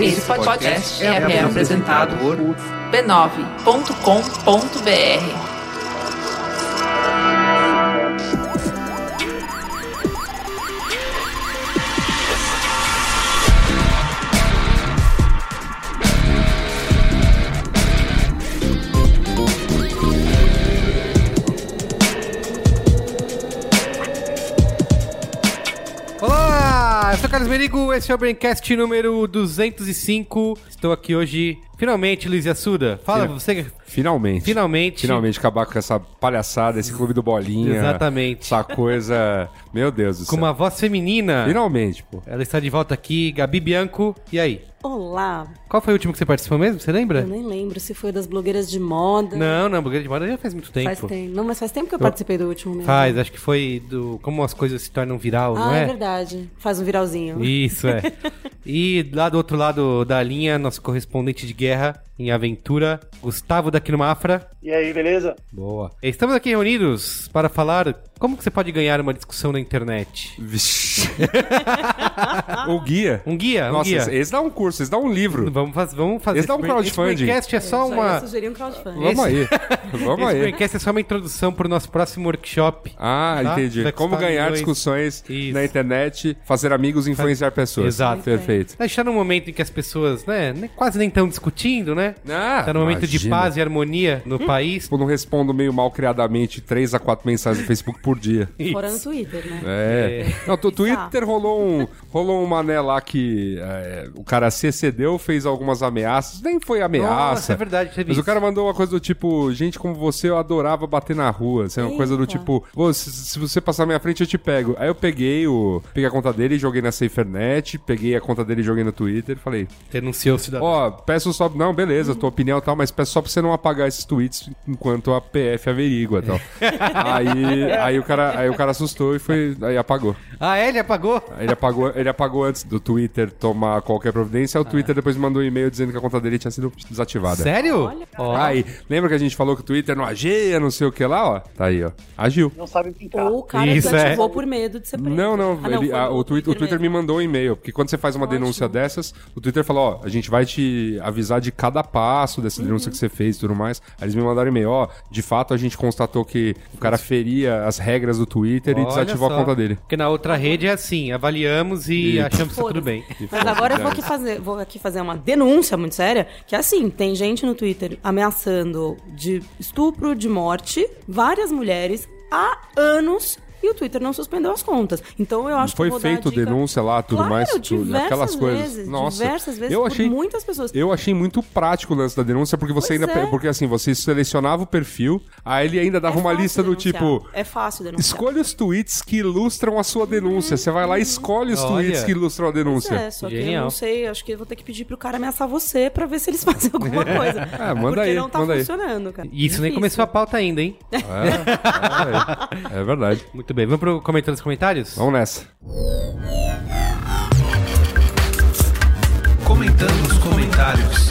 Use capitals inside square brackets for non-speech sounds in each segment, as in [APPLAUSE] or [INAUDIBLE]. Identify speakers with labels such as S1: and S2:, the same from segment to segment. S1: Esse podcast é, é apresentado por b9.com.br.
S2: Olá, eu sou o Carlos Merigo, esse é o Braincast número 205. Estou aqui hoje, finalmente, Luiz Assuda. Fala,
S3: Fina-
S2: você que
S3: Finalmente.
S2: finalmente...
S3: Finalmente acabar com essa palhaçada, esse clube do bolinha.
S2: Exatamente.
S3: Essa coisa. Meu Deus do
S2: Com
S3: céu.
S2: uma voz feminina.
S3: Finalmente, pô.
S2: Ela está de volta aqui, Gabi Bianco. E aí?
S4: Olá,
S2: Qual foi o último que você participou mesmo? Você lembra?
S4: eu nem lembro se foi das blogueiras de moda.
S2: Não, não, Blogueira de Moda já faz muito tempo.
S4: faz tempo. Não, mas faz tempo que eu participei do último mesmo.
S2: Faz, acho que foi do como as coisas se tornam viral, não
S4: Ah, é? verdade. Faz um viralzinho.
S2: Isso, é. e lá do outro lado da linha, nosso correspondente de guerra em aventura, Gustavo da Quilmafra.
S5: E aí, beleza?
S2: Boa. Estamos aqui reunidos para falar como que você pode ganhar uma discussão na internet. [LAUGHS]
S3: Vixe. o guia.
S2: Um guia, um
S3: Nossa,
S2: guia.
S3: esse- esse dá um curso, esse dá um livro.
S2: Vamos, faz, vamos fazer.
S3: Esse dá um crowdfunding.
S2: Esse podcast é só
S4: Isso aí,
S2: uma...
S4: Eu sugeri um crowdfunding.
S2: [LAUGHS]
S3: Vamos aí. Vamos
S2: Esse
S3: aí.
S2: podcast é só uma introdução para o nosso próximo workshop.
S3: Ah,
S2: Tá?
S3: entendi.
S2: Vai
S3: Como
S2: custar
S3: ganhar
S2: milhões.
S3: discussões
S2: Isso.
S3: na internet, fazer amigos e influenciar pessoas.
S2: Exato.
S3: Perfeito.
S2: A gente tá num momento em que as pessoas, né, nem- quase nem estão discutindo, né?
S3: Ah,
S2: tá num momento de
S3: imagina.
S2: paz e harmonia no país.
S3: Tipo, não respondo meio mal criadamente três a quatro mensagens no Facebook
S2: [LAUGHS]
S3: por dia.
S4: Fora no Twitter, né?
S3: É. Não, tu- Twitter rolou um, rolou um mané lá que é, o cara se excedeu, fez algumas ameaças. Nem foi ameaça.
S2: Nossa, é verdade, teve
S3: Mas o
S2: isso.
S3: cara mandou uma coisa do tipo, gente como você, eu adorava bater na rua. Assim, uma coisa do
S4: Eita.
S3: tipo, "Ô, se, se você passar na minha frente, eu te pego. Aí eu peguei o. Peguei a conta dele, joguei na SaferNet, peguei a conta dele, joguei no Twitter e falei,
S2: Denunciou o cidadão.
S3: Ó, peço só. Não, beleza, tua opinião e tal, mas peço só pra você não apagar esses tweets enquanto a PF averigua e tal. aí, aí, o cara, aí o cara assustou e foi. Aí apagou.
S2: Ah, é? Ele apagou?
S3: Aí Ele apagou, ele apagou antes do Twitter tomar qualquer providência, aí o Twitter depois me mandou um e-mail dizendo que a conta dele tinha sido desativada.
S2: Ah.
S3: Tá
S2: Sério? Ó,
S3: Aí, lembra que a gente falou que o Twitter não agia, não sei o que lá, ó? Tá aí, ó. Agiu.
S5: Não sabe brincar.
S4: Ou o cara
S2: Isso,
S4: que ativou
S2: é.
S4: por medo de ser preso.
S3: Não, não,
S4: Ah,
S3: ele-
S4: foi
S3: a-
S4: no
S3: o, Twitter, o Twitter me
S4: mesmo.
S3: mandou um e-mail, porque quando você faz uma denúncia dessas, o Twitter fala, ó, a gente vai te avisar de cada passo
S4: Uhum.
S3: dessa denúncia que você fez e tudo mais. Aí eles me mandaram e-mail, ó, de fato a gente constatou que o cara feria as regras do Twitter e
S2: olha
S3: desativou
S2: só.
S3: a conta dele.
S2: Porque na outra rede é assim, avaliamos e,
S3: E-
S2: achamos que tá tudo
S4: Foda-se.
S2: bem.
S4: Mas agora eu vou aqui, fazer, vou aqui fazer uma denúncia muito séria, que é assim, tem gente no Twitter ameaçando de estupro, de morte, várias mulheres há anos e o Twitter não suspendeu as contas. Então eu acho
S3: Foi
S4: que eu vou
S3: feito
S4: dar a dica-
S3: denúncia lá, tudo
S4: Claro,
S3: mais, tudo,
S4: diversas
S3: aquelas coisas.
S4: Vezes,
S3: Nossa,
S4: diversas vezes
S3: eu
S4: por
S3: achei-
S4: muitas pessoas. É
S3: Eu achei muito prático o lance da denúncia, porque você
S4: Pois
S3: ainda.
S4: é.
S3: Porque assim, você selecionava o perfil, aí ele ainda dava
S4: É
S3: uma
S4: fácil
S3: lista do
S4: denunciar.
S3: tipo.
S4: É fácil denunciar.
S3: Escolha os tweets que ilustram a sua denúncia. Você vai lá
S4: Uhum.
S3: e escolhe os
S2: Olha.
S3: tweets que ilustram a denúncia.
S4: É, só que
S2: Genial.
S4: eu não sei, acho que eu vou ter que pedir pro cara ameaçar você pra ver se eles [LAUGHS] fazem alguma coisa.
S3: Ah, manda
S4: Porque
S3: aí,
S4: não tá
S3: manda aí.
S4: funcionando, cara.
S2: E Isso nem
S4: Difícil.
S2: começou a pauta ainda, hein?
S3: É, é verdade.
S2: Muito bem, vamos pro comentário dos comentários?
S3: Vamos nessa.
S6: Comentando os comentários.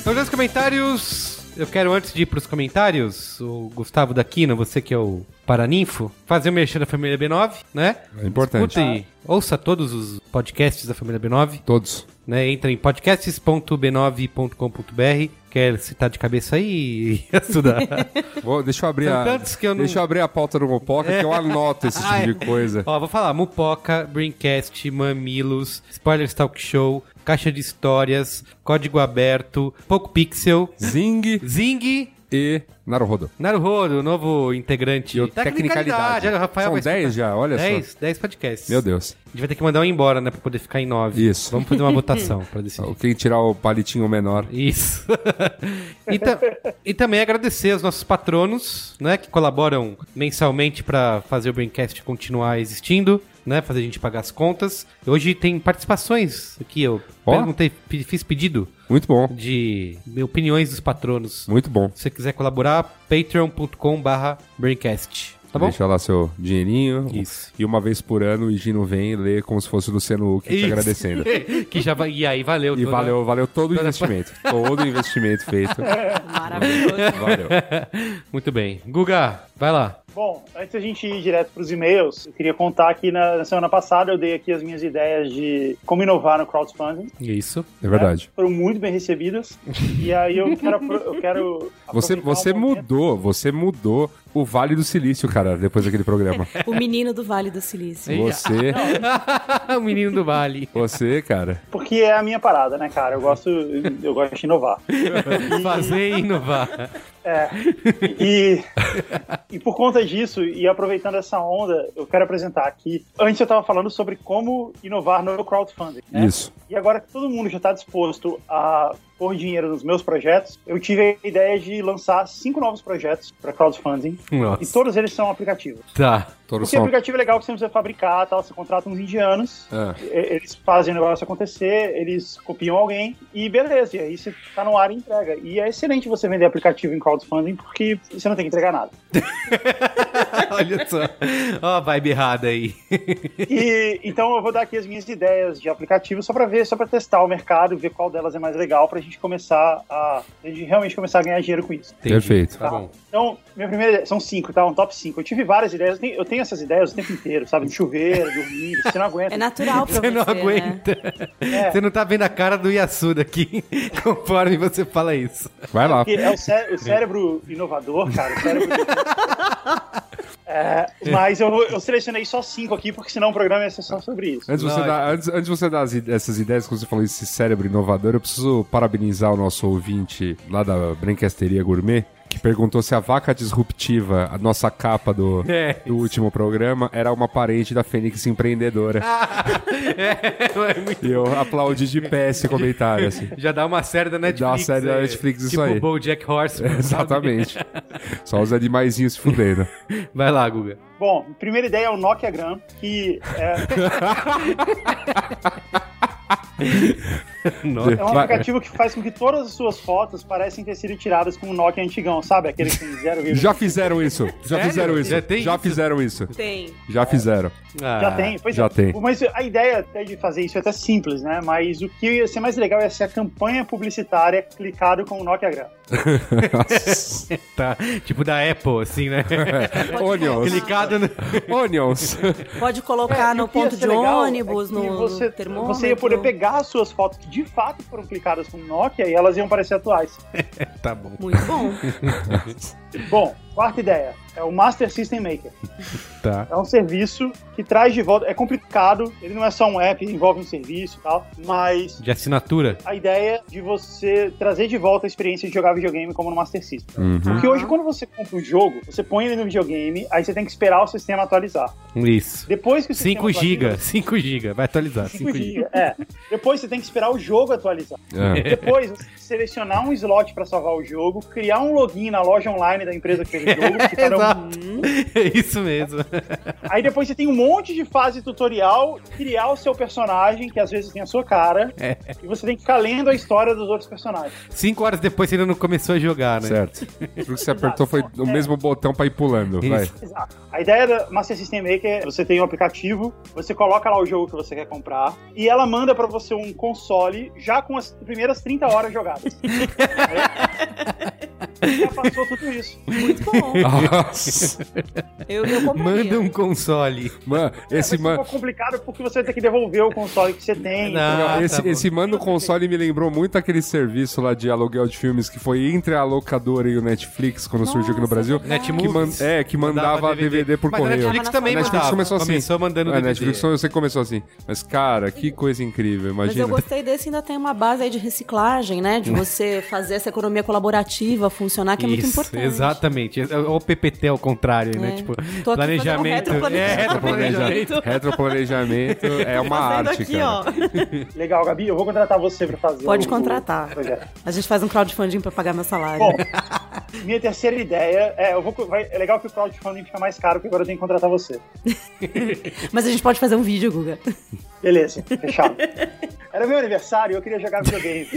S2: Então, já os comentários. Eu quero, antes de ir pros comentários, o Gustavo Daquino, você que é o Paraninfo, fazer o merchan da família B9, né?
S3: É importante.
S2: Escute, ouça todos os podcasts da família B9,
S3: Todos.
S2: né? Entra em podcasts.b9.com.br. Quer citar de cabeça aí [LAUGHS] e estudar?
S3: Vou- deixa eu abrir
S2: São
S3: a.
S2: tantos que eu não-
S3: Deixa eu abrir a pauta do Mopoca que eu anoto esse tipo
S2: Ah, é. [LAUGHS]
S3: de coisa.
S2: Ó, vou falar: Mupoca, Braincast, Mamilos, Spoilers Talk Show, Caixa de Histórias, Código Aberto, Poco Pixel,
S3: Zing
S2: Zing,
S3: e Naruhodo.
S2: Naruhodo, o novo integrante.
S3: E o Tecnicalidade.
S2: Olha, o Rafael
S3: São
S2: vai escutar.
S3: 10 já, olha só.
S2: 10, 10 podcasts.
S3: Meu Deus.
S2: A gente vai ter que mandar um embora, né? Pra poder ficar em 9.
S3: Isso.
S2: Vamos fazer uma votação pra
S3: [LAUGHS]
S2: decidir.
S3: Quem tirar o palitinho menor.
S2: Isso. [LAUGHS] e, ta- e também agradecer aos nossos patronos, né? Que colaboram mensalmente pra fazer o Braincast continuar existindo, né? Fazer a gente pagar as contas. Hoje tem participações aqui. Eu
S3: Ó.
S2: perguntei, pe- fiz pedido
S3: Muito bom.
S2: de opiniões dos patronos.
S3: Muito bom.
S2: Se você quiser colaborar, patreon.com barra Braincast. Tá bom?
S3: Deixa lá seu dinheirinho.
S2: Isso.
S3: E uma vez por ano o Higino vem e lê como se fosse o Luciano Huck te
S2: Isso. [LAUGHS]
S3: agradecendo.
S2: que já vai. E aí, valeu. né?
S3: E
S2: toda-
S3: valeu, valeu todo o
S2: [LAUGHS]
S3: investimento. Todo o investimento feito.
S4: É Maravilhoso.
S3: Valeu.
S2: Muito bem. Guga, vai lá.
S5: Bom, antes da gente ir direto para os e-mails, eu queria contar que na, na semana passada eu dei aqui as minhas ideias de como inovar no crowdfunding.
S2: Isso.
S3: É verdade.
S5: Foram muito bem recebidas. E aí eu quero. apro- Eu
S3: [LAUGHS]
S5: quero
S3: Você,
S5: aproveitar
S3: você
S5: o momento-
S3: mudou, você mudou o Vale do Silício, cara, depois
S2: [LAUGHS]
S3: daquele programa.
S4: O menino do Vale do Silício.
S3: Você,
S2: [LAUGHS] Ah, o menino do Vale.
S3: você, cara.
S5: Porque é a minha parada, né, cara? Eu gosto, eu gosto de inovar.
S2: [LAUGHS] Fazer e inovar.
S5: E, e por conta disso, e aproveitando essa onda, eu quero apresentar aqui. Antes eu estava falando sobre como inovar no crowdfunding.
S2: É?
S5: Né?
S3: Isso.
S5: E agora que todo mundo já está disposto a pôr dinheiro nos meus projetos, eu tive a ideia de lançar cinco novos projetos para crowdfunding. E
S2: Nossa.
S5: todos eles são aplicativos.
S2: Tá.
S3: Todo
S5: Porque
S3: som.
S5: aplicativo é legal que você não precisa fabricar, tal, você contrata um uns indianos,
S3: Ah.
S5: e- eles fazem o negócio acontecer, eles copiam alguém e beleza, e aí você tá no ar e entrega. E é excelente você vender aplicativo em crowdfunding porque você não tem que entregar nada.
S2: [LAUGHS] Olha só. Ó, a vibe errada aí.
S5: E então eu vou dar aqui as minhas ideias de aplicativo só pra ver, só pra testar o mercado, ver qual delas é mais legal pra gente começar a, a gente realmente começar a ganhar dinheiro com isso.
S2: Entendi.
S3: Perfeito.
S2: Tá bom.
S5: Então, minha primeira ideia, são cinco, tá? Um top cinco. Eu tive várias ideias, eu tenho, eu tenho essas ideias o tempo inteiro, sabe? De chuveiro, dormindo, você não aguenta.
S4: É natural pra você,
S2: Você não
S4: Né?
S2: aguenta. Você não tá vendo a cara do Yasuda aqui, [LAUGHS] conforme você fala isso. [LAUGHS]
S3: Vai lá.
S5: Porque é o, cé- o cérebro inovador, cara. O cérebro... É, mas eu, eu selecionei só cinco aqui, porque senão o programa ia ser só sobre isso.
S3: Antes de você,
S2: Não, é
S3: dar, antes, antes de você dar as ide- essas ideias, quando você falou esse cérebro inovador, eu preciso parabenizar o nosso ouvinte lá da Brancasteria Gourmet, que perguntou se a vaca disruptiva, a nossa capa do,
S2: [LAUGHS] É,
S3: do último programa, era uma parente da Fênix Empreendedora.
S2: É, é muito-
S3: E eu aplaudi de pé esse
S2: [LAUGHS]
S3: comentário, assim.
S2: Já dá uma série da Netflix.
S3: Dá uma série da
S2: é,
S3: Netflix, isso
S2: tipo
S3: aí.
S2: Tipo o Jack Horse.
S3: Exatamente. Só os animaizinhos se fudendo.
S2: [LAUGHS] Vai lá, Guga.
S5: Bom, primeira ideia é o Nokia Gram, que é,
S2: Nossa.
S5: é um aplicativo que faz com que todas as suas fotos parecem ter sido tiradas com um Nokia antigão, sabe?
S3: [LAUGHS]
S5: Aquele que tem 0,
S3: Já fizeram isso. Já
S2: Sério?
S3: fizeram isso.
S2: Já tem
S3: Já
S2: isso?
S3: fizeram isso.
S4: Tem.
S2: [LAUGHS]
S3: Já fizeram. [LAUGHS]
S5: Já
S2: Ah,
S5: tem, pois
S3: já
S5: é.
S3: tem.
S5: Mas a ideia até de fazer isso é até simples, né? Mas o que ia ser mais legal ia ser a campanha publicitária clicado com o Nokia Gram.
S2: Tá. Tipo da Apple, assim, né?
S3: Onions.
S2: [LAUGHS] Clicado no... [LAUGHS]
S3: Onions.
S4: Pode colocar
S5: É, E
S4: no
S5: o que ia
S4: ponto
S5: ser
S4: de
S5: legal
S4: ônibus,
S5: é que
S4: no, no
S5: você,
S4: termômetro.
S5: Você ia poder pegar as suas fotos que de fato foram clicadas com Nokia e elas iam parecer atuais.
S2: Tá bom.
S4: Muito bom.
S5: Bom, quarta ideia. É o Master System Maker.
S2: Tá.
S5: É um serviço que traz de volta. É complicado, ele não é só um app, envolve um serviço e tal, mas
S2: De assinatura?
S5: a ideia de você trazer de volta a experiência de jogar videogame como no Master System.
S3: Uhum.
S5: Porque hoje, quando você compra um jogo, você põe ele no videogame, aí você tem que esperar o sistema atualizar.
S2: Isso.
S5: Depois que
S4: é
S5: o sistema
S2: 5
S5: atualiza-
S2: GB, 5 GB, vai atualizar.
S5: 5
S2: 5 GB.
S5: GB, é. Depois você tem que esperar o jogo atualizar.
S3: É.
S5: Depois, selecionar um slot pra salvar o jogo, criar um login na loja online da empresa que fez
S2: [LAUGHS]
S5: o jogo. que cada um-
S2: Exato. É isso mesmo.
S5: Aí depois você tem um monte de fase tutorial, criar o seu personagem, que às vezes tem a sua cara, e você tem que ficar lendo a história dos outros personagens.
S2: 5 horas depois você ainda não começou a jogar, né? [LAUGHS]
S3: Certo. Tudo que você apertou foi o mesmo botão pra ir
S2: [LAUGHS]
S3: pulando. Vai.
S2: Isso.
S5: Exato. A ideia da Master System Maker é você tem um aplicativo, você coloca lá o jogo que você quer comprar, e ela manda pra você um console já com as primeiras 30 horas jogadas. Aí, já passou tudo isso.
S3: [LAUGHS]
S4: Muito bom.
S3: Nossa.
S4: Eu, eu compraria.
S2: Manda um console.
S3: Man, esse,
S5: Mas
S3: man,
S5: ficou complicado porque você vai ter que devolver o console que você tem.
S2: Não.
S3: Não,
S2: Ah,
S3: esse,
S2: tá bom.
S3: esse mano console me lembrou muito aquele serviço lá de aluguel de filmes que foi entre a locadora e o Netflix quando surgiu aqui no
S4: Nossa,
S3: Brasil.
S4: verdade.
S3: que man-
S2: Netmovies.
S3: é, que mandava, DVD, por
S2: Mas
S3: correio.
S2: A Netflix também
S3: A Netflix
S2: mandava.
S3: começou assim.
S2: Começou mandando
S3: a
S2: DVD.
S3: Netflix eu sei que começou assim. Mas, cara, que coisa incrível,
S4: Mas
S3: imagina.
S4: eu gostei desse, ainda tem uma base aí de reciclagem, né? De
S3: [LAUGHS]
S4: você fazer essa economia colaborativa funcionar, que é muito
S2: Isso,
S4: importante.
S2: Exatamente. É o PPT ao contrário, né?
S4: É.
S2: Tipo,
S4: Tô aqui
S2: planejamento.
S4: fazendo um
S2: É,
S4: retroplanejamento.
S2: retroplanejamento.
S3: Retroplaneja- Retroplanejamento é
S5: Tá
S3: uma
S4: Fazendo
S3: arte,
S4: aqui,
S3: cara.
S4: ó.
S5: Legal, Gabi, eu vou contratar você pra fazer.
S4: Pode
S5: o-
S4: contratar.
S5: o projeto.
S4: A gente faz um crowdfunding pra pagar meu salário.
S5: Bom, minha terceira ideia é, eu vou, co- vai- é legal que o crowdfunding fica mais caro, porque agora eu tenho que contratar você.
S4: Mas a gente pode fazer um vídeo, Guga. [LAUGHS]
S5: Beleza, fechado. Era meu aniversário e eu queria jogar videogame.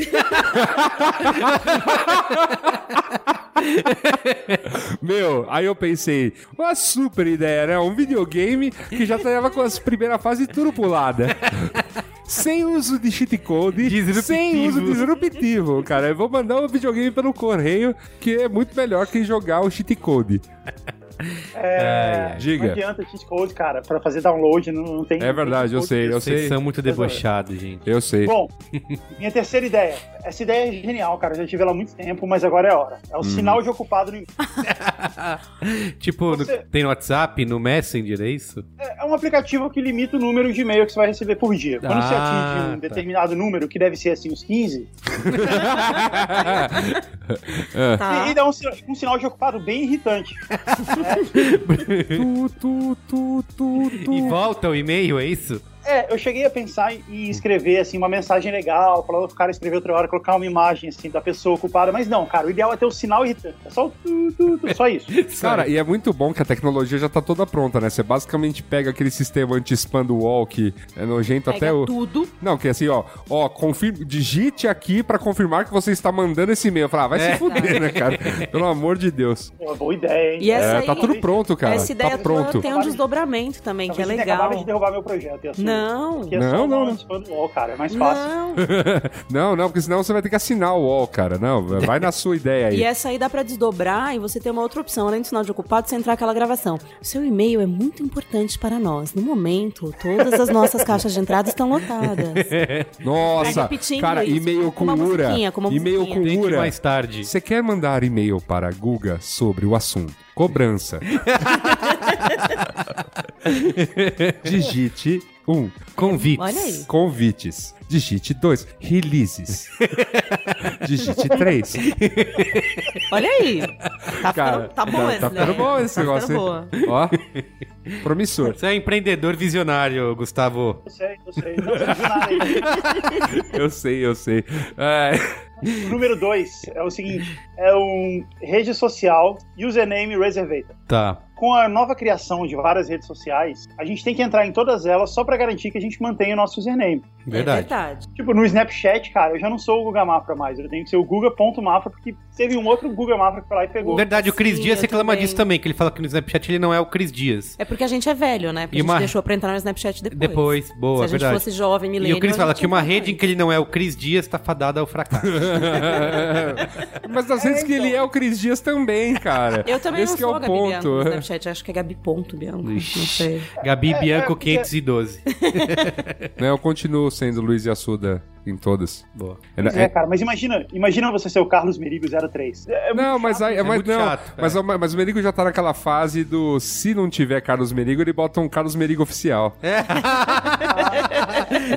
S3: Meu, aí eu pensei, uma super ideia, né? Um videogame que já tava com as primeira fase
S2: [LAUGHS]
S3: tudo pulada. Sem uso de cheat code, sem uso disruptivo, cara. Eu vou mandar um videogame pelo correio, que é muito melhor que jogar o cheat code.
S5: É,
S3: Diga.
S5: Não adianta cheat code, cara. Pra fazer download não, não tem.
S3: É verdade, eu
S5: cheat code.
S3: sei, eu
S2: Vocês
S3: sei.
S2: são muito debochados, gente.
S3: Eu sei.
S5: Bom, [LAUGHS] minha terceira ideia. Essa ideia é genial, cara. Eu já tive ela há muito tempo, mas agora é a hora.
S3: Hum.
S5: É o sinal de ocupado no e-mail.
S2: Tipo, no-
S5: Você-
S2: tem no WhatsApp, no Messenger, é isso?
S5: É um aplicativo que limita o número de e-mail que você vai receber por dia. Quando você
S2: Ah,
S5: atinge um
S2: tá.
S5: determinado número, que deve ser assim uns 15,
S4: Tá.
S3: É.
S4: Ah.
S5: e, e dá um, sina- um sinal de ocupado bem irritante.
S3: [LAUGHS] tu, tu, tu, tu,
S2: E
S3: tu.
S2: volta o e-mail, é isso?
S5: É, eu cheguei a pensar em escrever assim uma mensagem legal, falar pro cara escrever outra hora, colocar uma imagem assim da pessoa ocupada, mas não, cara, o ideal é ter o sinal irritante. É só o tu, tu, tu, só isso.
S3: Cara, e é muito bom que a tecnologia já tá toda pronta, né? Você basicamente pega aquele sistema anti-spam do wall que é nojento até
S4: Pega
S3: o.
S4: tudo.
S3: Não, que assim, ó, ó, confirma, digite aqui pra confirmar que você está mandando esse e-mail. Eu falei, ah, vai
S4: É.
S3: se fuder, né, cara? Pelo amor de Deus.
S5: É uma boa ideia, hein?
S4: E essa
S3: É,
S4: aí,
S3: tá tudo pronto, cara.
S4: essa
S3: tá
S4: ideia toda
S3: pronto.
S4: tem um desdobramento também, que é
S5: Talvez tenha
S4: legal.
S5: acabado Tá de derrubar meu projeto. e assunto.
S4: Não.
S5: Que é
S3: Não,
S5: só
S3: não,
S5: um
S3: não.
S5: spam do UOL, cara, é mais fácil.
S4: Não.
S3: Não, não, porque senão você vai ter que assinar o wall, cara. Não, vai na sua ideia aí.
S4: E é- essa aí dá pra desdobrar e você tem uma outra opção, além do sinal de ocupado, você entrar aquela gravação. Seu e-mail é muito importante para nós. No momento, todas as nossas caixas de entrada estão lotadas. Vai
S3: Nossa,
S4: repetindo
S3: cara,
S4: isso,
S3: e-mail com
S4: com uma
S3: URA.
S4: musiquinha, com uma
S3: E-mail com
S4: musiquinha.
S2: Tem que ir
S3: URA.
S2: mais tarde.
S3: Você quer mandar e-mail para Guga sobre o assunto? Cobrança. Digite 1. Um,
S2: Convite.
S4: Olha aí.
S3: Convites. Digite 2. Releases. Digite 3.
S4: Olha aí. Tá,
S3: Cara,
S4: ficando, tá bom
S3: tá-
S4: esse,
S3: tá
S4: né?
S3: ficando bom esse
S4: Tá ficando
S3: negócio, hein? Ó.
S4: boa.
S3: Promissor.
S2: Você é empreendedor visionário, Gustavo.
S5: Eu sei, eu sei. Não, não viu nada aí.
S3: Eu sei, eu sei. É,
S4: [LAUGHS]
S5: O Número 2 é o seguinte: é um rede social username reservator.
S2: Tá.
S5: Com a nova criação de várias redes sociais, a gente tem que entrar em todas elas só pra garantir que a gente mantenha o nosso username.
S4: É
S2: Verdade.
S4: verdade.
S5: Tipo, no Snapchat, cara, eu já não sou o Guga Mafra mais, eu tenho que ser o Guga.mafra, porque teve um outro Guga Mafra que foi lá e pegou.
S2: Verdade, o Cris
S4: Sim,
S2: Dias
S4: eu
S2: reclama
S4: também.
S2: disso também, que ele fala que no Snapchat ele não é o Cris Dias.
S4: É porque a gente é velho, né? Porque
S2: E
S4: a gente
S2: uma-
S4: deixou pra entrar no Snapchat depois.
S2: Depois, boa,
S4: Se a gente
S2: verdade.
S4: fosse jovem,
S2: E
S4: milênio...
S2: o Cris fala
S4: a gente
S2: que uma
S4: entrava.
S2: rede em que ele não é o Cris Dias tá fadada ao fracasso.
S4: [LAUGHS]
S3: Mas às vezes que ele é o Cris Dias também, cara.
S4: então. Eu também
S3: Esse
S4: não
S3: que
S4: sou
S3: é o
S4: a Gabi Bianco
S3: ponto.
S4: no Snapchat. Acho que é Gabi ponto Bianco. Não
S2: Ixi.
S4: sei.
S2: Gabi Bianco
S5: porque-
S4: [LAUGHS]
S2: 512.
S3: Né, eu continuo sendo Luiz e Assuda em todas.
S2: Boa.
S3: Era-
S5: É,
S3: é-
S5: cara, mas imagina, imagina você ser o Carlos Merigo 03. É, é muito
S3: não, mas aí é, mais
S2: muito
S3: não,
S2: chato,
S3: mas,
S2: é.
S3: o- mas o Merigo já tá naquela fase do se não tiver Carlos Merigo, ele bota um Carlos Merigo oficial.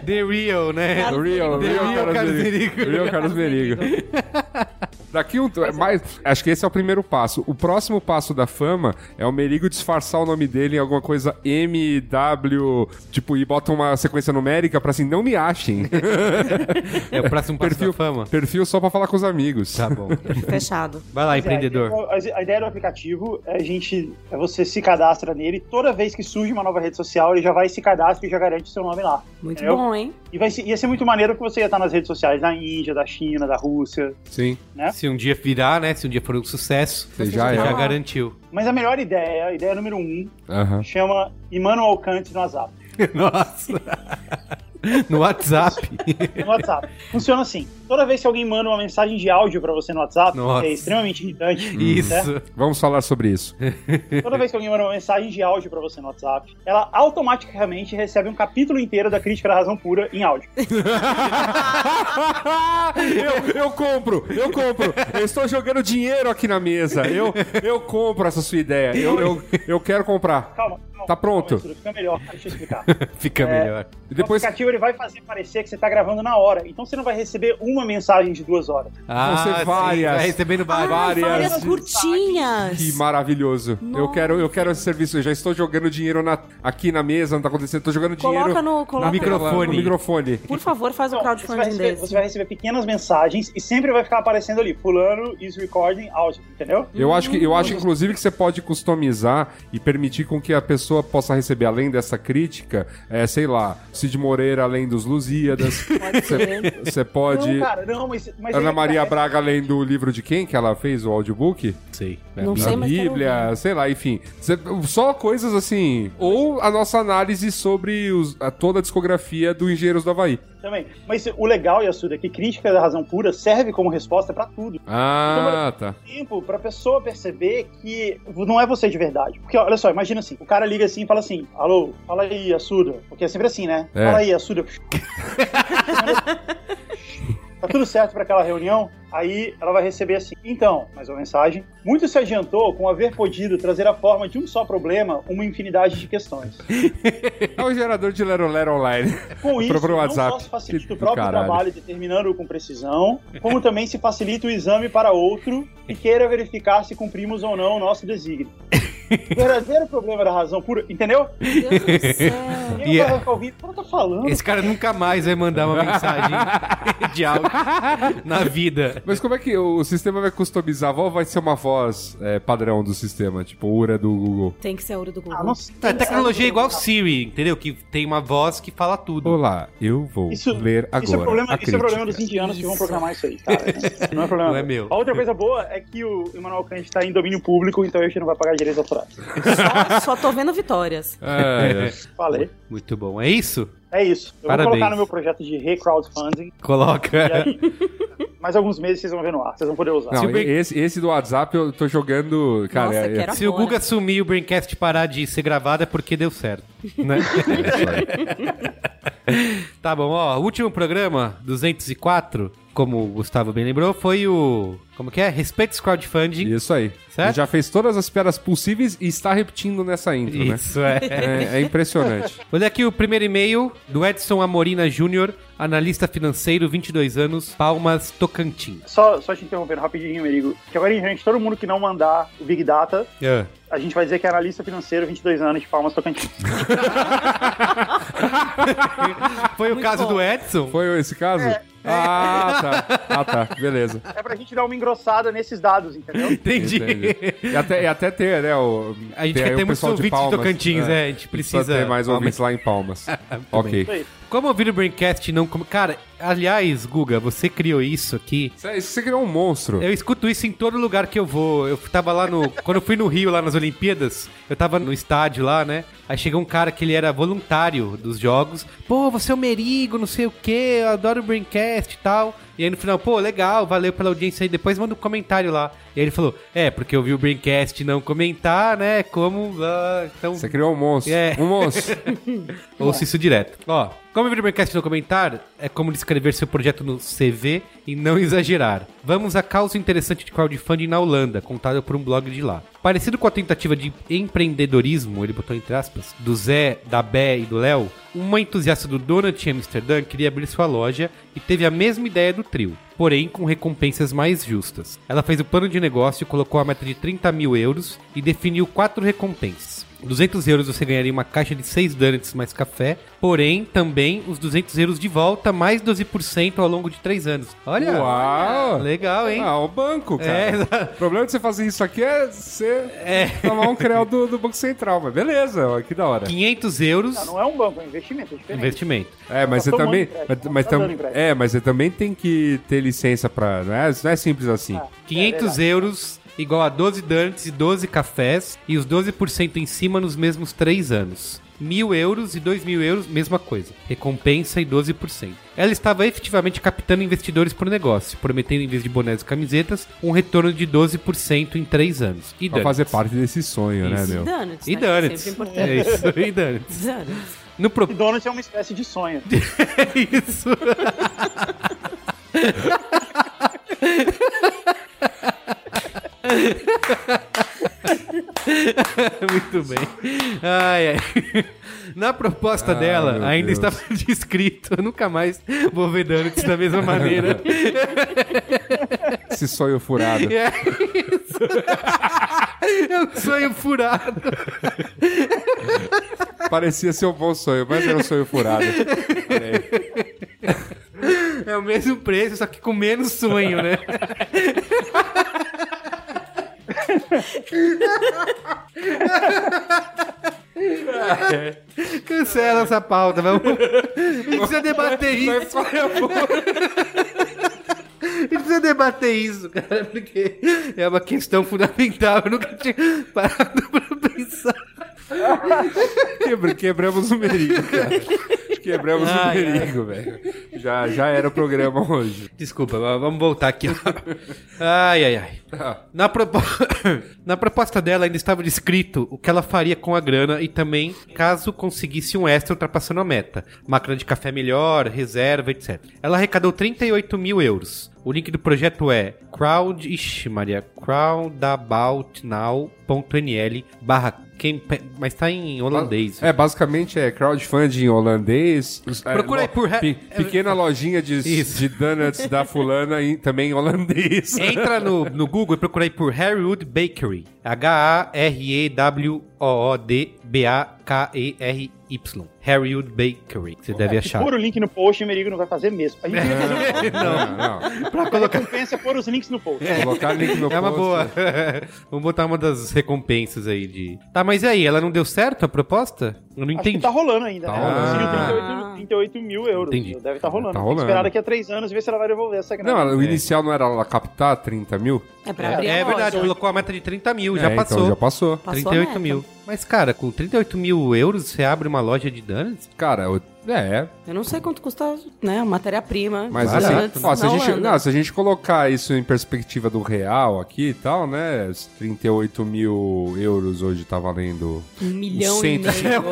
S2: The Real, né?
S4: Carlos
S3: Real,
S2: Merigo.
S3: real,
S2: Real
S3: Carlos
S2: Carlos
S3: Merigo.
S2: Merigo.
S3: Real Carlos Merigo. Daqui um, é mais, acho que esse é o primeiro passo. O próximo passo da fama é o Merigo disfarçar o nome dele em alguma coisa M W, tipo, e bota uma sequência numérica pra assim, não me achem.
S2: É o próximo passo
S3: perfil
S2: da fama.
S3: Perfil só pra falar com os amigos.
S2: Tá bom.
S4: Fechado.
S2: Vai lá,
S5: Pois é,
S2: empreendedor.
S5: a- a ideia do aplicativo é a gente é você se cadastra nele e toda vez que surge uma nova rede social, ele já vai se cadastra e já garante seu nome lá.
S4: Muito
S5: Eu-
S4: bom, hein?
S5: E vai ser, ia ser muito maneiro que você ia estar nas redes sociais da Índia, da China, da Rússia.
S3: Sim.
S2: Se um dia virar, né? Se um dia for um sucesso,
S3: Você já
S2: você
S3: é.
S2: já garantiu. [LAUGHS]
S5: Mas a melhor ideia, a ideia número um,
S3: Aham.
S5: chama Emmanuel Kant no WhatsApp.
S2: Nossa. No WhatsApp.
S5: No
S4: [LAUGHS]
S5: WhatsApp. Funciona assim. Toda vez que alguém manda uma mensagem de áudio pra você no WhatsApp,
S2: Nossa.
S5: é extremamente irritante. né?
S2: Isso.
S3: Vamos falar sobre isso.
S5: Toda vez que alguém manda uma mensagem de áudio pra você no WhatsApp, ela automaticamente recebe um capítulo inteiro da crítica da razão pura em áudio.
S3: eu, eu compro, eu compro. Eu estou jogando dinheiro aqui na mesa. Eu, eu compro essa sua ideia. Eu, eu, eu quero comprar.
S5: Calma, calma.
S3: Tá pronto.
S5: Calma, Estudo, fica melhor, deixa
S3: [LAUGHS]
S5: eu explicar.
S4: É.
S2: Fica melhor.
S3: E depois
S5: Depois... O aplicativo ele vai fazer parecer que você tá gravando na hora, então você não vai receber uma mensagem de duas horas. Então,
S3: ser
S2: Ah, sim,
S3: várias.
S2: Vai recebendo
S4: Ah,
S2: várias.
S3: várias-
S4: várias curtinhas.
S3: que maravilhoso. Eu
S4: Nossa.
S3: quero, eu quero esse serviço. Eu já estou jogando dinheiro na- aqui na mesa, não tá acontecendo. Estou jogando dinheiro
S4: Coloca no-
S3: na
S4: coloca no-
S3: microfone. no microfone.
S4: Por favor, faz o
S5: Então, você, vai
S4: crowdfunding
S5: receber,
S4: desse.
S5: você vai receber pequenas mensagens e sempre vai ficar aparecendo ali, fulano is recording áudio, entendeu?
S3: Eu acho que eu acho inclusive que você pode customizar e permitir com que a pessoa possa receber além dessa crítica, é, sei lá, Cid Moreira além dos Lusíadas.
S4: [LAUGHS] Pode ser.
S3: Você pode,
S5: Não, cara, não, mas. mas aí é
S3: Ana
S5: que
S3: Maria
S5: tá, é-
S3: Braga lendo o livro de quem que ela fez, o audiobook?
S2: Sei.
S4: Não
S3: da
S4: sei, mas quero
S3: Bíblia, sei lá, enfim. Cê- Só coisas assim. Ou a nossa análise sobre os- a- toda a discografia do Engenheiros do Havaí.
S5: Também. Mas o legal, Yasuda, é que crítica da razão pura serve como resposta pra tudo.
S3: Ah, tá.
S5: tempo pra pessoa perceber que não é você de verdade. Porque, olha só, imagina assim, o cara liga assim e fala assim, alô, fala aí, Assuda. Porque é sempre assim, né?
S3: É.
S5: Fala aí, Assuda. tá tudo certo pra aquela reunião? Aí ela vai receber assim, então, mais uma mensagem. Muito se adiantou com haver podido trazer à forma de um só problema uma infinidade de questões.
S3: É o gerador de Lero Lero Online.
S5: [LAUGHS] Com isso,
S3: Pro- pro
S5: não
S3: WhatsApp.
S5: só se facilita o
S3: Que do
S5: próprio
S3: caralho.
S5: trabalho determinando-o com precisão, como também se facilita o exame para outro que queira verificar se cumprimos ou não o nosso desígnio. O verdadeiro problema da razão pura, entendeu?
S4: Meu
S2: [LAUGHS]
S4: Deus do céu.
S5: E
S2: E
S5: agora
S2: é-
S5: vai ficar ouvindo, o que ela tá falando?
S2: Esse cara nunca mais vai mandar uma [LAUGHS] mensagem de áudio na vida.
S3: Mas como é que o sistema vai customizar a voz? Vai ser uma voz é, padrão do sistema, tipo Ura do Google.
S4: Tem que ser a hora do Google.
S5: Ah, não sei.
S2: A tecnologia é igual Siri, entendeu? Que tem uma voz que fala tudo.
S3: Olá, eu vou
S5: Isso,
S3: ler agora.
S5: isso, é problema,
S3: a
S5: isso é problema
S3: crítica.
S5: dos indianos que vão
S4: Isso.
S5: programar isso aí, cara. Não é problema.
S2: Não é meu.
S5: A outra coisa boa é que o Emmanuel Kant está em domínio público, então a gente não vai pagar direitos autorais.
S4: Só, só tô vendo vitórias.
S3: É,
S5: [LAUGHS]
S3: é.
S5: Falei.
S2: Muito bom. É isso?
S5: É isso. Eu
S2: Parabéns.
S5: vou colocar no meu projeto de re-crowdfunding. E
S2: Coloca.
S5: aí, mais alguns meses vocês vão ver no ar. Vocês vão poder usar.
S3: Não,
S2: Se o bem-
S3: esse, esse do WhatsApp eu tô jogando. Cara,
S4: Nossa,
S3: é-
S4: quero
S2: Se o
S4: agora.
S2: Guga sumir e o Braincast parar de ser gravado é porque deu certo, né? [LAUGHS] tá bom, ó. O último programa, 204, como o Gustavo bem lembrou, foi o... Como que é? Respeito ao crowdfunding.
S3: Isso aí.
S2: Certo?
S3: Ele Já fez todas as piadas possíveis e está repetindo nessa intro, né?
S2: Isso, é.
S3: É, é
S2: [LAUGHS]
S3: impressionante.
S2: Olha aqui o primeiro e-mail do Edson Amorina Júnior, analista financeiro, 22 anos, Palmas, Tocantins.
S5: Só, só te interrompendo rapidinho, Merigo. Que agora, gente, todo mundo que não mandar o Big Data, a gente vai dizer que é analista financeiro, 22 anos, de Palmas Tocantins.
S2: Ah, Foi o
S4: Muito
S2: caso
S4: bom.
S2: do Edson?
S3: Foi esse caso?
S2: É.
S3: Ah, tá. Ah, tá. Beleza.
S5: É pra gente dar uma engrossada nesses dados, entendeu?
S2: Entendi.
S3: Entendi. E até, e até ter, né? O,
S2: A gente
S3: ter aí
S2: quer
S3: o
S2: ter muitos
S3: pessoal de
S2: ouvintes de
S3: Palmas,
S2: Tocantins,
S3: né?
S2: é. A gente precisa...
S3: ter mais ouvintes lá
S2: [LAUGHS]
S3: em Palmas. ok.
S5: Isso aí.
S2: Como ouvir o Braincast e não... come- Cara, aliás, Guga, você criou isso aqui.
S3: Isso aí, Você criou um monstro.
S2: Eu escuto isso em todo lugar que eu vou. Eu tava lá no... [LAUGHS] Quando eu fui no Rio, lá nas Olimpíadas, eu tava no estádio lá, né? Aí chegou um cara que ele era voluntário dos jogos. Pô, você é o Merigo, não sei o quê, eu adoro o Braincast e tal. E aí no final, pô, legal, valeu pela audiência aí. Depois manda um comentário lá. E aí ele falou, é, porque eu vi o Braincast não comentar, né? Como... ah, então...
S3: Você criou um monstro.
S2: É.
S3: Um monstro.
S2: Ouça isso direto. Ó, como o Braincast no comentário, é como descrever seu projeto no CV e não exagerar. Vamos a causa interessante de crowdfunding na Holanda, contada por um blog de lá. Parecido com a tentativa de empreendedorismo, ele botou entre aspas, do Zé, da Bé e do Léo, uma entusiasta do Donut em Amsterdã queria abrir sua loja e teve a mesma ideia do trio, porém com recompensas mais justas. Ela fez o plano de negócio, colocou a meta de 30 mil euros e definiu quatro recompensas. 200 euros você ganharia uma caixa de 6 donuts mais café, porém também os 200 euros de volta mais 12% ao longo de 3 anos. [LAUGHS] Olha,
S3: Uau!
S2: legal, hein?
S3: Ah, o banco, cara.
S2: É,
S3: o problema de você fazer isso aqui é você
S2: É.
S3: tomar um creu do, do Banco Central. Mas beleza, ó, que da
S2: [LAUGHS]
S3: hora.
S2: 500 É, euros
S5: Não, não é um banco, é um investimento, é diferente.
S2: investimento.
S3: É, mas
S5: Tá
S3: você
S5: tomando
S3: também.
S5: empréstimo,
S3: mas- mas
S5: tá
S3: tam-
S5: dando empréstimo.
S3: é, mas você também tem que ter licença pra. Não é, não é simples assim.
S5: Ah.
S2: 500 euros igual a 12 donuts e 12 cafés e os 12% em cima nos mesmos 3 anos. 1.000 euros e 2.000 euros, mesma coisa. Recompensa e 12%. Ela estava efetivamente captando investidores para o negócio, prometendo em vez de bonés e camisetas, um retorno de 12% em 3 anos. E
S3: Pra
S2: donuts.
S3: fazer parte desse sonho, né,
S2: Isso.
S3: meu?
S4: Donuts,
S2: E É.
S4: né?
S2: donuts.
S4: Sempre importante.
S2: É isso, e donuts.
S4: Donuts.
S2: No
S5: [LAUGHS]
S2: pro...
S5: E Donut é uma espécie de sonho.
S2: É isso. Muito bem. Ai, ai. Na proposta
S3: Ah,
S2: dela,
S3: meu
S2: ainda
S3: Deus.
S2: estava descrito. Eu nunca mais vou ver Donuts da mesma maneira.
S3: [LAUGHS] Esse
S2: [LAUGHS]
S3: sonho furado.
S2: É isso. É um sonho furado.
S3: Parecia ser um bom sonho, mas era um sonho furado.
S2: É o mesmo preço, só que com menos sonho, né? Cancela essa pauta, vamos. Não precisa debater isso.
S3: Mas qual é a boa?
S2: precisa debater isso, cara, porque é uma questão fundamental. Eu nunca tinha parado pra pensar.
S3: Quebra- quebramos o merigo, cara. Quebramos o
S2: Ai, ai.
S3: merigo, velho. Já, já era o programa hoje.
S2: Desculpa, mas vamos voltar aqui. [LAUGHS] Ai, ai, ai. Na, propo- [LAUGHS] Na proposta dela ainda estava descrito o que ela faria com a grana e também caso conseguisse um extra ultrapassando a meta. Máquina de café melhor, reserva, etc. Ela arrecadou 38 mil euros. O link do projeto é crowd... Ixi, Maria. crowdaboutnow.nl barra... campa- Mas tá em holandês.
S3: É, basicamente é crowdfunding holandês. Os- é,
S2: Procura aí
S3: lo-
S2: por re- é.
S3: pe- Pequena lojinha de,
S2: Isso.
S3: de donuts da fulana e também em holandês.
S2: [LAUGHS] Entra no, no Google e procura aí por Harrywood Bakery. H-A-R-E-W-O-O-D-B-A-K-E-R-Y. Harrywood Bakery. que Você deve
S5: Se
S2: achar.
S5: pôr o link no post, o Merigo não vai fazer mesmo. A gente vai fazer
S3: Não, não.
S5: uma recompensa é pôr os links no post.
S3: Colocar link no
S2: É uma
S3: post.
S2: boa. [LAUGHS] Vamos botar uma das recompensas aí de. Tá, mas e aí? Ela não deu certo a proposta? Eu não
S5: Acho que
S2: entendi.
S5: tá rolando ainda.
S3: Tá
S5: né? Ela conseguiu
S4: rolando.
S5: 38, 38 mil euros.
S2: Entendi.
S5: Deve estar rolando.
S3: Tá
S5: Tem que
S3: rolando.
S5: Esperar daqui a três anos e ver se ela vai devolver essa grana.
S3: Não, o inicial não era ela captar 30 mil?
S4: É pra
S5: né?
S4: abrir a
S2: É, é
S4: loja.
S2: verdade, colocou a meta de 30 mil, já
S3: É, então,
S2: passou.
S3: já passou.
S4: Passou a
S2: 38
S4: meta.
S2: mil. Mas, cara, com 38 mil euros você abre uma loja de donuts?
S3: Cara, eu- é,
S4: Eu não sei quanto custa, né, a matéria-prima.
S3: Mas
S4: Os
S2: Barato.
S3: assim,
S4: donuts
S3: ó, se, a
S4: na
S3: gente,
S4: Holanda.
S3: não, se a gente colocar isso em perspectiva do real aqui e tal, né? os 38 mil euros hoje
S2: [LAUGHS]
S3: tá valendo
S4: Um milhão
S3: um
S4: e
S3: cento- [LAUGHS]
S4: meio.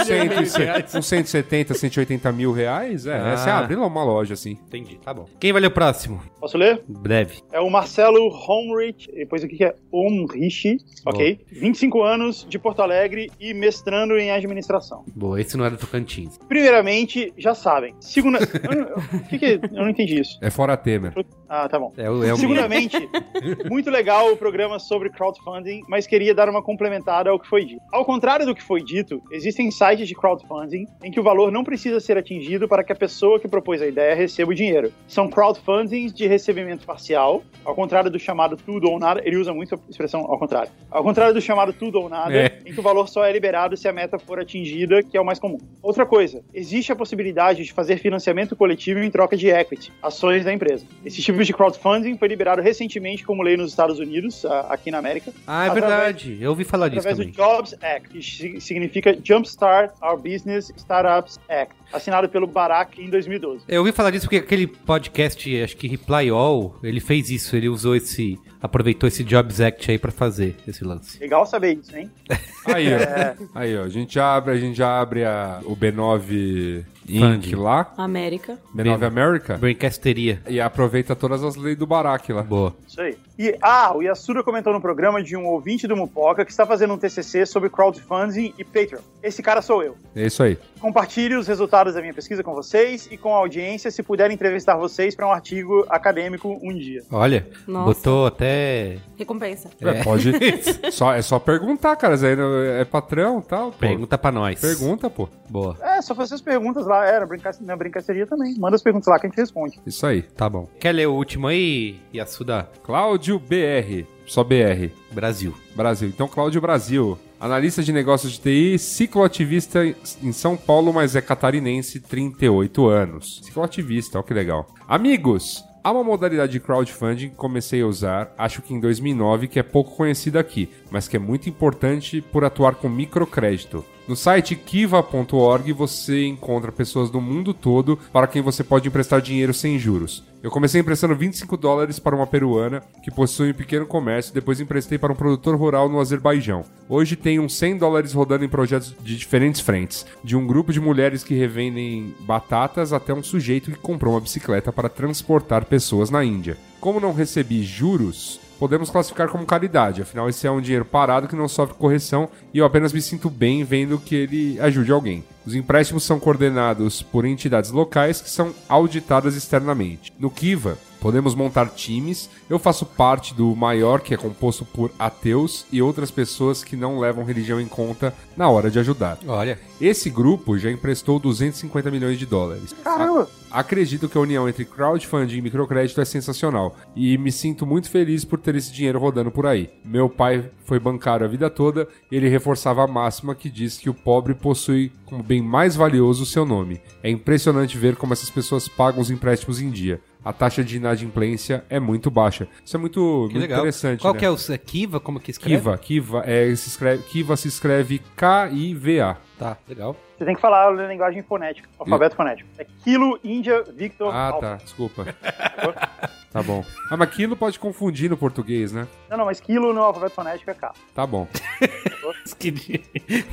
S3: uns 170, uns 170, 180 mil reais. É,
S2: Ah.
S3: você abre lá uma loja assim.
S2: Entendi, tá bom. Quem vai ler o próximo?
S5: Posso ler?
S2: Breve.
S5: É o Marcelo Homrich, depois o que que é Homrich, ok? 25 anos, de Porto Alegre e mestrando em administração.
S2: Boa, esse não era do Tocantins.
S5: Primeiramente, já sabem.
S2: [LAUGHS]
S5: Segunda... Eu não- o que que é? Eu não entendi isso.
S3: É fora Temer.
S5: Ah, tá bom.
S2: É o, é o mesmo.
S5: Seguramente, muito legal o programa sobre crowdfunding, mas queria dar uma complementada ao que foi dito. Ao contrário do que foi dito, existem sites de crowdfunding em que o valor não precisa ser atingido para que a pessoa que propôs a ideia receba o dinheiro. São crowdfundings de recebimento parcial, ao contrário do chamado tudo ou nada, ele usa é muito a expressão ao contrário. Ao contrário do chamado tudo ou nada,
S3: É.
S5: em que o valor só é liberado se a meta for atingida, que é o mais comum. Outra coisa, existe a possibilidade de fazer financiamento coletivo em troca de equity, ações da empresa. Esse tipo de crowdfunding foi liberado recentemente como lei nos Estados Unidos, a- aqui na América,
S2: Ah, é
S5: Através-
S2: verdade. Eu ouvi falar disso
S5: através do
S2: também.
S5: Jobs Act, que si- significa Jumpstart Our Business Startups Act, assinado pelo Barack em 2012.
S2: Eu ouvi falar disso porque aquele podcast, acho que Reply All, ele fez isso, ele usou esse. aproveitou esse Jobs Act aí pra fazer esse lance.
S5: Legal saber isso, hein?
S3: Aí,
S2: É.
S3: ó. Aí, ó. A gente já abre, a gente já abre a- o B9 Inc.
S2: Fund.
S3: lá.
S4: América.
S3: B9 America.
S2: Braincasteria.
S3: E aproveita todas as leis do Barack lá.
S2: Boa.
S5: Isso aí. E, ah, o Yasuda comentou no programa de um ouvinte do Mupoca que está fazendo um TCC sobre crowdfunding e Patreon. Esse cara sou eu.
S3: É isso aí.
S5: Compartilhe os resultados da minha pesquisa com vocês e com a audiência se puder entrevistar vocês para um artigo acadêmico um dia.
S2: Olha,
S4: Nossa.
S2: botou até.
S4: Recompensa.
S3: É, pode. só, é só perguntar, cara. Isso aí não- é patrão e tal. Pô.
S2: Pergunta pra nós.
S3: Pergunta, pô.
S2: Boa.
S5: É, só fazer as perguntas lá. É, na, brinca... na brincadeira também. Manda as perguntas lá que a gente responde.
S3: Isso aí.
S2: Tá bom. Quer ler o último aí, Yasuda?
S3: Cláudio BR. Só BR.
S2: Brasil.
S3: Brasil. Então, Cláudio Brasil. Analista de negócios de TI, cicloativista em São Paulo, mas é catarinense, 38 anos. Cicloativista, ó que legal. Amigos, há uma modalidade de crowdfunding que comecei a usar, acho que em 2009, que é pouco conhecida aqui, mas que é muito importante por atuar com microcrédito. No site kiva.org você encontra pessoas do mundo todo para quem você pode emprestar dinheiro sem juros. Eu comecei emprestando 25 dólares para uma peruana que possui um pequeno comércio, depois emprestei para um produtor rural no Azerbaijão. Hoje tenho uns 100 dólares rodando em projetos de diferentes frentes, de um grupo de mulheres que revendem batatas até um sujeito que comprou uma bicicleta para transportar pessoas na Índia. Como não recebi juros, podemos classificar como caridade, afinal esse é um dinheiro parado que não sofre correção e eu apenas me sinto bem vendo que ele ajude alguém. Os empréstimos são coordenados por entidades locais que são auditadas externamente. No Kiva, podemos montar times. Eu faço parte do maior, que é composto por ateus e outras pessoas que não levam religião em conta na hora de ajudar.
S2: Olha.
S3: Esse grupo já emprestou 250 milhões de dólares.
S5: Caramba!
S3: Acredito que a união entre crowdfunding e microcrédito é sensacional e me sinto muito feliz por ter esse dinheiro rodando por aí. Meu pai foi bancário a vida toda e ele reforçava a máxima que diz que o pobre possui como bem bem mais valioso o seu nome. É impressionante ver como essas pessoas pagam os empréstimos em dia. A taxa de inadimplência é muito baixa. Isso é muito, muito interessante.
S2: Qual
S3: né?
S2: que é o é Kiva? Como que escreve?
S3: Kiva, Kiva, é, se escreve, Kiva se escreve K-I-V-A.
S2: Tá, legal.
S5: Você tem que falar a linguagem fonética, alfabeto fonético. É Kilo, Índia, Victor,
S3: Ah,
S5: Alfa.
S3: tá, desculpa. tá bom. Ah, mas aquilo pode confundir no português, né?
S5: Não, não, mas quilo no alfabeto fonético é K.
S3: Tá bom.
S2: [LAUGHS]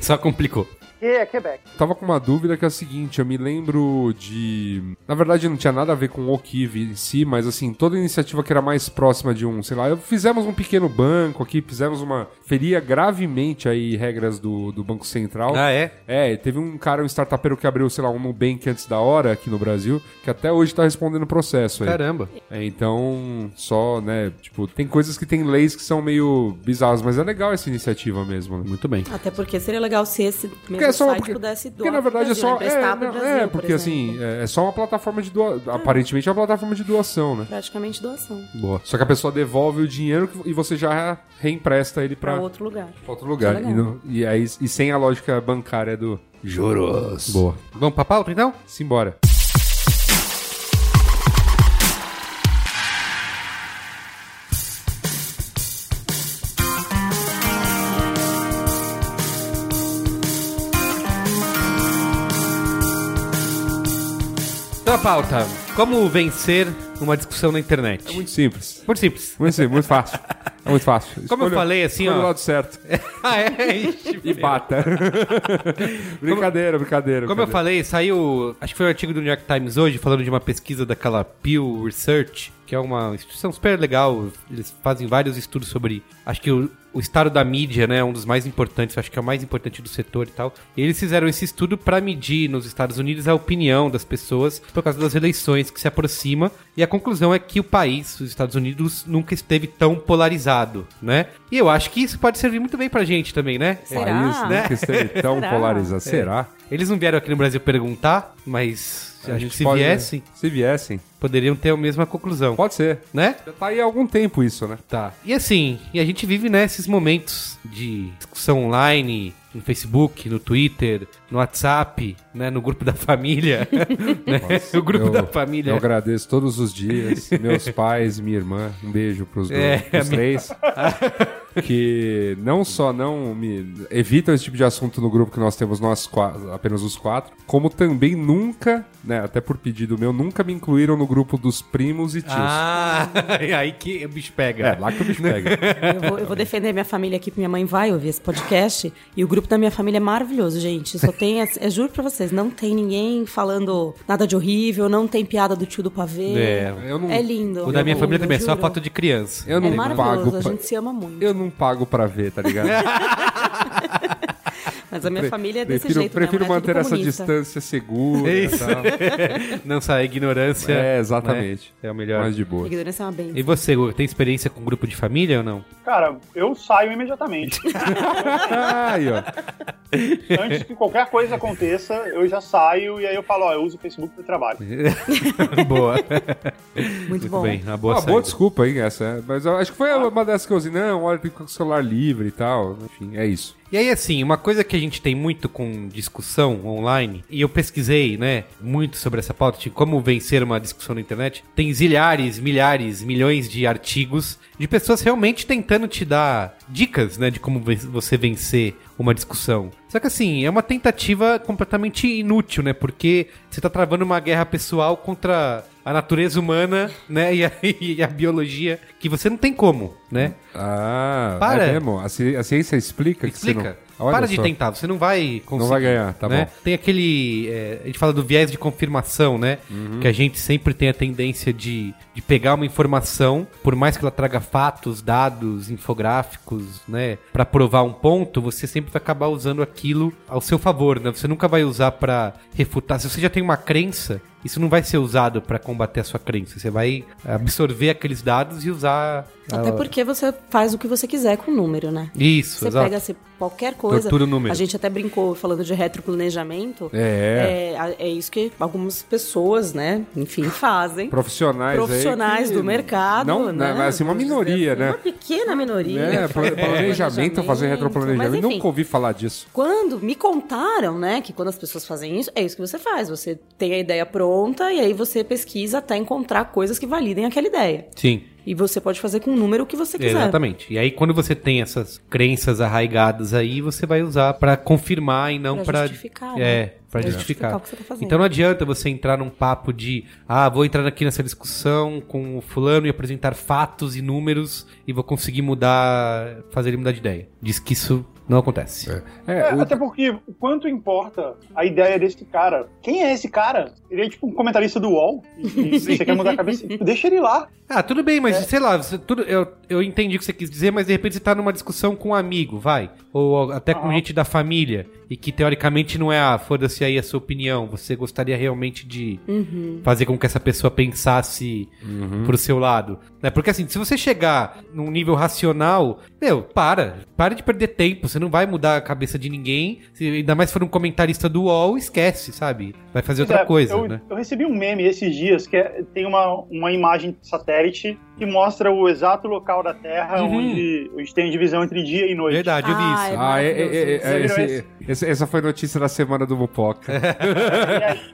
S2: Só complicou.
S5: Que é Quebec.
S3: Tava com uma dúvida que é a seguinte, eu me lembro de... Na verdade não tinha nada a ver com o Kiv em si, mas assim, toda iniciativa que era mais próxima de um, sei lá, eu- fizemos um pequeno banco aqui, fizemos uma... Feria gravemente aí regras do, do Banco Central.
S2: Ah, é?
S3: É, teve um cara, um startupeiro que abriu, sei lá, um Nubank antes da hora aqui no Brasil, que até hoje tá respondendo o processo aí.
S2: Caramba.
S3: É, então, só, né, tipo, tem coisas que tem leis que são meio bizarras, mas é legal essa iniciativa mesmo, né?
S2: Muito bem.
S4: Até porque seria legal se esse mesmo
S3: Porque é só
S4: site
S3: porque,
S4: pudesse doar
S3: porque na
S4: pro
S3: verdade é
S4: né? Brasil,
S3: só
S4: emprestar
S3: é,
S4: pro
S3: não,
S4: Brasil,
S3: é
S4: por
S3: porque
S4: exemplo.
S3: assim é, é só uma plataforma de doação aparentemente é uma plataforma de doação né
S4: Praticamente doação.
S3: boa só que a pessoa devolve o dinheiro que- e você já reempresta ele
S4: Pra
S3: pra
S4: outro lugar.
S3: pra outro lugar
S4: Isso é
S3: e, não- e aí e sem a lógica bancária do juros boa
S2: Vamos pra pauta, então?
S3: simbora
S2: Então a pauta. Como vencer uma discussão na internet?
S3: é muito simples
S2: Muito simples. [LAUGHS]
S3: muito simples muito fácil é muito fácil
S2: Como eu falei, assim,
S3: escolha
S2: ó.
S3: o lado certo
S2: ah, é? Ixi,
S3: e bata
S2: [LAUGHS]
S3: brincadeira brincadeira
S2: Como eu
S3: brincadeira.
S2: falei, saiu. Acho que foi um artigo do New York Times hoje falando de uma pesquisa daquela Pew Research, que é uma instituição super legal. Eles fazem vários estudos sobre. Acho que o, o estado da mídia, né? É um dos mais importantes. Acho que é o mais importante do setor e tal. E eles fizeram esse estudo para medir nos Estados Unidos a opinião das pessoas por causa das eleições que se aproxima. E a conclusão é que o país, os Estados Unidos, nunca esteve tão polarizado, né? E eu acho que isso pode servir muito bem pra gente também, né?
S4: Será?
S3: País, né? Que esteve tão
S4: Será?
S2: É.
S3: polarizado. Será?
S2: Eles não vieram aqui no Brasil perguntar, mas
S3: A
S2: acho
S3: gente
S2: que se
S3: pode-
S2: viessem,
S3: Se viessem.
S2: poderiam ter a mesma conclusão,
S3: Pode ser.
S2: né?
S3: Já tá aí há algum tempo isso, né?
S2: Tá. E assim, e a gente vive nesses momentos de discussão online, no Facebook, no Twitter, no WhatsApp, né, no grupo [LAUGHS] da
S3: [LAUGHS]
S2: família, né? o grupo
S3: Eu-
S2: da família.
S3: Eu agradeço todos
S2: [LAUGHS]
S3: os dias, meus pais, minha irmã. Um beijo pros, dois,
S2: É,
S3: pros
S2: a minha- [LAUGHS]
S3: três. que não só não me evitam esse tipo de assunto no grupo que nós temos nós qua- apenas os quatro, como também nunca, né, até por pedido meu, nunca me incluíram no grupo dos primos e tios.
S2: Ah, [LAUGHS] aí que o bicho pega.
S3: É, lá que o bicho pega.
S4: Eu vou, eu vou defender minha família aqui, porque minha mãe vai ouvir esse podcast. E o grupo da minha família é maravilhoso, gente. Só tem, as- eu juro pra vocês, não tem ninguém falando nada de horrível, não tem piada do tio do pavê.
S2: É,
S4: É,
S3: eu não-
S4: lindo.
S2: O da minha
S4: é
S2: família
S4: lindo,
S2: também, é só
S4: juro.
S2: foto de criança.
S3: Eu
S4: É
S3: não
S4: maravilhoso,
S3: pago.
S4: a
S3: pra-
S4: gente se ama muito.
S3: Eu não pago pra ver, tá ligado?
S4: Mas a minha
S3: Pre-
S4: família é desse
S3: prefiro,
S4: jeito
S3: Prefiro
S4: mesmo, é
S3: manter
S4: tudo
S3: essa
S4: comunista.
S3: distância segura.
S2: É
S3: e
S2: isso.
S3: tal.
S2: Não sai ignorância.
S3: É, exatamente.
S2: né? É o melhor.
S3: Mais
S2: [LAUGHS]
S3: de boa.
S4: Ignorância é uma benção.
S2: E você, Hugo, tem experiência com grupo de família ou
S3: [LAUGHS]
S2: não?
S5: Cara, eu saio imediatamente.
S3: Aí, ó.
S5: Antes que qualquer coisa aconteça, eu já saio e aí eu falo, ó, eu uso o Facebook pro trabalho.
S2: Boa.
S4: Muito, bom.
S2: bem, uma Ah, boa
S3: uma boa
S2: saída.
S3: desculpa, hein, essa. é. Mas eu acho que foi uma dessas que eu usei. Não, olha, tem que ficar com o celular livre e tal. Enfim, é isso.
S2: E aí, assim, uma coisa que a gente tem muito com discussão online, e eu pesquisei, né, muito sobre essa pauta, de como vencer uma discussão na internet, tem zilhares, milhares, milhões de artigos de pessoas realmente tentando te dar dicas, né, de como ven- você vencer uma discussão. Só que assim, é uma tentativa completamente inútil, né? Porque você tá travando uma guerra pessoal contra a natureza humana, né? [LAUGHS] E a, e a biologia, que você não tem como, né?
S3: Ah,
S2: Para.
S3: é mesmo? A, ci- a ciência explica, que você
S2: Explica.
S3: não... Olha
S2: Para de
S3: só.
S2: tentar, você não vai conseguir.
S3: vai ganhar, tá
S2: né?
S3: bom.
S2: Tem aquele. é, a gente fala do viés de confirmação, né?
S3: Uhum.
S2: Que a gente sempre tem a tendência de, de pegar uma informação, por mais que ela traga fatos, dados, infográficos, né? Pra provar um ponto, você sempre vai acabar usando aquilo ao seu favor, né? Você nunca vai usar pra refutar. Se você já tem uma crença. Isso não vai ser usado pra combater a sua crença. Você vai absorver aqueles dados e usar.
S4: Até
S2: ah,
S4: porque porque você faz o que você quiser com o número, né?
S2: Isso,
S4: Você
S2: exato.
S4: pega assim, qualquer coisa.
S2: Tortura o número.
S4: A gente até brincou falando de retroplanejamento.
S3: É.
S4: É, a- é isso que algumas pessoas, né, enfim, fazem.
S3: Profissionais, aí
S4: Profissionais
S3: que-
S4: do mercado,
S3: não,
S4: né?
S3: Mas assim, uma minoria, né?
S4: Uma pequena minoria.
S3: É,
S4: [LAUGHS] faz
S3: plane- planejamento, fazer
S4: Mas,
S3: retroplanejamento.
S4: enfim,
S3: Nunca ouvi falar disso.
S4: Quando me contaram, né, que quando as pessoas fazem isso, é isso que você faz. Você tem a ideia pronta e aí você pesquisa até encontrar coisas que validem aquela ideia.
S2: Sim.
S4: E você pode fazer com o número que você quiser.
S2: Exatamente. E aí, quando você tem essas crenças arraigadas aí, você vai usar pra confirmar e não
S4: Pra
S2: Então, pra.
S4: justificar, né?
S2: É, pra
S4: Pra
S2: justificar.
S4: justificar o que você tá fazendo.
S2: Então não adianta você entrar num papo de, ah, vou entrar aqui nessa discussão com o fulano e apresentar fatos e números e vou conseguir mudar, fazer ele mudar de ideia. Diz que isso não acontece.
S3: É,
S5: É,
S3: o-
S5: Até porque o quanto importa a ideia desse cara? Quem é esse cara? Ele é tipo um comentarista do UOL. E, e você quer mudar a cabeça? Tipo, deixa ele lá.
S2: Ah, tudo bem, mas sei lá, você- tudo, eu, eu entendi o que você quis dizer, mas de repente você tá numa discussão com um amigo, vai. Ou até com
S5: Aham.
S2: gente da família, e que teoricamente não é, ah, foda-se aí a sua opinião. Você gostaria realmente de
S4: Uhum.
S2: fazer com que essa pessoa pensasse pro seu lado. Né? Porque assim, se você chegar num nível racional, meu, para. Para de perder tempo. Você não vai mudar a cabeça de ninguém. Se, ainda mais se for um comentarista do UOL, esquece, sabe? Vai fazer outra
S5: É,
S2: coisa,
S5: eu,
S2: né?
S5: eu recebi um meme esses dias que é- tem uma, uma imagem satélite que mostra o exato local da Terra
S2: Uhum.
S5: onde, onde tem divisão entre dia e noite.
S2: Verdade, eu vi
S4: Ah,
S2: isso.
S4: é
S3: Ah, é, é, é, é,
S5: Você virou
S3: esse- esse- essa foi notícia da semana do
S4: [LAUGHS]
S3: Mupoca. [LAUGHS]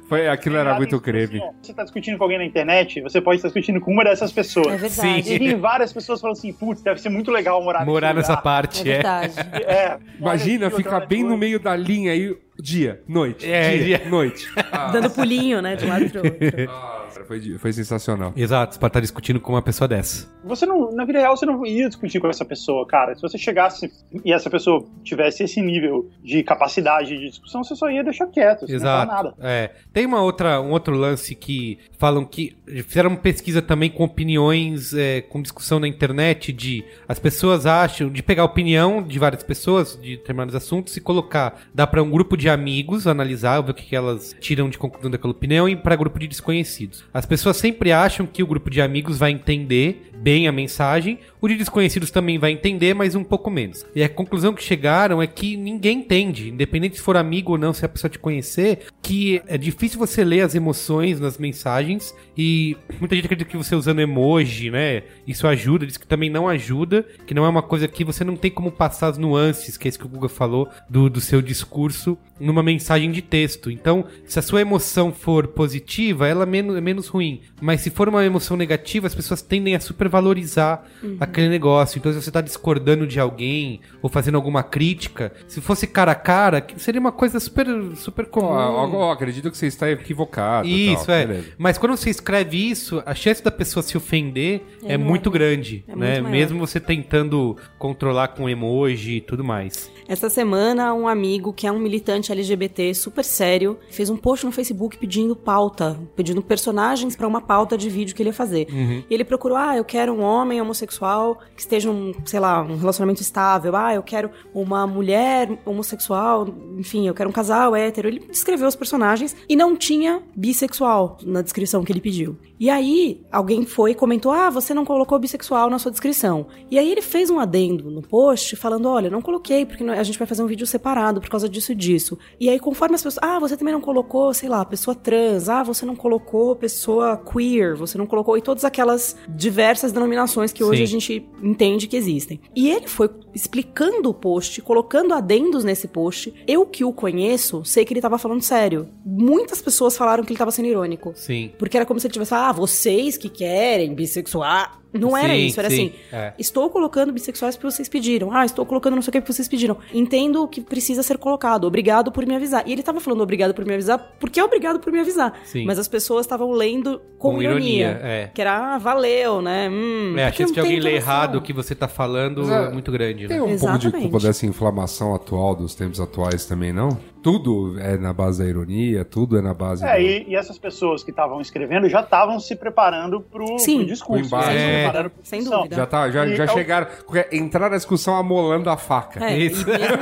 S3: foi, aquilo era muito creme.
S5: Assim, ó, Você tá discutindo com alguém na internet, você pode estar discutindo com uma dessas pessoas.
S4: É verdade.
S2: Sim.
S5: E tem várias pessoas falando assim, putz, deve ser muito legal morar, nesse
S2: Morar
S5: lugar.
S2: nessa
S4: É
S2: parte, é.
S4: verdade.
S5: ah, É, olha
S3: Imagina
S5: aqui,
S3: ficar
S5: outra
S3: bem no
S5: coisa.
S3: meio da linha aí, dia, noite,
S2: É,
S3: dia,
S2: dia.
S3: [LAUGHS] noite. Ah,
S4: Dando pulinho, né, de um lado pro
S2: [LAUGHS]
S4: outro.
S3: cara, foi, de- foi sensacional.
S2: Exato, pra estar discutindo com uma pessoa dessa.
S5: Você não, na vida real, você não ia discutir com essa pessoa, cara. Se você chegasse e essa pessoa tivesse esse nível de capacidade de discussão, você só ia deixar quieto, você não ia falar nada.
S2: Exato. É. Tem uma outra, um outro lance que falam que fizeram uma pesquisa também com opiniões, é, com discussão na internet de as pessoas acham de pegar a opinião de várias pessoas de determinados assuntos e colocar, dá pra um grupo de amigos analisar, ver o que que elas tiram de conclusão daquela opinião e pra grupo de desconhecidos. As pessoas sempre acham que o grupo de amigos vai entender bem a mensagem, o de desconhecidos também vai entender, mas um pouco menos. E a conclusão que chegaram é que ninguém entende, independente se for amigo ou não, se a pessoa te conhecer, que é difícil você ler as emoções nas mensagens e muita gente acredita que você usando emoji, né, isso ajuda, diz que também não ajuda, que não é uma coisa que você não tem como passar as nuances, que é isso que o Guga falou, do, do seu discurso numa mensagem de texto. Então, se a sua emoção for positiva, ela é menos, é menos ruim. Mas se for uma emoção negativa, as pessoas tendem a supervalorizar aquele negócio. Então, se você tá discordando de alguém ou fazendo alguma crítica, se fosse cara a cara, que seria uma coisa super, super comum.
S4: Hum.
S3: Ó, ah, ó, ó, acredito que você está equivocado. e
S2: Isso,
S3: tal.
S2: é.
S3: Beleza.
S2: Mas quando você escreve isso, a chance da pessoa se ofender é,
S4: enorme.
S2: muito grande,
S4: É
S2: né?
S4: muito maior.
S2: Mesmo você tentando controlar com emoji e tudo mais.
S4: Essa semana, um amigo que é um militante LGBT super sério fez um post no Facebook pedindo pauta, pedindo personagens pra uma pauta de vídeo que ele ia fazer. E ele procurou: ah, eu quero um homem homossexual que esteja, um, sei lá, um relacionamento estável. Ah, eu quero uma mulher homossexual. Enfim, eu quero um casal hétero. Ele descreveu os personagens e não tinha bissexual na descrição que ele pediu. E aí, alguém foi e comentou: ah, você não colocou bissexual na sua descrição. E aí ele fez um adendo no post falando: olha, não coloquei, porque a gente vai fazer um vídeo separado por causa disso e disso. E aí, conforme as pessoas. Ah, você também não colocou, sei lá, pessoa trans. Ah, você não colocou pessoa queer. Você não colocou. E todas aquelas diversas denominações que hoje
S2: Sim.
S4: a gente entende que existem. E ele foi explicando o post, colocando adendos nesse post. Eu que o conheço, sei que ele tava falando sério. Muitas pessoas falaram que ele tava sendo irônico.
S2: Sim.
S4: Porque era como se ele tivesse, ah, vocês que querem bissexual. Não era
S2: Sim,
S4: isso, era
S2: sim,
S4: assim.
S2: é.
S4: Estou colocando bissexuais porque vocês pediram. Ah, estou colocando não sei o que porque vocês pediram. Entendo o que precisa ser colocado. Obrigado por me avisar. E ele tava falando obrigado por me avisar porque é obrigado por me avisar.
S2: Sim.
S4: Mas as pessoas estavam lendo com,
S2: Com ironia,
S4: ironia.
S2: é.
S4: Que era, ah, valeu, né? Hum,
S2: É, a
S4: porque
S2: chance
S4: não
S2: de alguém
S4: tem
S2: ler
S4: tradução.
S2: errado o que você tá falando
S3: Mas, ah,
S2: é muito grande, né?
S3: Tem um pouco de
S4: Exatamente.
S3: culpa dessa inflamação atual dos tempos atuais também, não? tudo é na base da ironia, tudo é na base
S5: É,
S3: do...
S5: e, e essas pessoas que estavam escrevendo já estavam se preparando pro,
S4: Sim.
S5: pro
S3: Pro
S5: discurso.
S3: embate.
S5: né?
S3: É.
S5: Se preparando pro
S4: Sem
S5: discussão.
S4: dúvida.
S3: Já, tá, já,
S5: E
S3: já
S2: Então-
S5: é o-
S3: chegaram. Entraram na discussão amolando a faca.
S4: É,
S2: Isso.
S4: e
S2: [LAUGHS]
S4: mesmo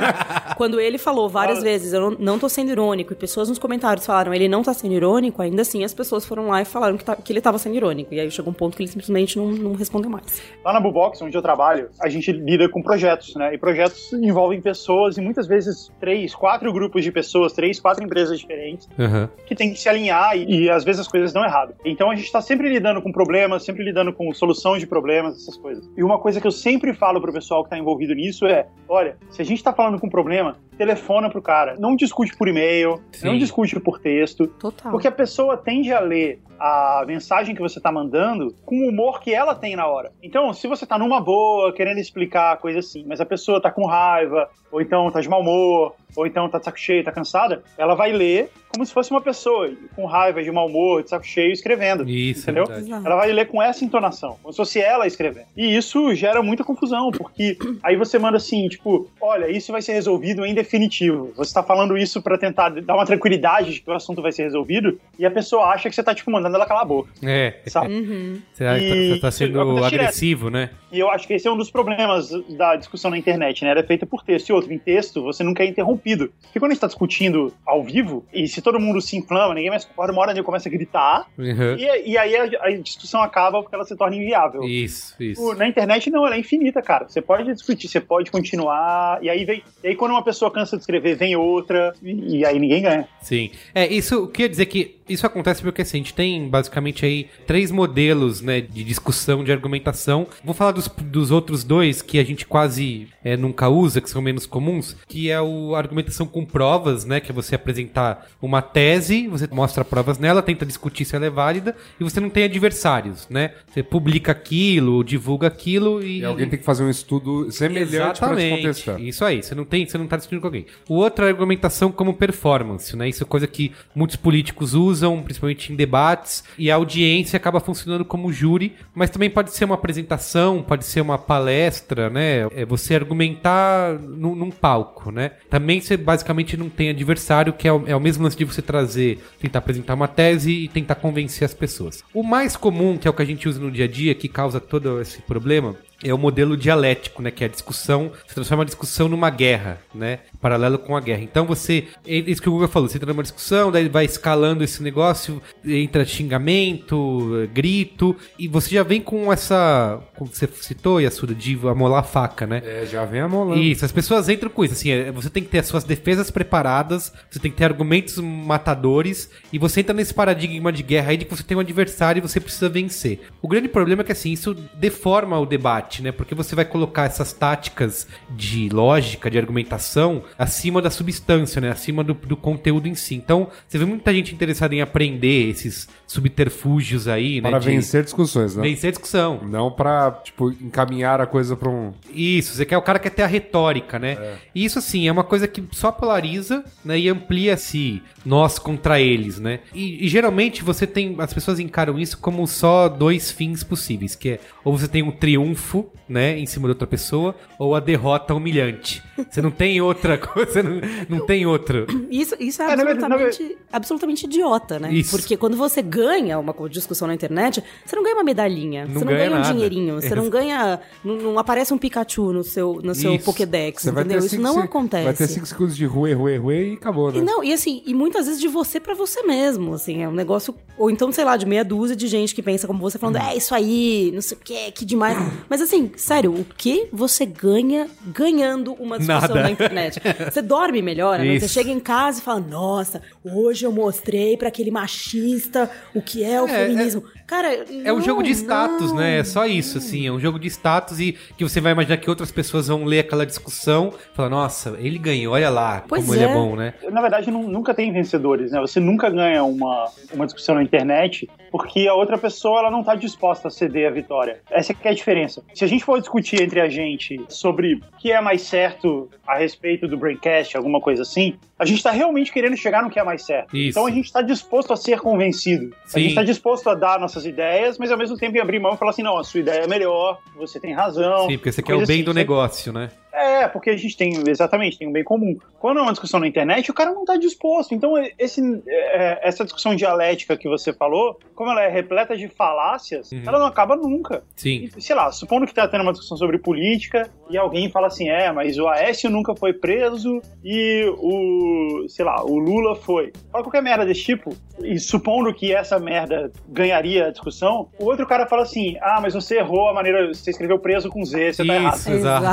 S4: quando ele falou várias vezes, eu não, não tô sendo irônico, e pessoas nos comentários falaram, ele não tá sendo irônico, ainda assim as pessoas foram lá e falaram que, tá- que ele tava sendo irônico. E aí chegou um ponto que ele simplesmente não, não respondeu mais.
S5: Lá na Bullbox, onde eu trabalho, a gente lida com projetos, né? E projetos envolvem pessoas e muitas vezes três, quatro grupos de pessoas, três, quatro empresas diferentes
S2: Aham.
S5: que tem que se alinhar e, e às vezes as coisas dão errado. Então a gente está sempre lidando com problemas, sempre lidando com solução de problemas, essas coisas. E uma coisa que eu sempre falo pro pessoal que está envolvido nisso é: olha, se a gente está falando com um problema, telefona pro cara, não discute por e-mail, não
S2: Sim.
S5: discute por texto,
S4: Total.
S5: porque a pessoa tende a ler a mensagem que você tá mandando com o humor que ela tem na hora. Então, se você tá numa boa, querendo explicar coisa assim, mas a pessoa tá com raiva, ou então tá de mau humor, ou então tá de saco cheio, tá cansada, ela vai ler como se fosse uma pessoa com raiva, de mau humor, de saco cheio, escrevendo.
S2: Isso,
S5: Entendeu?
S2: é verdade.
S4: Exato.
S5: Ela vai ler com essa entonação, como se fosse ela escrevendo. E isso gera muita confusão, porque aí você manda assim, tipo, olha, isso vai ser resolvido em definitivo. Você tá falando isso pra tentar dar uma tranquilidade de que o assunto vai ser resolvido, e a pessoa acha que você tá, tipo, mandando ela calar a boca,
S2: É,
S4: [LAUGHS]
S5: sabe?
S4: Uhum.
S2: você tá-
S5: E-
S2: tá, tá sendo
S5: Acontece direto.
S2: agressivo, né?
S5: E eu acho que esse é um dos problemas da discussão na internet, né? Ela é feita por texto. E outro, em texto, você nunca é interrompido. Porque quando a gente tá discutindo ao vivo, e se todo mundo se inflama, ninguém mais concorda, uma hora ele começa a gritar,
S2: Aham.
S5: e, e aí a, a discussão acaba porque ela se torna inviável.
S2: Isso,
S5: Tipo,
S2: isso.
S5: Na internet não, ela é infinita, cara. Você pode discutir, você pode continuar. E aí vem. E aí quando uma pessoa cansa de escrever, vem outra. E, e aí ninguém ganha.
S2: Sim. É, isso quer dizer que isso acontece porque assim, a gente tem basicamente aí três modelos, né, de discussão, de argumentação. Vou falar dos, dos outros dois que a gente quase é, nunca usa, que são menos comuns, que é o a argumentação com provas, né, que é você apresentar uma tese, você mostra provas nela, tenta discutir se ela é válida e você não tem adversários, né? Você publica aquilo, divulga aquilo e,
S3: E alguém tem que fazer um estudo semelhante para te contestar.
S2: isso aí, você não tem, você não tá discutindo com alguém. O outro é a argumentação como performance, né? Isso é coisa que muitos políticos usam, principalmente em debates, e a audiência acaba funcionando como júri, mas também pode ser uma apresentação, pode ser uma palestra, né? É você argumentar num, num palco, né? Também você basicamente não tem adversário, que é o, é o mesmo lance de você trazer, tentar apresentar uma tese e tentar convencer as pessoas. O mais comum, que é o que a gente usa no dia a dia, que causa todo esse problema, é o modelo dialético, né? Que é a discussão, se transforma a discussão numa guerra, né? Paralelo com a guerra. Então você, é isso que o Google falou, você entra numa discussão, daí vai escalando esse negócio, entra xingamento, eh, grito, e você já vem com essa, como você citou, Yasuda, de amolar a faca, né?
S3: É, já vem amolando.
S2: Isso, as pessoas entram com isso. Assim, é, você tem que ter as suas defesas preparadas, você tem que ter argumentos matadores, e você entra nesse paradigma de guerra aí de que você tem um adversário e você precisa vencer. O grande problema é que assim, isso deforma o debate, né? Porque você vai colocar essas táticas de lógica, de argumentação, acima da substância, né? Acima do, do conteúdo em si. Então, você vê muita gente interessada em aprender esses subterfúgios aí, né?
S3: Para
S2: de
S3: vencer discussões, né?
S2: vencer a discussão.
S3: Não pra, tipo, encaminhar a coisa pra um.
S2: Isso, você quer o cara que quer ter a retórica, né? E Isso assim é uma coisa que só polariza, né, e amplia se nós contra eles, né? E, e, geralmente você tem as pessoas encaram isso como só dois fins possíveis, que é ou você tem um triunfo, né, em cima de outra pessoa, ou a derrota humilhante. Você não tem outra [LAUGHS] coisa, você não, não tem outro.
S4: Isso, isso é
S5: É, na verdade, na
S4: absolutamente, absolutamente idiota, né?
S2: Isso.
S4: Porque quando você ganha uma co- discussão na internet, você não ganha uma medalhinha,
S2: Não
S4: você não
S2: ganha
S4: ganha, um
S2: nada.
S4: dinheirinho, você não ganha. Não, não aparece um Pikachu no seu, no seu
S2: Isso.
S4: Pokédex, entendeu? Isso
S3: cinco
S4: não
S3: se-
S4: acontece.
S3: Vai ter 5 segundos de ruê, ruê, ruê e acabou, né?
S4: E não, e assim, e muitas vezes de você pra você mesmo, assim, é um negócio, ou então, sei lá, de meia dúzia de gente que pensa como você, falando, é isso aí, não sei o que, que demais. Mas assim, sério, o que você ganha ganhando uma discussão
S2: Nada. [LAUGHS]
S4: na internet? Você dorme melhor, né? Você
S2: Isso.
S4: chega em casa e fala, nossa, hoje eu mostrei pra aquele machista o que é o
S2: É,
S4: feminismo. Cara,
S2: É um
S4: não,
S2: jogo de status,
S4: não.
S2: né? É só isso, assim. É um jogo de status e que você vai imaginar que outras pessoas vão ler aquela discussão e falar, nossa, ele ganhou, olha lá
S4: Pois
S2: como ele é
S4: é.
S2: bom, né?
S5: Na verdade, nu- nunca tem vencedores, né? Você nunca ganha uma, uma discussão na internet porque a outra pessoa ela não tá disposta a ceder a vitória. Essa que é a diferença. Se a gente for discutir entre a gente sobre o que é mais certo a respeito do Braincast, alguma coisa assim, a gente tá realmente querendo chegar no que é mais certo.
S2: Isso.
S5: Então a gente tá disposto a ser convencido.
S2: Sim.
S5: A gente tá disposto a dar nossas ideias, mas ao mesmo tempo em abrir mão e falar assim, não, a sua ideia é melhor, você tem razão.
S2: Sim, porque você quer
S5: Coisa
S2: o bem
S5: assim,
S2: do
S5: sempre-
S2: negócio, né?
S5: É, porque a gente tem, exatamente, tem um bem comum. Quando é uma discussão na internet, o cara não está disposto. Então, esse, é, essa discussão dialética que você falou, como ela é repleta de falácias,
S2: Uhum.
S5: ela não acaba nunca.
S2: Sim.
S5: Sei lá, supondo que tá tendo uma discussão sobre política e alguém fala assim, é, mas o Aécio nunca foi preso e o, sei lá, o Lula foi. Fala qualquer merda desse tipo e supondo que essa merda ganharia a discussão, o outro cara fala assim, ah, mas você errou a maneira, você escreveu preso com Z, você tá errado.
S2: Isso, exato.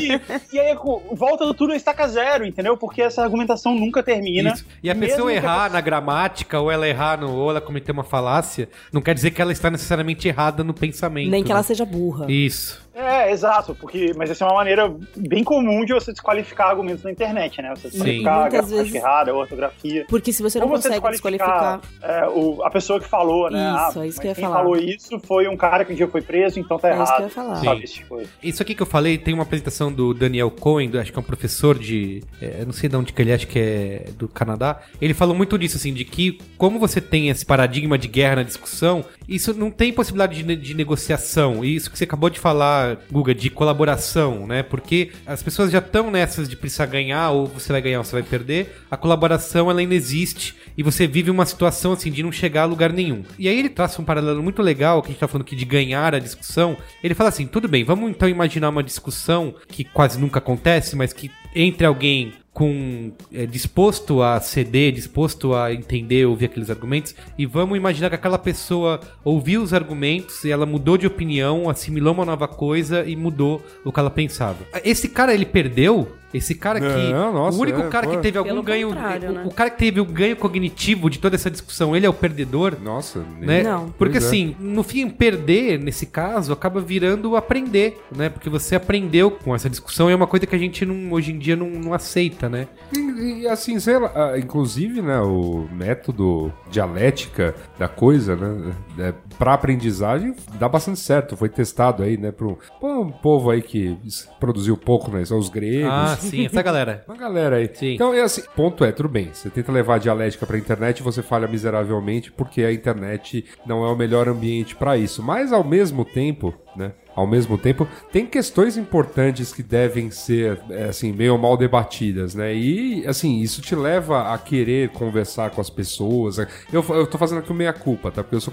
S5: E, e aí co- volta tudo a estaca zero, entendeu? Porque essa argumentação nunca termina.
S2: Isso. E a
S5: Mesmo
S2: pessoa
S5: que
S2: errar na gramática, ou ela errar no, ou ela cometer uma falácia, não quer dizer que ela está necessariamente errada no pensamento.
S4: Nem que ela
S2: né?
S4: seja burra.
S2: Isso.
S5: É, exato, porque, mas essa é uma maneira bem comum de você desqualificar argumentos na internet, né? Você desqualificar a
S4: Muitas
S5: gramática
S4: vezes-
S5: errada, a ortografia.
S4: Porque se você não
S5: Ou
S4: consegue desqualificar.
S5: é, o- a pessoa que falou, né?
S4: Isso,
S5: ah,
S4: é isso
S5: mas
S4: que eu ia
S5: quem
S4: falar.
S5: falou isso foi um cara que um dia foi preso, então tá
S4: É isso
S5: errado.
S4: que eu ia falar.
S5: Sabe,
S2: Sim.
S5: esse tipo de coisa.
S2: Isso aqui que eu falei tem uma apresentação do Daniel Cohen, do- acho que é um professor de. é, eu não sei de onde que ele é, acho que é do Canadá. Ele falou muito disso, assim, de que como você tem esse paradigma de guerra na discussão, isso não tem possibilidade de, ne- de negociação. E isso que você acabou de falar, Guga, de colaboração, né? Porque as pessoas já estão nessas de precisar ganhar, ou você vai ganhar ou você vai perder. A colaboração, ela ainda existe. E você vive uma situação, assim, de não chegar a lugar nenhum. E aí ele traça um paralelo muito legal, que a gente tá falando aqui de ganhar a discussão. Ele fala assim, tudo bem, vamos então imaginar uma discussão que quase nunca acontece, mas que entre alguém com é, disposto a ceder, disposto a entender, ouvir aqueles argumentos, e vamos imaginar que aquela pessoa ouviu os argumentos e ela mudou de opinião, assimilou uma nova coisa e mudou o que ela pensava. Esse cara ele perdeu? Esse cara que
S3: Não, nossa,
S2: o único
S3: é,
S2: cara
S3: pô.
S2: que teve algum
S4: Pelo
S2: ganho,
S4: contrário,
S2: o,
S4: né?
S2: o cara que teve o ganho cognitivo de toda essa discussão, ele é o perdedor?
S3: Nossa,
S2: né?
S4: Não.
S2: Porque
S3: Pois é.
S2: assim, no fim, perder, nesse caso, acaba virando aprender, né? Porque você aprendeu com essa discussão e é uma coisa que a gente não, hoje em dia não, não aceita, né?
S3: E, e, assim, sei lá, ah, inclusive, né, o método dialética da coisa, né, é, pra aprendizagem dá bastante certo. Foi testado aí, né, pra um, pra um povo aí que s- produziu pouco, né, são os gregos.
S2: Ah, sim, essa galera.
S3: Uma galera aí.
S2: Sim.
S3: Então, é assim, ponto é, tudo bem. Você tenta levar a dialética pra internet e você falha miseravelmente porque a internet não é o melhor ambiente pra isso. Mas, ao mesmo tempo, né? Ao mesmo tempo, tem questões importantes que devem ser, é, assim, meio ou mal debatidas, né? E, assim, isso te leva a querer conversar com as pessoas. né? Eu, fa- eu tô fazendo aqui o meia-culpa, tá? Porque eu sou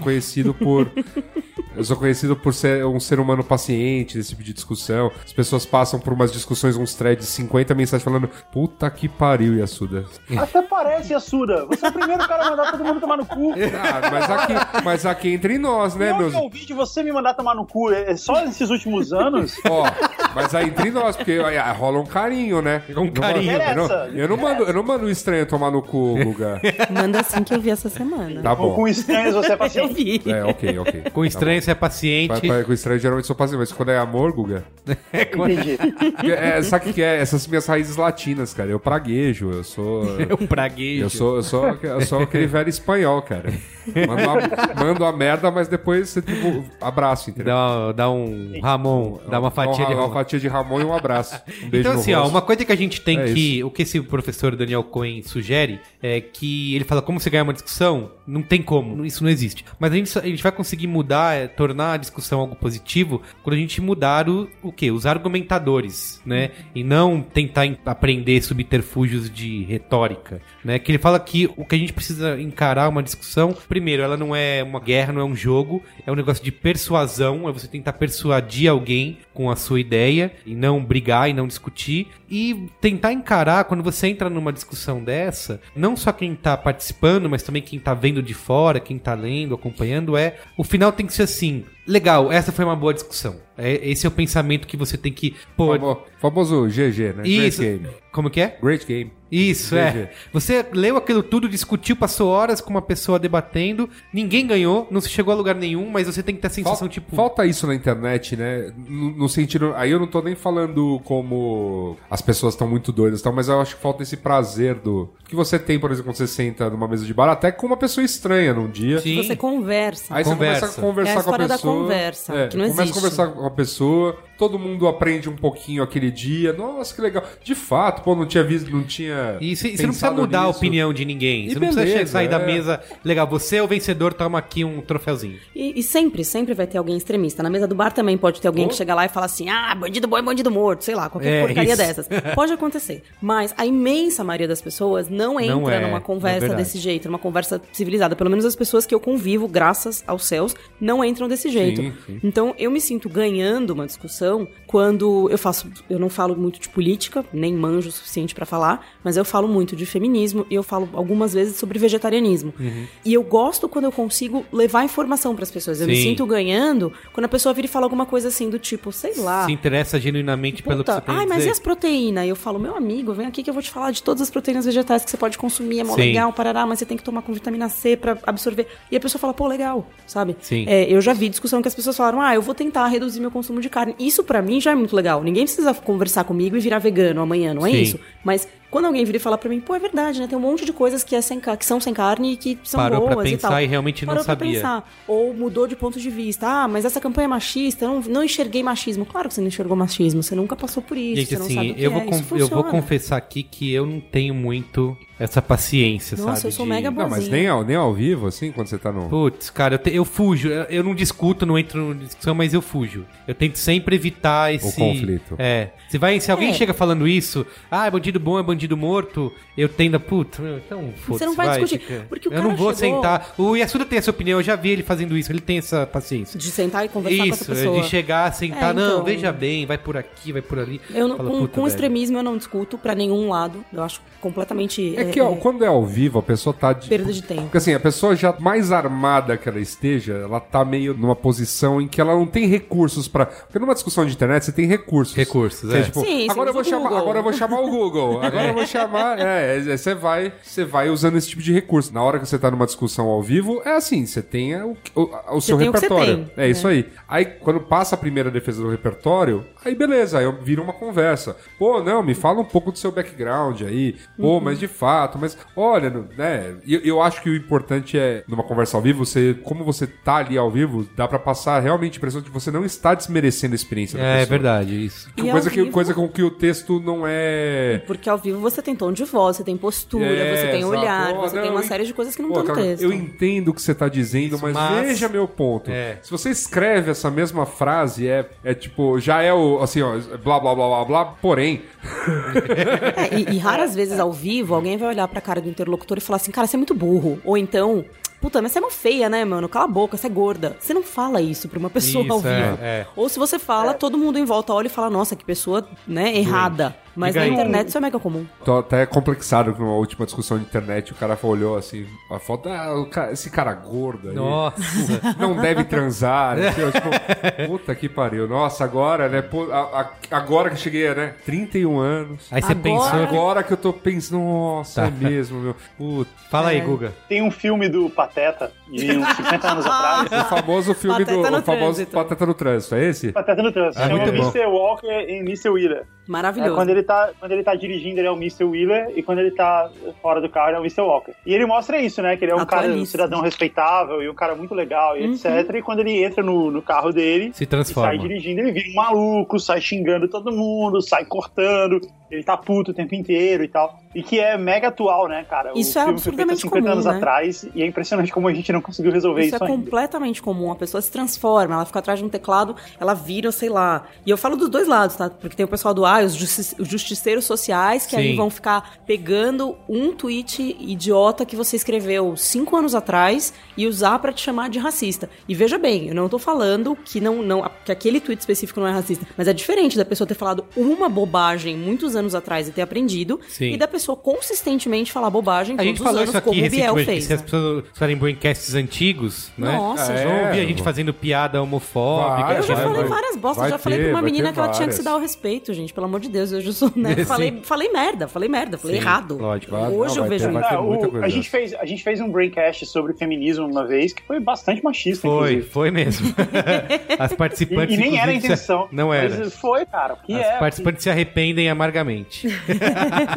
S2: [LAUGHS]
S3: conhecido por... Eu sou conhecido por ser um ser humano paciente nesse tipo de discussão. As pessoas passam por umas discussões, uns threads, 50 mensagens falando: Puta que pariu, Yasuda.
S5: Até parece, Assuda. Você é o primeiro cara a mandar todo mundo tomar
S3: [LAUGHS]
S5: no cu.
S3: Ah, mas aqui, mas aqui entre nós, né,
S5: eu
S3: meus.
S5: que ouvi de você me mandar tomar no cu é é só nesses últimos anos.
S3: Ó, mas aí entre nós, porque aí, ah, rola um carinho, né?
S2: Um carinho.
S3: Eu não,
S5: Interessa.
S3: eu, não mando, eu não mando um estranho tomar no cu, Guga.
S4: Manda assim que eu vi
S2: [LAUGHS]
S4: essa semana.
S3: Tá
S5: Ou
S3: bom.
S5: com estranhos você é
S4: Eu [LAUGHS]
S5: paciente.
S4: vi.
S3: É, ok, ok. [LAUGHS]
S2: Com estranho, você é
S3: Tá bom.
S2: paciente.
S3: Pa- pa- Com estranho, geralmente sou paciente, mas quando é amor, Guga,
S5: Entendi.
S3: É, é, sabe o que que é? Essas minhas raízes latinas, cara. Eu praguejo, eu sou.
S2: É um praguejo.
S3: Eu sou, eu sou, eu sou aquele velho espanhol, cara. Mando a, mando a merda, mas depois você tipo, abraço, entendeu?
S2: Dá, dá um Ramon, dá uma fatia
S3: Uma-
S2: de
S3: uma
S2: Ramon.
S3: fatia de Ramon e um abraço. Um beijo
S2: Então,
S3: no
S2: assim, ó,
S3: rosto.
S2: uma coisa que a gente tem
S3: É
S2: que. O que esse professor Daniel Cohen sugere é que ele fala como você ganhar uma discussão, não tem como, isso não existe. Mas a gente, só- a gente vai conseguir mudar, é, tornar a discussão algo positivo quando a gente mudar o, o quê? Os argumentadores, né? E não tentar em- aprender subterfúgios de retórica, né? Que ele fala que o que a gente precisa encarar uma discussão, primeiro, ela não é uma guerra, não é um jogo, é um negócio de persuasão, é você tentar persuadir alguém com a sua ideia e não brigar e não discutir e tentar encarar quando você entra numa discussão dessa, não só quem tá participando, mas também quem tá vendo de fora, quem tá lendo, acompanhando é, o final tem que ser assim, legal, essa foi uma boa discussão. É, esse é o pensamento que você tem que pôr.
S3: Famo- Famoso GG, né?
S2: Isso.
S3: Great game.
S2: Como que é?
S3: Great game.
S2: Isso,
S3: GG.
S2: é. Você leu aquilo tudo, discutiu, passou horas com uma pessoa debatendo, ninguém ganhou, não se chegou a lugar nenhum, mas você tem que ter a sensação,
S3: Falta,
S2: tipo.
S3: falta isso na internet, né? No, no sentido. Aí eu não tô nem falando como as pessoas estão muito doidas, e tal, mas eu acho que falta esse prazer do. Que você tem, por exemplo, quando você senta numa mesa de bar, até com uma pessoa estranha num dia.
S2: Sim.
S4: Você conversa.
S3: Aí você
S2: Conversa.
S3: começa a conversar
S4: É a
S3: com a
S4: história da
S3: pessoa. pessoa. é,
S4: conversa, que não
S3: Começa a
S4: existe.
S3: conversar com a pessoa, todo mundo aprende um pouquinho aquele dia. Nossa, que legal. De fato, pô, não tinha visto, não tinha.
S2: E se- você não precisa
S3: pensado
S2: mudar
S3: nisso.
S2: a opinião de ninguém.
S3: E
S2: você não precisa
S3: beleza,
S2: sair da
S3: é.
S2: mesa. Legal, você é o vencedor, toma aqui um troféuzinho.
S4: E, e sempre, sempre vai ter alguém extremista. Na mesa do bar também pode ter alguém que chega lá e fala assim: ah, bandido bom é bandido morto, sei lá, qualquer
S2: Oh. É,
S4: porcaria
S2: isso.
S4: dessas. Pode acontecer. Mas a imensa maioria das pessoas não entra
S2: é,
S4: numa
S2: é
S4: conversa
S2: verdade.
S4: desse jeito, numa conversa civilizada. Pelo menos as pessoas que eu convivo, graças aos céus, não entram desse jeito.
S3: Sim, sim.
S4: Então eu me sinto ganhando uma discussão quando eu faço. Eu não falo muito de política, nem manjo o suficiente pra falar, mas eu falo muito de feminismo e eu falo algumas vezes sobre vegetarianismo.
S3: Uhum.
S4: E eu gosto quando eu consigo levar informação pras pessoas. Eu me
S2: Sim.
S4: sinto ganhando quando a pessoa vira e fala alguma coisa assim do tipo, sei lá.
S2: Se interessa genuinamente pelo que você
S4: Puta,
S2: tem a
S4: ai, mas
S2: dizer.
S4: e as proteínas? E Eu falo, meu amigo, vem aqui que eu vou te falar de todas as proteínas vegetais que você pode consumir, é mó
S2: Sim.
S4: legal, parará, mas você tem que tomar com vitamina C pra absorver. E a pessoa fala, pô, legal, sabe?
S2: Sim.
S4: É, eu já vi discussão que as pessoas falaram, ah, eu vou tentar reduzir meu consumo de carne. Isso pra mim já é muito legal. Ninguém precisa conversar comigo e virar vegano amanhã, não é
S2: Sim.
S4: isso? Mas quando alguém vira e fala pra mim, pô, é verdade, né? Tem um monte de coisas que, é sem ca- que são sem carne e que são
S2: Parou
S4: boas
S2: pra
S4: e tal.
S2: pensar e realmente não
S4: Parou pra
S2: sabia.
S4: pensar. Ou mudou de ponto de vista. Ah, mas essa campanha é machista, eu não, não enxerguei machismo. Claro que você não enxergou machismo, você nunca passou por isso,
S2: Gente,
S4: você não sabe
S2: assim,
S4: o que
S2: eu
S4: é,
S2: vou,
S4: isso
S2: con- eu vou
S4: funciona.
S2: confessar aqui que eu não tenho muito essa paciência,
S4: Nossa,
S2: sabe?
S4: eu sou
S2: de-
S4: mega
S3: Não, mas
S4: bonzinho.
S3: nem ao, nem ao vivo, assim, quando você tá no.
S2: Putz, cara, eu, te- eu fujo. Eu, eu não discuto, não entro em discussão, mas eu fujo. Eu tento sempre evitar esse.
S3: conflito.
S2: É. Se, vai, se alguém
S4: É.
S2: chega falando isso, ah, é bandido bom, é bandido morto, eu tendo a. Putz, meu, então foda-se.
S4: não vai discutir, porque o
S2: Eu
S4: cara
S2: não vou
S4: chegou-
S2: sentar. O Yasuda tem essa opinião, eu já vi ele fazendo isso, ele tem essa paciência.
S4: De sentar e conversar com essa
S2: Isso, é,
S4: pessoa.
S2: de chegar, sentar,
S4: É,
S2: não,
S4: então.
S2: veja bem, vai por aqui, vai por ali.
S4: Eu não,
S2: Fala,
S4: com,
S2: puta,
S4: com
S2: velho.
S4: extremismo eu não discuto pra nenhum lado. Eu acho completamente.
S3: É que ó, quando é ao vivo, a pessoa tá de.
S4: Perda de tempo.
S3: Porque assim, a pessoa já mais armada que ela esteja, ela tá meio numa posição em que ela não tem recursos pra. Porque numa discussão de internet você tem recursos.
S2: Recursos,
S3: Você,
S2: é.
S3: tipo,
S4: Sim, você
S3: agora eu
S4: usa
S3: vou
S4: o
S3: chamar,
S4: Google.
S3: agora eu vou chamar o
S4: [LAUGHS]
S3: Google. Agora eu vou chamar, é, é, é, você vai, você vai usando esse tipo de recurso. Na hora que você tá numa discussão ao vivo, é assim, você tem o, o, o seu
S4: tem o que você
S3: repertório.
S4: tem.
S3: É isso aí. Aí quando passa a primeira defesa do repertório, aí beleza, aí eu- vira uma conversa. Pô, não, me fala um pouco do seu background aí. Pô, mas de fato, mas olha, no- né? Eu, eu acho que o importante é numa conversa ao vivo, você, como você tá ali ao vivo, dá pra passar realmente a impressão de que você não está desmerecendo a experiência da
S2: É, é
S3: pessoa.
S2: verdade, isso.
S3: Que
S4: E ao
S3: coisa, que,
S4: vivo-
S3: coisa com que o texto não é.
S4: Porque ao vivo você tem tom de voz, você tem postura,
S3: É,
S4: você tem
S3: exato.
S4: olhar,
S3: Ó,
S4: você
S3: não,
S4: tem uma
S3: eu-
S4: série de coisas que não
S3: Pô,
S4: estão no
S3: cara,
S4: texto.
S3: Eu entendo o que você tá dizendo, mas,
S2: mas-
S3: veja meu ponto.
S2: É.
S3: Se você escreve essa mesma frase, é, é tipo, já é o. Assim, ó, blá blá blá blá blá, porém.
S4: É, e, e raras vezes ao vivo alguém vai olhar pra cara do interlocutor e falar assim, cara, você é muito burro. Ou então, puta, mas você é mó feia, né, mano? Cala a boca, você é gorda. Você não fala isso pra uma pessoa
S2: Isso,
S4: ao
S2: é,
S4: vivo.
S2: é.
S4: Ou se você fala, todo mundo em volta olha e fala, nossa, que pessoa, né, errada. Mas
S2: Diga
S4: na
S2: aí.
S4: internet isso é mega comum.
S3: Tô até complexado com uma última discussão de internet. O cara olhou assim, a foto. Ah, o cara- esse cara gordo aí.
S2: Nossa.
S3: Não
S2: [LAUGHS]
S3: deve transar. não sei, eu, tipo, puta que pariu. Nossa, agora, né? pô, a- a- agora que cheguei, né? 31 anos.
S2: Aí você
S4: Agora-
S2: pensou. que-
S3: Agora que eu tô pensando, nossa, é mesmo, meu. É. Puta.
S2: Fala aí, Guga.
S5: Tem um filme do Pateta, de uns 50 anos atrás.
S3: O
S4: [LAUGHS]
S3: famoso filme
S4: Pateta
S3: do.
S4: no
S3: O famoso
S4: Trânsito.
S3: Pateta no Trânsito, é esse?
S5: Pateta no Trânsito.
S3: Ah,
S5: chama
S3: muito bom.
S5: Mr. Walker e Mr. Wheeler. É,
S4: Maravilhoso.
S5: quando, ele tá, quando ele tá dirigindo, ele é o Mr. Wheeler, e quando ele tá fora do carro, ele é o Mr. Walker. E ele mostra isso, né? Que ele é um cara, um
S4: Atualíssimo.
S5: cidadão respeitável e um cara muito legal,
S4: Uhum.
S5: e etc. E quando ele entra no, no carro dele,
S2: Se
S5: e sai
S2: transforma.
S5: dirigindo, ele vira um maluco, sai xingando todo mundo, sai cortando, ele tá puto o tempo inteiro e tal. E que é mega atual, né, cara?
S4: Isso
S5: o
S4: é
S5: filme foi feito há
S4: absurdamente
S5: 50
S4: comum,
S5: anos
S4: né?
S5: atrás, e é impressionante como a gente não conseguiu resolver isso,
S4: Isso é
S5: ainda.
S4: completamente comum. A pessoa se transforma, ela fica atrás de um teclado, ela vira, sei lá. E eu falo dos dois lados, tá? Porque tem o pessoal do AI, os, justi- os justiceiros sociais, que aí
S2: Sim.
S4: vão ficar pegando um tweet idiota que você escreveu cinco anos atrás e usar pra te chamar de racista. E veja bem, eu não tô falando que não, não que aquele tweet específico não é racista, mas é diferente da pessoa ter falado uma bobagem muitos anos atrás e ter aprendido,
S2: Sim.
S4: e da pessoa consistentemente falar bobagem
S2: A
S4: todos
S2: gente
S4: os
S2: falou
S4: anos,
S2: isso aqui
S4: como o Biel
S2: recentemente.
S4: fez.
S2: Se as
S4: né?
S2: pessoas estarem broadcasts antigos, né?
S4: Nossa,
S3: É,
S2: Vocês vão ouvir a gente fazendo piada homofóbica.
S3: Vai,
S4: Eu já
S3: É, vai,
S4: falei
S3: vai.
S4: várias bostas,
S3: Vai
S4: já falei pra
S3: ter,
S4: uma
S3: vai
S4: menina
S3: ter
S4: que ela tinha que
S3: várias.
S4: se dar o respeito, gente, pelo amor de Deus, eu já sou, né?
S2: Sim.
S4: falei, falei merda, falei merda, falei
S2: Sim,
S4: errado.
S2: lógico.
S3: Ah,
S4: Hoje
S3: não, vai
S4: eu vejo
S3: ter, vai
S4: isso.
S3: ter
S5: Ah, o-
S3: muita coisa.
S5: a, gente fez, a gente fez um braincast sobre feminismo uma vez, que foi bastante machista,
S2: Foi,
S5: inclusive.
S2: foi mesmo. [LAUGHS] As
S5: E,
S2: participantes.
S5: e nem era a
S2: inclusive,
S5: intenção.
S2: se- Não era.
S5: Mas foi, cara. Que
S2: As [LAUGHS]
S5: é, [LAUGHS]
S2: participantes se arrependem amargamente.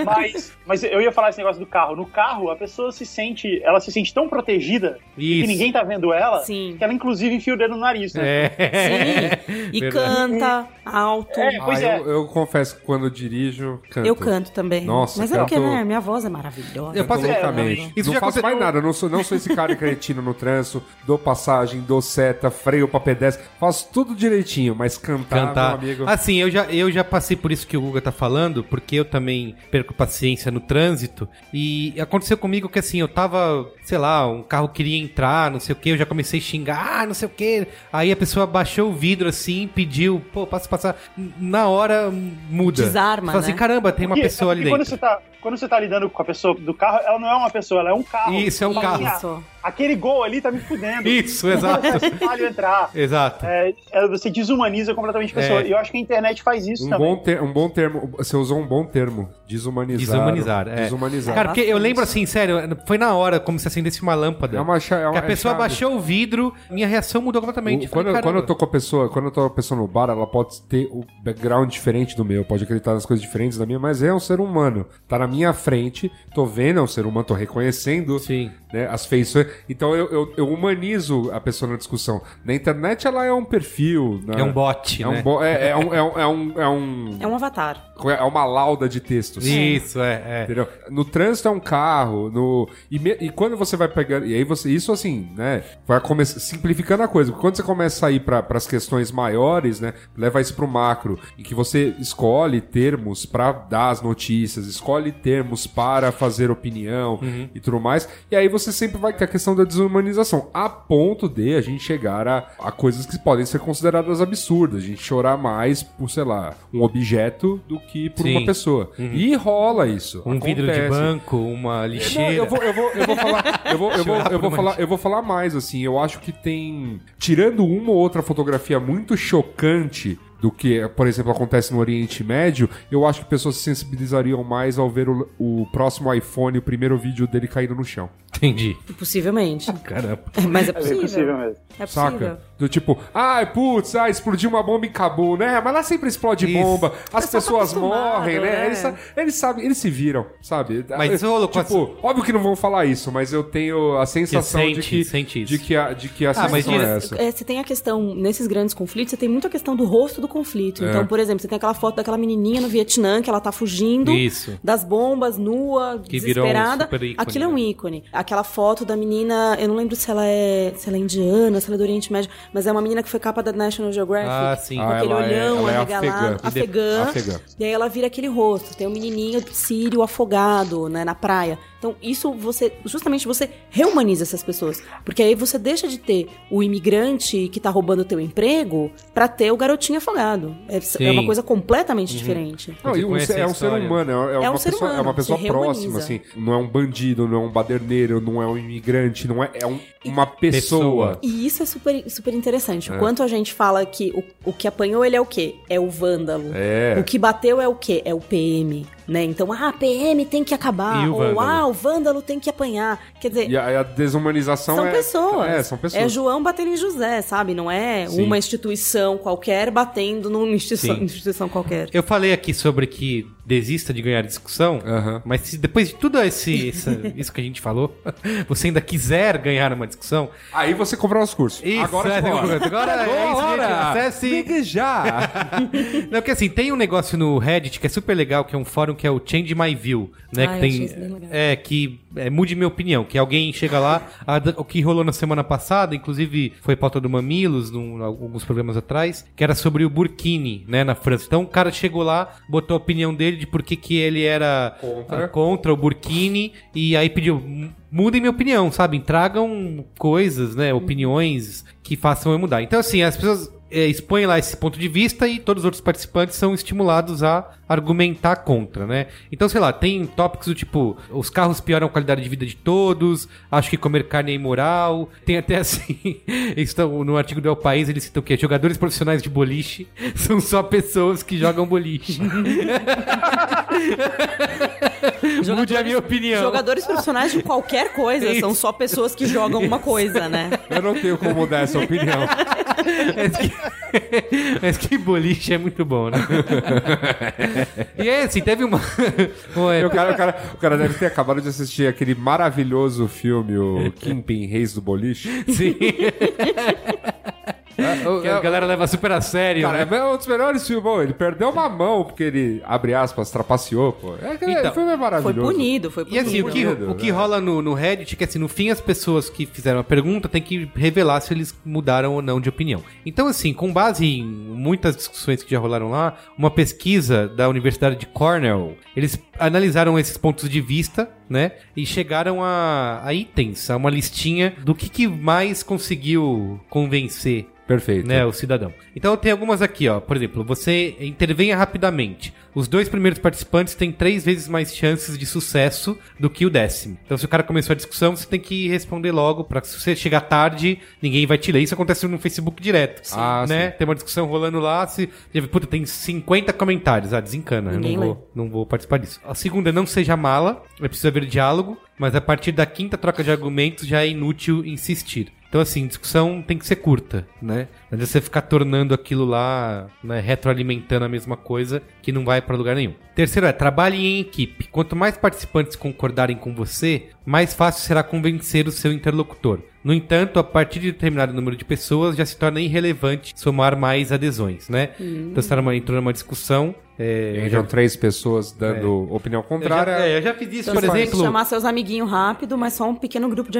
S5: Mas, mas eu ia falar esse negócio do carro. No carro, a pessoa se sente. Ela se sente tão protegida [LAUGHS] e
S2: Isso.
S5: que ninguém tá vendo ela,
S4: Sim.
S5: que ela inclusive enfia o dedo no nariz, [LAUGHS] né?
S2: É.
S4: Sim.
S3: [LAUGHS]
S4: E
S2: Verdade.
S4: canta alto.
S5: É, pois
S3: Ah,
S5: é.
S3: eu, eu confesso que quando eu dirijo, canto.
S4: Eu canto também.
S3: Nossa,
S4: Mas é porque,
S3: canto-
S4: né? Minha voz é maravilhosa.
S2: Eu
S3: Eu
S2: posso-
S3: passo
S5: é,
S3: loucamente.
S2: Isso
S3: não
S2: já
S3: faço mais
S2: aconteceu-
S3: nada. Eu não sou, não sou esse cara cretino no trânsito. Dou passagem, dou seta, freio pra pedestre. Faço tudo direitinho, mas cantar,
S2: Cantar.
S3: Ah, meu
S5: Ah,
S3: amigo...
S2: Assim, eu já, eu já passei por isso que o Guga tá falando, porque eu também perco paciência no trânsito. E aconteceu comigo que assim, eu tava, sei lá, um carro queria entrar, não sei o que, eu já comecei a xingar, ah, não sei o que. Aí a pessoa baixou o vidro assim, pediu, pô, passa passar. Na hora muda.
S4: Desarma,
S2: Fala assim,
S4: né?
S2: caramba, tem uma
S5: Porque-
S2: pessoa ali
S5: porque quando
S2: dentro.
S5: você, tá, quando você tá lidando com a pessoa do carro, ela não é uma pessoa, ela é um carro.
S2: Isso, é um
S5: Fala assim,
S2: carro.
S4: Isso.
S5: "Ah, Aquele gol ali tá me fudendo.
S2: Isso,
S5: [LAUGHS] Não
S3: [LAUGHS]
S2: exato.
S5: vou deixar esse palio entrar.
S2: Exato.
S5: É, é, você desumaniza completamente a pessoa.
S2: É.
S5: E eu acho que a internet faz isso
S3: Um
S5: também.
S3: bom, ter, um bom termo, você usou um bom termo, desumanizar.
S2: Desumanizar, é.
S3: Desumanizar.
S2: Cara, porque eu
S4: bastante.
S2: lembro assim, sério, foi na hora como se acendesse uma lâmpada.
S3: É uma cha- é
S2: que
S3: uma-
S2: a pessoa
S3: é chave.
S2: baixou o vidro, minha reação mudou completamente.
S3: O- quando, eu,
S2: Falei,
S3: quando eu
S2: caramba.
S3: tô com a pessoa, quando eu tô com a pessoa no bar, ela pode ter o background diferente do meu, pode acreditar nas coisas diferentes da minha, mas é um ser humano. Tá na minha frente, tô vendo, é um ser humano, tô reconhecendo
S2: Sim.
S3: né, as feições. Então eu, eu, eu humanizo a pessoa na discussão. Na internet ela é um perfil. né?
S2: É um bot,
S3: É
S2: né?
S3: um, bo- é, é um, é um, é um, é um-
S2: [LAUGHS]
S4: É um avatar.
S3: é uma lauda de textos.
S2: Isso, é, é.
S3: Entendeu? No trânsito é um carro, no e, me- e quando você vai pegando, e aí você isso assim, né, vai começar simplificando a coisa, porque quando você começa a ir para as questões maiores, né, leva isso pro macro, e que você escolhe termos para dar as notícias, escolhe termos para fazer opinião
S2: Uhum.
S3: e tudo mais, e aí você sempre vai ter a questão da desumanização, a ponto de a gente chegar a, a coisas que podem ser consideradas absurdas, a gente chorar mais por, sei lá, um objeto do que por
S2: Sim. Uhum.
S3: uma pessoa. E rola isso.
S2: Um vidro de
S3: Acontece.
S2: banco, uma
S3: Não,
S2: lixeira.
S3: eu vou, eu vou, eu vou falar, eu vou, eu vou,
S2: Chorar
S3: eu vou
S2: por
S3: falar,
S2: mancha.
S3: eu vou falar mais assim. Eu acho que tem tirando uma ou outra fotografia muito chocante do que, por exemplo, acontece no Oriente Médio, eu acho que pessoas se sensibilizariam mais ao ver o, o próximo iPhone, o primeiro vídeo dele caindo no chão.
S2: Entendi.
S4: Possivelmente.
S2: Caramba.
S4: Mas é
S5: [LAUGHS] É
S4: possível.
S5: bem possível mesmo.
S4: É
S3: Saca?
S4: possível.
S3: Do tipo, ai, putz, ah, explodiu uma bomba em Cabo, né? Mas lá sempre explode
S2: Isso.
S3: bomba, as
S4: pessoal tá
S3: pessoas
S4: acostumado,
S3: morrem, né?
S4: né?
S3: Eles, sa- eles sabem, eles se viram, sabe?
S2: Mas isso rolou com
S3: Tipo, óbvio que não vão falar isso, mas eu tenho a sensação
S2: sente-
S3: de que.
S2: sente isso.
S3: De que a, de que a
S2: Ah,
S3: sensação
S2: mas
S3: é
S2: dire-
S3: essa.
S4: É, você tem a questão, nesses grandes conflitos, você tem muito a questão do rosto do conflito.
S3: É.
S4: Então, por exemplo, você tem aquela foto daquela menininha no Vietnã que ela tá fugindo
S2: Isso.
S4: das bombas, nua,
S2: Que virou um
S4: desesperada.
S2: super ícone,
S4: Aquilo é um
S2: né?
S4: ícone. Aquela foto da menina, eu não lembro se ela é, se ela é indiana, se ela é do Oriente Médio, mas é uma menina que foi capa da National Geographic.
S2: Ah, sim.
S4: Com aquele
S3: ela é-
S4: olhão né?
S3: ela é
S4: arregalado,
S3: afegã.
S4: afegã,
S3: Afegã.
S4: E aí ela vira aquele rosto. Tem um menininho sírio afogado, né, na praia. Então, isso você, justamente você reumaniza essas pessoas, porque aí você deixa de ter o imigrante que tá roubando o teu emprego pra ter o garotinho afogado. É, é
S2: Sim. Uhum.
S4: uma coisa completamente diferente.
S3: Não,
S2: Você
S3: e um
S2: conhece a
S3: ser- é um ser
S2: história.
S3: humano, é, é
S4: um
S3: uma
S4: ser
S3: pessoa,
S4: humano,
S3: é uma pessoa
S4: se
S3: próxima,
S4: reumaniza.
S3: assim. Não é um bandido, não é um baderneiro, não é um imigrante, não é, é um- uma pessoa.
S4: E isso é super, super interessante.
S3: É.
S4: O quanto a gente fala que o, o que apanhou ele é o quê? É o vândalo.
S3: É.
S4: O que bateu é o quê? É o PM, né? Então, ah, PM tem que acabar.
S2: E o
S4: Ou,
S2: vândalo?
S4: ah, o vândalo tem que apanhar. Quer dizer,
S3: E a, a desumanização
S4: São
S3: é.
S4: pessoas.
S3: É, são pessoas.
S4: É João batendo em José, sabe? Não é
S3: Sim.
S4: uma instituição qualquer batendo numa instituição,
S2: Sim.
S4: instituição qualquer.
S2: Eu falei aqui sobre que desista de ganhar discussão,
S3: Aham.
S2: mas se depois de tudo esse,
S3: [LAUGHS]
S2: essa- isso que a gente falou, [LAUGHS] você ainda quiser ganhar uma discussão,
S3: Aí você comprou os cursos.
S2: Isso,
S3: agora
S2: é, [LAUGHS]
S3: é,
S2: tem um- agora é isso, gente, acesse-
S3: já. [LAUGHS]
S2: [LAUGHS] Não, porque assim, tem um negócio no Reddit que é super legal, que é um fórum que é o Change My View, né?
S4: Ah,
S2: que
S4: eu
S2: tem.
S4: achei isso bem legal.
S2: É, que é, mude minha opinião, que alguém chega lá, a da- o que rolou na semana passada, inclusive foi pauta do Mamilos, num, alguns programas atrás, que era sobre o Burkini, né, na França. Então o cara chegou lá, botou a opinião dele de por que, que ele era
S3: Contra.
S2: ah, contra o Burkini, e aí pediu. "M- Mudem minha opinião, sabe? Tragam coisas, né? Opiniões que façam eu mudar. Então, assim, as pessoas é, expõe lá esse ponto de vista e todos os outros participantes são estimulados a argumentar contra, né? Então, sei lá, tem tópicos do tipo: os carros pioram a qualidade de vida de todos, acho que comer carne é imoral. Tem até [LAUGHS] assim: estão, no artigo do El País eles citam o quê? Jogadores profissionais de boliche [LAUGHS] são só pessoas que jogam boliche. Mude a minha opinião.
S4: Jogadores profissionais de
S3: [LAUGHS]
S4: qualquer coisa
S2: Isso.
S4: são só pessoas que jogam uma coisa, né?
S3: Eu não tenho como dar essa opinião.
S2: Mas que, [LAUGHS] mas que boliche é muito bom, né? [LAUGHS] e é assim, teve uma. [LAUGHS] Ué,
S3: O cara, o, cara, o cara deve ter acabado de assistir aquele maravilhoso
S2: [LAUGHS]
S3: filme, o Kimpin Reis do Boliche.
S2: sim,
S3: É, o-
S2: assim, que a
S3: é-
S2: galera leva super a sério.
S3: Cara,
S2: né?
S3: é um dos melhores filmes. Bom, ele perdeu uma mão porque ele, abre aspas, trapaceou, pô. É, que
S2: Então,
S3: o filme é
S4: Foi
S3: maravilhoso.
S4: punido, foi
S2: E
S4: punido.
S2: assim, o que,
S3: Medo,
S2: o que
S3: né?
S2: rola no, no Reddit é que, assim, no fim, as pessoas que fizeram a pergunta têm que revelar se eles mudaram ou não de opinião. Então, assim, com base em muitas discussões que já rolaram lá, uma pesquisa da Universidade de Cornell, eles analisaram esses pontos de vista, né? E chegaram a, a itens, a uma listinha do que, que mais conseguiu convencer
S3: Perfeito.
S2: né, o cidadão. Então tem algumas aqui, ó. Por exemplo, você intervenha rapidamente. Os dois primeiros participantes têm três vezes mais chances de sucesso do que o décimo. Então, se o cara começou a discussão, você tem que responder logo pra que se você chegar tarde, ninguém vai te ler. Isso acontece no Facebook direto.
S3: Ah,
S2: né? Tem uma discussão rolando lá, se puta, tem 50 comentários. Ah, desencana. Eu
S4: Ninguém
S2: não vou, não vou participar disso. A segunda, não seja mala. É preciso haver diálogo, mas a partir da quinta troca de argumentos já é inútil insistir. Então, assim, discussão tem que ser curta, né? Não adianta você ficar tornando aquilo lá, né, retroalimentando a mesma coisa, que não vai pra lugar nenhum. Terceiro é, trabalhe em equipe. Quanto mais participantes concordarem com você, mais fácil será convencer o seu interlocutor. No entanto, a partir de determinado número de pessoas, já se torna irrelevante somar mais adesões, né? Então, você tá numa- entrou numa discussão... É,
S3: Entram três pessoas dando opinião contrária.
S2: eu já, é, eu já fiz isso,
S4: Então,
S2: por
S4: assim,
S2: exemplo.
S4: Chamar seus amiguinhos rápido, mas só um pequeno grupo de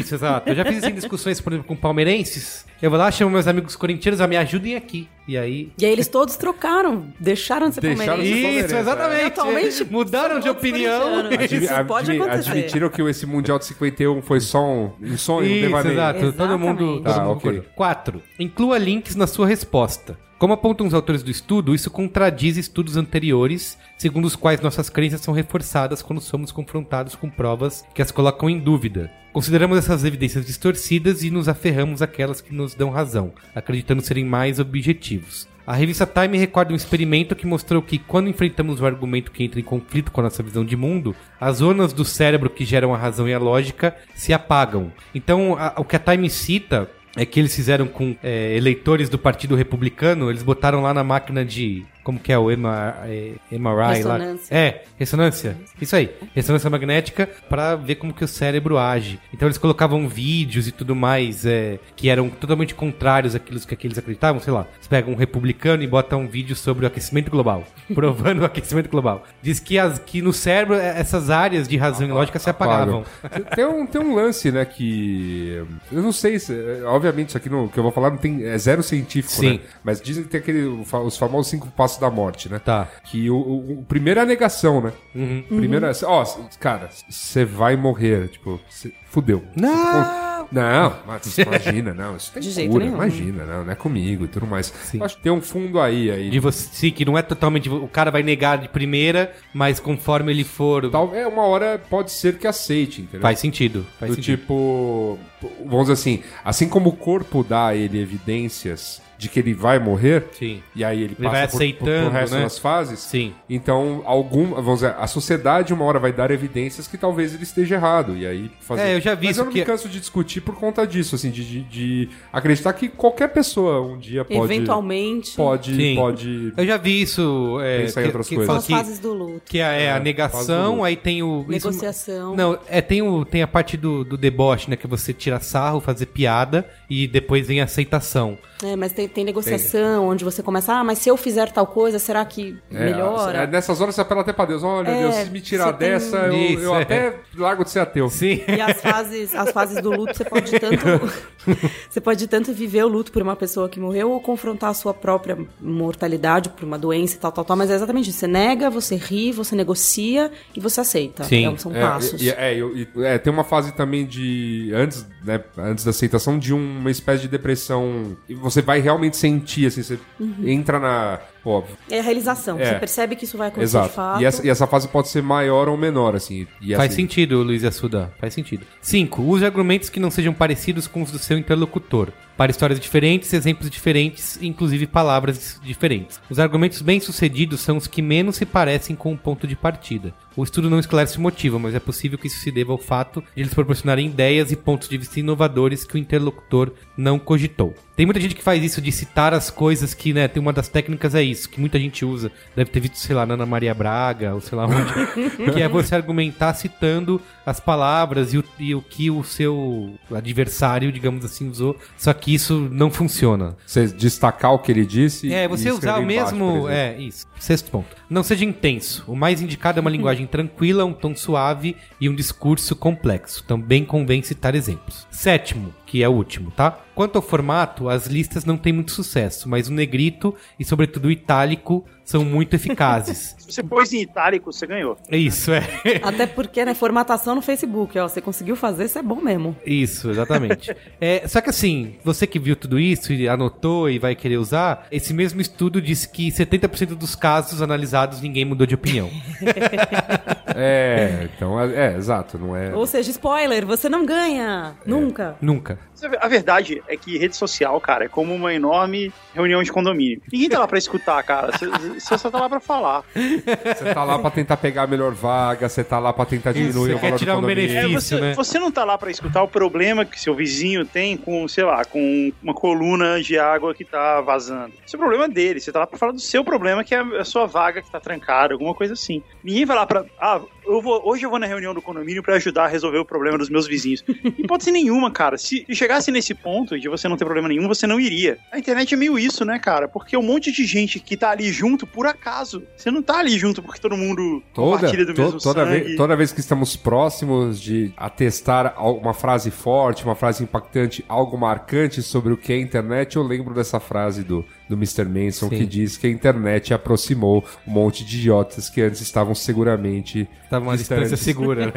S2: [LAUGHS] Isso, exato. Eu já fiz isso em discussões, por exemplo, com palmeirenses. Eu vou lá, chamo meus amigos corintianos, ah, me ajudem aqui. E aí.
S4: E aí eles todos trocaram, deixaram de ser
S3: Deixaram de
S4: palmeirense.
S3: ser
S2: Isso,
S3: palmeirense,
S2: exatamente.
S4: é. Atualmente,
S2: Mudaram de
S4: somos
S2: opinião.
S4: corintianos.
S2: Isso,
S4: Isso pode acontecer.
S3: Admitiram que esse Mundial de 51 foi só um, um sonho, um devaneio.
S2: exato. Todo
S4: Exatamente.
S2: mundo. Todo
S3: Tá,
S2: mundo
S3: ok.
S2: concordou. Quatro. Inclua links na sua resposta. Como apontam os autores do estudo, isso contradiz estudos anteriores, segundo os quais nossas crenças são reforçadas quando somos confrontados com provas que as colocam em dúvida. Consideramos essas evidências distorcidas e nos aferramos àquelas que nos dão razão, acreditando serem mais objetivos. A revista Time recorda um experimento que mostrou que, quando enfrentamos o argumento que entra em conflito com a nossa visão de mundo, as zonas do cérebro que geram a razão e a lógica se apagam. Então, a- o que a Time cita é que eles fizeram com é, eleitores do Partido Republicano, eles botaram lá na máquina de. Como que é o MRI, é, MRI lá?
S4: Ressonância.
S2: É, ressonância. Isso aí. Ressonância magnética pra ver como que o cérebro age. Então eles colocavam vídeos e tudo mais é, que eram totalmente contrários àquilo que aqueles acreditavam. Sei lá, eles pegam um republicano e botam um vídeo sobre o aquecimento global. [LAUGHS] Provando o aquecimento global. Diz que, as, que no cérebro é, essas áreas de razão e lógica se apagavam.
S3: Claro. Tem um, tem um lance, né, que... Eu não sei se... Obviamente, isso aqui não, que eu vou falar não tem, é zero científico,
S2: Sim.
S3: né? Mas dizem que tem aquele, os famosos cinco passos da morte, né?
S2: Tá. Uhum.
S3: Que o, o- o primeiro é a negação, né? Primeiro é... Ó, cara, você vai morrer. Tipo, cê, fudeu.
S2: Tipo,
S3: Não! Não, mas imagina, não. Isso tem
S4: De jeito
S3: cura,
S4: nenhum.
S3: imagina, não, não é comigo e tudo mais. Acho que tem um fundo aí, aí.
S2: De você, sim, que não é totalmente. O cara vai negar de primeira, mas conforme ele for.
S3: Talvez é, uma hora pode ser que aceite, entendeu?
S2: Faz sentido. Faz
S3: do
S2: sentido.
S3: tipo, vamos dizer assim, assim como o corpo dá a ele evidências de que ele vai morrer,
S2: Sim.
S3: e aí ele passa
S2: Ele vai
S3: por- por-
S2: aceitando,
S3: pro resto
S2: né?
S3: das fases,
S2: Sim.
S3: então algum, vamos dizer, a sociedade uma hora vai dar evidências que talvez ele esteja errado, e aí fazer...
S2: É, eu já vi
S3: Mas
S2: isso
S3: eu não
S2: que-
S3: me canso de discutir por conta disso, assim, de, de- de acreditar que qualquer pessoa um dia pode...
S4: Eventualmente,
S3: Pode,
S2: Sim.
S4: [LAUGHS]
S3: pode...
S2: Eu já vi isso. É,
S3: Pensar em
S2: que-
S3: outras
S2: que
S3: coisas.
S2: fala
S4: são as
S2: que-
S4: fases do luto.
S2: Que é, a
S3: É, faz o
S2: negação,
S3: luto.
S2: aí tem o. isso-
S4: Negociação.
S2: não, é, tem, o, tem a parte do, do deboche, né? Que você tira sarro, fazer piada e depois vem a aceitação.
S4: É, mas tem, tem negociação, onde você começa, ah, mas se eu fizer tal coisa, será que
S3: É,
S4: melhora?
S3: é, nessas horas você apela até pra Deus. Olha,
S4: É,
S3: Deus, se me tirar
S4: você tem-
S3: dessa, eu- eu,
S2: Isso, é.
S3: até largo de ser ateu.
S2: Sim.
S4: E as fases, as fases do luto, você
S3: [LAUGHS]
S4: pode tanto você pode tanto viver o luto por uma pessoa que morreu ou confrontar a sua própria mortalidade por uma doença e tal, tal, tal, mas é exatamente isso. Você nega, você ri, você negocia e você aceita.
S2: Sim.
S4: É, são
S3: É,
S4: passos.
S3: e- e- é, eu- e- é, tem uma fase também de. Antes, né, antes da aceitação, de um, uma espécie de depressão. E você vai realmente sentir, assim, você
S4: Uhum.
S3: entra na. Pô,
S4: É a realização.
S3: É.
S4: Você percebe que isso vai acontecer de
S3: exato.
S4: fato.
S3: E essa, e essa fase pode ser maior ou menor, assim. E,
S2: Faz
S3: assim,
S2: sentido, Luiz Assuda. Faz sentido. 5. Use argumentos que não sejam parecidos com os do seu interlocutor. para histórias diferentes, exemplos diferentes e inclusive palavras diferentes. Os argumentos bem-sucedidos são os que menos se parecem com o ponto de partida. O estudo não esclarece o motivo, mas é possível que isso se deva ao fato de eles proporcionarem ideias e pontos de vista inovadores que o interlocutor não cogitou. Tem muita gente que faz isso de citar as coisas que, né, tem uma das técnicas é isso, que muita gente usa. Deve ter visto, sei lá, na Ana Maria Braga, ou sei lá onde, que é você argumentar citando as palavras e o, e o que o seu adversário, digamos assim, usou, só que isso não funciona.
S3: Você destacar o que ele disse.
S2: É,
S3: e
S2: você usar o
S3: escrever embaixo,
S2: mesmo.
S3: por exemplo.
S2: é, isso. Sexto ponto. Não seja intenso. O mais indicado é
S3: [LAUGHS]
S2: uma linguagem tranquila, um tom suave e um discurso complexo. Também convém citar exemplos. Sétimo, que é o último, tá? Quanto ao formato, as listas não têm muito sucesso, mas o negrito e, sobretudo, o itálico são muito
S3: [LAUGHS]
S2: eficazes.
S5: Se você pôs em itálico, você ganhou.
S2: É isso, é. [LAUGHS]
S4: Até porque, né, formatação no Facebook, ó, você conseguiu fazer, isso é bom mesmo.
S2: Isso, exatamente. É, só que assim, você que viu tudo isso e anotou e vai querer usar, esse mesmo estudo diz que 70% dos casos analisados ninguém mudou de
S3: [LAUGHS]
S2: opinião.
S3: É, então, é, é, exato, não é.
S4: Ou seja, spoiler, você não ganha,
S2: É.
S4: nunca.
S2: Nunca.
S5: A verdade é que rede social, cara, é como uma enorme reunião de condomínio. Ninguém tá lá pra escutar, cara. Você- Você só tá lá pra falar.
S3: Você tá lá pra tentar pegar a melhor vaga, você tá lá pra tentar diminuir
S2: você
S3: o
S2: quer
S3: valor
S2: tirar um
S3: do condomínio.
S5: É,
S2: benefício.
S5: você,
S2: né?
S5: você não tá lá pra escutar o problema que seu vizinho tem com, sei lá, com uma coluna de água que tá vazando. Isso é problema dele. Você tá lá pra falar do seu problema, que é a sua vaga que tá trancada, alguma coisa assim. Ninguém vai lá pra. Ah, eu vou, hoje eu vou na reunião do condomínio pra ajudar a resolver o problema dos
S3: [LAUGHS]
S5: meus vizinhos. Hipótese nenhuma, cara. Se se chegasse nesse ponto de você não ter problema nenhum, você não iria. A internet é meio isso, né, cara? Porque um monte de gente que tá ali junto por acaso. Você não tá ali junto porque todo mundo
S3: Toda,
S5: compartilha do
S3: to-
S5: mesmo
S3: toda,
S5: sangue.
S3: vez, toda vez que estamos próximos de atestar al- uma frase forte, uma frase impactante, algo marcante sobre o que é a internet, eu lembro dessa frase do, do Mr. Manson
S2: Sim.
S3: que diz que a internet aproximou um monte de idiotas que antes estavam seguramente.
S2: Tava uma
S3: distantes.
S2: distância segura, né?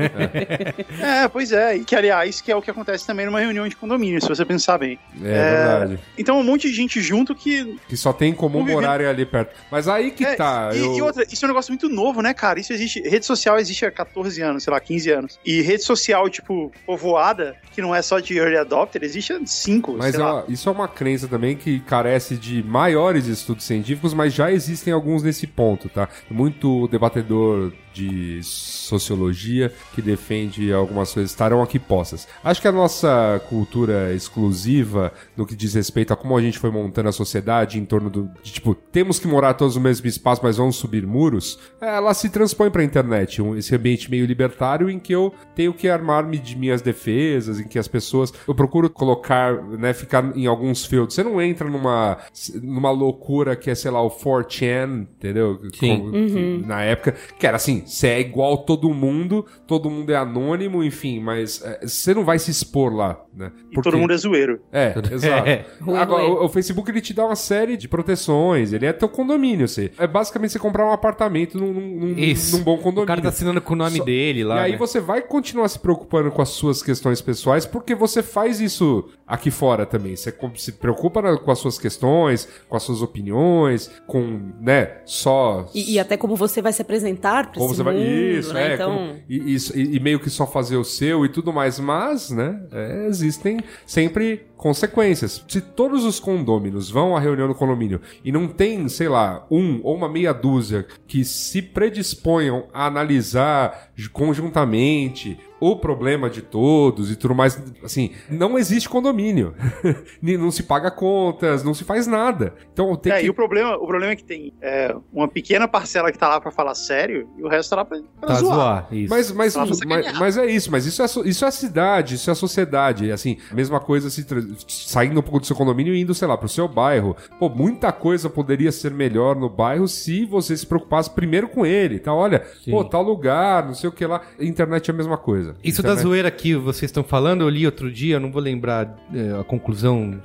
S5: É, pois é. E que, aliás, que é o que acontece também numa reunião de condomínio, se você pensar bem.
S3: É, verdade.
S5: Então, um monte de gente junto que...
S3: Que só tem em comum
S5: Convivendo-
S3: morar ali perto. Mas aí que
S5: é,
S3: tá.
S5: e,
S3: eu-
S5: e outra, isso é um negócio muito novo, né, cara? Isso existe... Rede social existe há 14 anos, sei lá, 15 anos. E rede social, tipo, povoada, que não é só de early adopter, existe há 5,
S3: Mas
S5: sei
S3: é
S5: lá.
S3: uma- isso é uma crença também que carece de maiores estudos científicos, mas já existem alguns nesse ponto, tá? Muito debatedor de sociologia que defende algumas coisas estarão aqui postas. Acho que a nossa cultura exclusiva no que diz respeito a como a gente foi montando a sociedade em torno do de, tipo temos que morar todos no mesmo espaço, mas vamos subir muros, ela se transpõe para a internet, um- esse ambiente meio libertário em que eu tenho que armar-me de minhas defesas, em que as pessoas. Eu procuro colocar, né, ficar em alguns fields. Você não entra numa, numa loucura que é, sei lá, o 4chan, entendeu?
S2: Sim.
S3: que- na época, que era assim, você é igual todo mundo, todo mundo é anônimo, enfim, mas é, você não vai se expor lá, né?
S5: E todo mundo é zoeiro.
S3: É,
S5: [LAUGHS]
S3: exato.
S2: É.
S3: Agora,
S4: Ruim, ruim.
S3: o, o Facebook ele te dá uma série de proteções, ele é teu condomínio. Você, é basicamente você comprar um apartamento num, num- num-
S2: Isso.
S3: num bom condomínio.
S2: O cara tá assinando com o nome
S3: Só-
S2: dele lá.
S3: e aí
S2: né?
S3: você vai continuar se preocupando com as suas questões pessoais, porque você faz isso aqui fora também. Você co- se preocupa na- com as suas questões, com as suas opiniões, com, né, só.
S4: E, e até como você vai se apresentar pra
S3: Como
S4: esse
S3: você vai.
S4: mundo,
S3: Isso,
S4: né?
S3: é.
S4: então...
S3: como- e, isso, e, e meio que só fazer o seu e tudo mais. Mas, né? é, existem sempre consequências. Se todos os condôminos vão à reunião do condomínio e não tem, sei lá, um ou uma meia dúzia que se predisponham a analisar ju- conjuntamente o problema de todos e tudo mais, assim, não existe condomínio. [LAUGHS] Ni- não se paga contas, não se faz nada. Então tem
S5: é,
S3: que
S5: e o problema, o problema é que tem é, uma pequena parcela que tá lá pra falar sério e o resto tá lá pra, pra
S2: Pra
S5: zoar.
S2: zoar. Isso.
S3: Mas, mas,
S5: Só pra
S3: mas,
S5: sacanear.
S3: mas é isso, mas isso é, so- isso é a cidade, isso é a sociedade. Assim, a mesma coisa se tra- saindo um pouco do seu condomínio e indo, sei lá, pro seu bairro. Pô, muita coisa poderia ser melhor no bairro se você se preocupasse primeiro com ele. Tá, olha,
S2: Sim.
S3: pô, tal lugar, não sei o que lá. Internet é a mesma coisa.
S2: Isso da
S3: Internet...
S2: zoeira que vocês estão falando, eu li outro dia, eu não vou lembrar é, a conclusão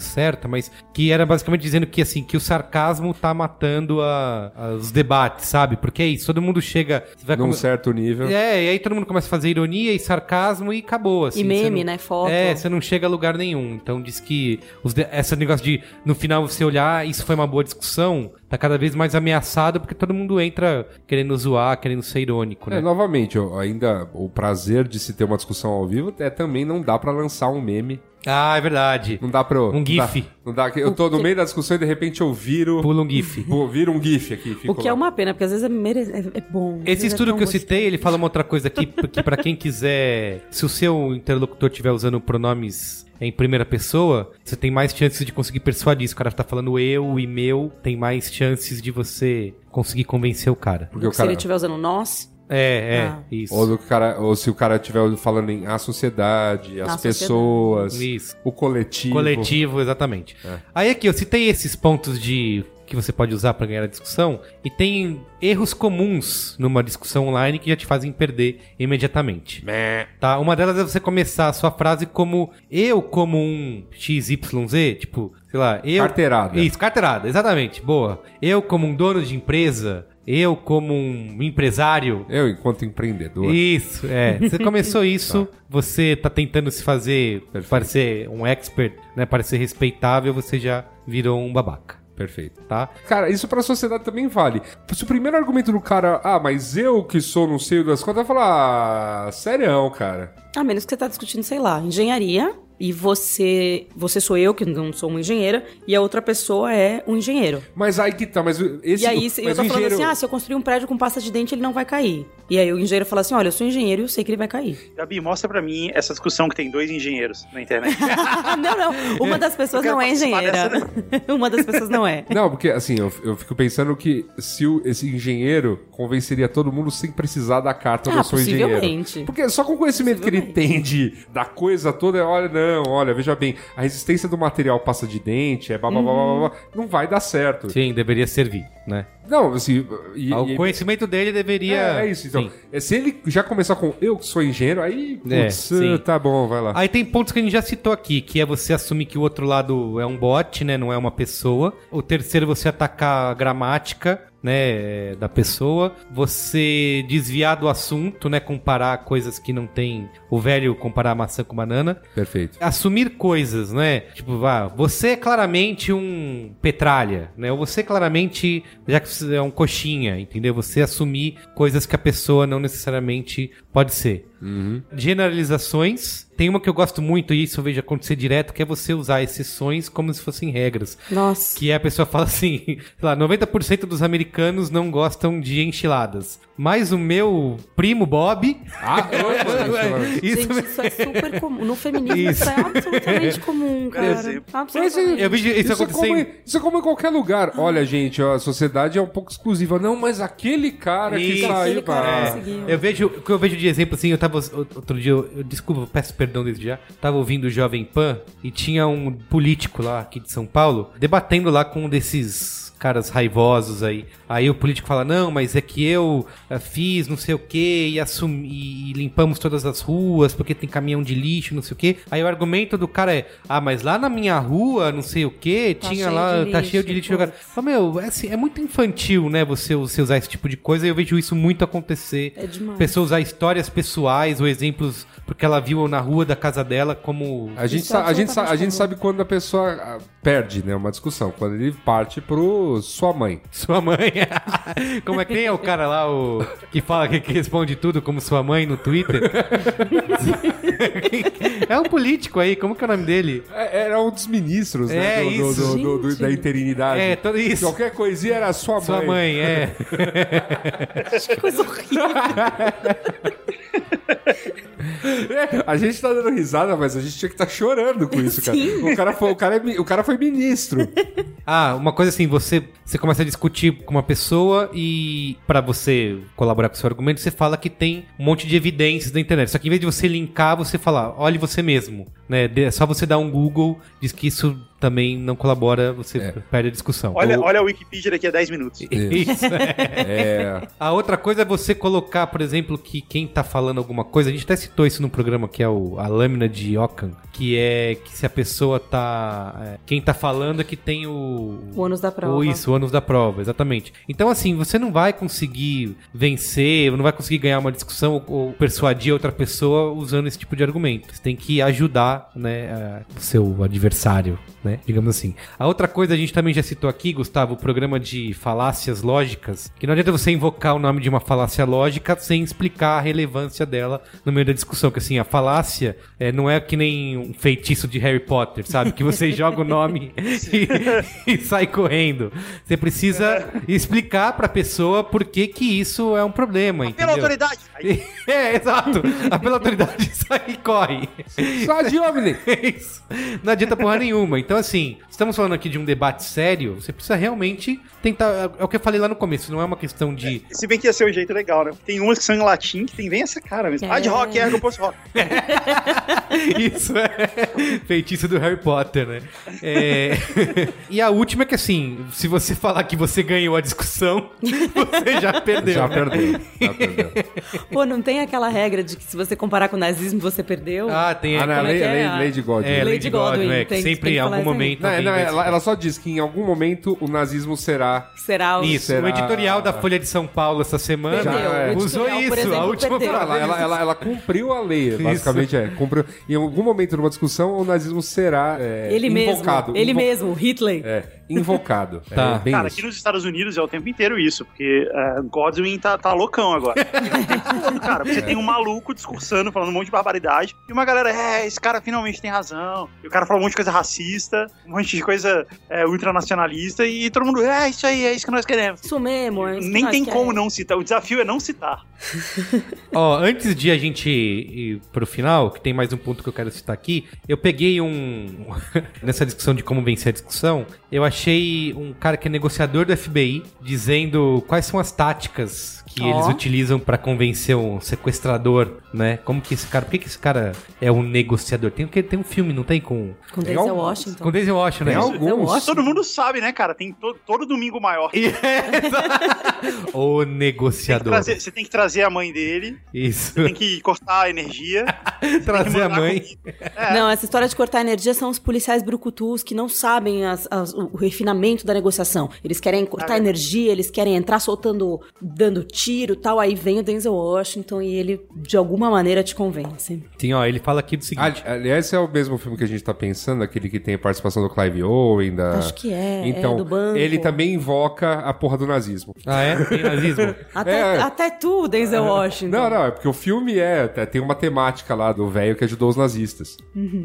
S2: certa, mas que era basicamente dizendo que assim, que o sarcasmo tá matando a- a- os debates, sabe? Porque é isso, todo mundo chega. você vai
S3: Num
S2: come-
S3: certo nível.
S2: É, e aí todo mundo começa a fazer ironia e sarcasmo e acabou, assim.
S4: e meme,
S2: você não-
S4: né? Foto.
S2: É, você não chega a lugar "Ah, nenhum. Então diz que os de- esse negócio de no final você olhar, isso foi uma boa discussão, tá cada vez mais ameaçado porque todo mundo entra querendo zoar, querendo ser irônico, né?
S3: É, novamente, eu- ainda o prazer de se ter uma discussão ao vivo é também não dá pra lançar um meme.
S2: Ah, é verdade.
S3: Não dá pra. eu-
S2: Um
S3: não
S2: gif.
S3: dá- Não dá, eu tô no meio da discussão e de repente eu viro.
S2: Pula um
S4: Uhum.
S2: gif.
S3: Vou vir um GIF aqui. Fico
S4: O que é
S3: lá.
S4: uma pena, porque às vezes é, mere- é- é bom. às
S2: Esse
S4: vezes é
S2: estudo
S4: tão
S2: que eu
S4: gostoso.
S2: citei, ele fala uma outra coisa aqui, que pra quem quiser, se o seu interlocutor estiver usando pronomes em primeira pessoa, você tem mais chances de conseguir persuadir. Se o cara tá falando eu e meu, tem mais chances de você conseguir convencer o cara.
S3: Porque o
S4: Se ele
S3: cara.
S4: estiver usando nós,
S2: É, é,
S4: Ah.
S2: tipo isso.
S3: Ou, do cara, ou se o cara estiver falando em a sociedade, as
S4: Na
S3: pessoas,
S2: Isso.
S3: o coletivo. É.
S2: Coletivo, exatamente. Aí aqui, eu citei esses pontos de que você pode usar pra ganhar a discussão e tem erros comuns numa discussão online que já te fazem perder imediatamente. Tá? Uma delas é você começar a sua frase como eu como um XYZ, tipo, sei lá, eu...
S3: Carteirada.
S2: Isso, carteirada, exatamente, boa. Eu como um dono de empresa, eu como um empresário,
S3: Eu, enquanto empreendedor.
S2: isso,
S3: [LAUGHS]
S2: é. Você começou isso, você tá tentando se fazer
S3: Perfeito.
S2: parecer um expert, né? Parecer respeitável, você já virou um babaca,
S3: Perfeito.
S2: tá?
S3: Cara, isso pra sociedade também vale. Se o primeiro argumento do cara, ah, mas eu que sou não sei das quantas, eu falo, ah, serião, cara.
S4: a menos que você tá discutindo, sei lá, engenharia, e você. Você sou eu, que não sou uma engenheira, e a outra pessoa é um engenheiro.
S3: Mas aí que tá, mas esse.
S4: e aí
S3: mas
S4: se- eu tô
S3: o
S4: falando
S3: engenheiro-
S4: assim, ah, se eu construir um prédio com pasta de dente, ele não vai cair. E aí o engenheiro fala assim, olha, eu sou engenheiro e eu sei que ele vai cair. [LAUGHS]
S5: Gabi, mostra pra mim essa discussão que tem dois engenheiros na internet. [LAUGHS]
S4: não, não, uma das pessoas
S5: Eu quero
S4: não é
S5: participar né?
S4: engenheira. [LAUGHS] uma das pessoas não é.
S3: Não, porque assim, eu, eu fico pensando que se o- esse engenheiro convenceria todo mundo sem precisar da carta
S4: Ah,
S3: eu sou engenheiro.
S4: possivelmente.
S3: Porque só com o conhecimento que ele tem de, da coisa toda, é, olha, não, olha, veja bem, a resistência do material passa de dente, é blá blá blá blá, blá, não vai dar certo.
S2: Uhum. Sim, deveria servir, né?
S3: Não, assim, e,
S2: o
S3: e-
S2: conhecimento dele deveria.
S3: é, é isso, então.
S2: Sim.
S3: É, se ele já começar com eu que sou engenheiro, aí,
S2: É,
S3: putz,
S2: sim. Ah.
S3: tá bom, vai lá.
S2: Aí tem pontos que a gente já citou aqui, que é você assumir que o outro lado é um bot, né? Não é uma pessoa. O terceiro, você atacar a gramática, né? é, Da pessoa. Você desviar do assunto, né? Comparar coisas que não tem. O velho comparar maçã com banana.
S3: Perfeito.
S2: assumir coisas, né? Tipo, vá, você é claramente um petralha, né? Ou você é claramente, já que você é um coxinha, entendeu? Você assumir coisas que a pessoa não necessariamente pode ser. Generalizações. Tem uma que eu gosto muito, e isso eu vejo acontecer direto, que é você usar exceções como se fossem regras.
S4: Nossa.
S2: Que é a pessoa fala assim, [LAUGHS] sei lá, 90% dos americanos não gostam de enchiladas. Mas o meu primo Bob... [LAUGHS]
S3: Ah, eu-
S2: Isso
S4: Gente, isso é super comum. No feminismo isso,
S2: Isso.
S4: é absolutamente comum, cara.
S5: exemplo.
S4: Absolutamente.
S2: Eu vejo isso,
S3: é como,
S2: acontecendo.
S3: em- isso é como em qualquer lugar. Olha, gente, ó, a sociedade é um pouco exclusiva. Não, mas aquele cara que tá
S2: Isso.
S3: saiu
S4: Aquele
S2: tá
S4: cara
S3: pra...
S4: que seguiu.
S2: Eu vejo, o que eu vejo de exemplo assim, eu tava outro dia, eu, eu- desculpa, eu peço perdão desde já. Tava ouvindo o Jovem Pan e tinha um político lá aqui de São Paulo debatendo lá com um desses caras raivosos aí. Aí o político fala: "Não, mas é que eu eh, fiz não sei o que e assumi e limpamos todas as ruas porque tem caminhão de lixo, não sei o que". Aí o argumento do cara é: "Ah, mas lá na minha rua, não sei o que,
S4: Tá
S2: tinha
S4: cheio
S2: lá,
S4: de
S2: tá
S4: lixo,
S2: cheio de lixo
S4: pô.
S2: jogado". Ah, meu, é, assim, é muito infantil, né, você, você usar esse tipo de coisa. e Eu vejo isso muito acontecer.
S4: É demais.
S2: Pessoa usar histórias pessoais ou exemplos porque ela viu na rua da casa dela como...
S3: A gente,
S4: Isso
S3: sa- a, gente sa- a
S4: absolutamente
S3: gente sabe quando a pessoa ah, perde, né? Uma discussão. Quando ele parte pro sua mãe.
S2: Sua mãe. [LAUGHS] como é que é o cara lá o que fala que, que responde tudo como sua mãe no Twitter? [LAUGHS] é um político aí, como que é o nome dele?
S3: É, era um dos ministros, né?
S2: É
S3: do- do-
S2: isso.
S3: do- do- do-
S4: Gente.
S3: da interinidade.
S2: É, tudo isso.
S3: Qualquer coisinha era Ah, sua mãe.
S2: Sua mãe, é.
S4: Que coisa horrível.
S3: [LAUGHS] É, a gente tá dando risada, mas a gente tinha que estar chorando com isso, cara.
S4: Sim.
S3: O cara foi, o cara é mi- o cara foi
S4: [LAUGHS]
S3: ministro.
S2: Ah, uma coisa assim, você, você começa a discutir com uma pessoa e pra você colaborar com o seu argumento, você fala que tem um monte de evidências na internet. Só que em vez de você linkar, você fala, olhe você mesmo, né? Dê- É só você dar um Google, diz que isso também não colabora, você perde a discussão.
S5: Olha, olha a Wikipedia daqui a 10 minutos.
S2: Isso.
S3: É.
S2: [LAUGHS] A outra coisa é você colocar, por exemplo, que quem tá falando alguma coisa, a gente até citou isso no programa que é o- a lâmina de Ockham, que é que se a pessoa tá. é, quem tá falando é que tem o.
S4: O ônus da prova.
S2: Ou isso, o ônus da prova, exatamente. Então, assim, você não vai conseguir vencer, não vai conseguir ganhar uma discussão ou, ou persuadir outra pessoa usando esse tipo de argumento. Você tem que ajudar, né, a- o seu adversário, né, né? Digamos assim. A outra coisa a gente também já citou aqui, Gustavo, o programa de falácias lógicas, que não adianta você invocar o nome de uma falácia lógica sem explicar a relevância dela no meio da discussão, que assim, a falácia é, não é que nem um feitiço de Harry Potter, sabe? Que você [LAUGHS] joga o nome e, e sai correndo. Você precisa explicar pra pessoa por que que isso é um problema,
S5: Pela
S2: entendeu?
S5: autoridade.
S2: [LAUGHS] É, exato. Apela a autoridade sai e corre.
S3: Só de homem.
S2: É isso. Não adianta porra nenhuma. Então, assim, estamos falando aqui de um debate sério. Você precisa realmente tentar. É o que eu falei lá no começo, não é uma questão de.
S5: Se bem que ia ser um jeito legal, né? Tem umas que são em latim, que tem bem essa cara mesmo.
S4: É.
S5: Hard rock, ergo, post-rock.
S2: Isso é feitiço do Harry Potter, né? É... e a última é que, assim, se você falar que você ganhou a discussão, [LAUGHS] você já perdeu.
S3: Já
S2: né?
S3: perdeu.
S2: [LAUGHS]
S3: Já perdeu.
S4: Pô, não tem aquela regra de que se você comparar com o nazismo, você perdeu?
S2: Ah, tem.
S3: Ah, não,
S2: aquela-
S3: é
S4: como é
S3: lei,
S4: que é?
S3: lei, lei de God. né?
S2: É, Lady
S4: Lady Godwin,
S2: Godwin, é, que
S4: tem-
S2: sempre
S4: tem que
S2: em
S4: falar
S2: algum
S4: isso aí.
S2: momento.
S3: Não, é,
S2: alguém
S3: não,
S2: vai-
S3: ela, ela só diz que em algum momento o nazismo será.
S4: Será o...
S2: Isso,
S3: Será-
S2: o editorial da Folha de São Paulo essa semana
S4: Perdeu.
S3: Já, é.
S4: O
S2: usou
S4: editorial,
S2: isso,
S4: por exemplo,
S2: a última
S4: perdeu.
S2: frase.
S3: Ela, ela, ela, ela cumpriu a lei, basicamente é. Cumpriu. Em algum momento, numa discussão, o nazismo será é,
S4: Ele mesmo.
S3: invocado.
S4: Ele
S3: Invo-
S4: mesmo, Hitler.
S3: É, invocado.
S2: [LAUGHS] Tá.
S3: É, bem
S5: Cara,
S3: isso.
S5: aqui nos Estados Unidos é o tempo inteiro isso, porque é, Godwin tá, tá loucão agora. cara, você tem um maluco discursando, falando um monte de barbaridade, e uma galera, é, esse cara finalmente tem razão. E o cara fala um monte de coisa racista, um monte de coisa é, ultranacionalista, e todo mundo, é, isso aí, é isso que nós queremos.
S4: Isso mesmo. é isso que
S5: Nem
S4: nós
S5: tem
S4: queremos.
S5: como não citar, o desafio é não citar.
S2: Ó, antes de a gente ir pro final, que tem mais um ponto que eu quero citar aqui, eu peguei um. [LAUGHS] nessa discussão de como vencer a discussão, eu achei um cara que é negociador do FBI dizendo quais são as táticas que
S4: Ó.
S2: eles utilizam pra convencer um sequestrador, né? Como que esse cara. Por que, que esse cara é um negociador? Tem, tem um filme, não tem? Com.
S4: Com
S3: Tem
S4: Denzel
S3: algum-
S4: Washington.
S2: Com Daisy Washington,
S3: Tem
S2: né?
S4: Denzel
S3: alguns.
S4: Washington.
S5: Todo mundo sabe, né, cara? Tem to- todo domingo maior. Tem
S2: o
S5: que
S2: negociador.
S5: trazer- você tem que trazer a mãe dele,
S2: Isso.
S5: tem que cortar
S2: [LAUGHS]
S5: a energia. tem que
S2: trazer a
S5: mandar
S2: mãe.
S5: comida.
S4: Não, essa história de cortar energia são os policiais brucutus que não sabem as- as- o refinamento da negociação. Eles querem cortar
S5: Ah, é.
S4: energia, eles querem entrar soltando, dando tiro tal. Aí vem o Denzel Washington e ele, de alguma maneira, te convence.
S2: Sim, ó, ele fala aqui do seguinte.
S3: Ali- Aliás, é o mesmo filme que a gente tá pensando, aquele que tem a participação do Clive Owen, da...
S4: Acho que é,
S3: Então,
S4: é do banco.
S3: ele também invoca a porra do nazismo.
S2: Ah, é? Tem nazismo?
S4: Até,
S3: É.
S4: até tu, Denzel Washington.
S3: Não, não, é porque o filme é, até tem uma temática lá do velho que ajudou os nazistas.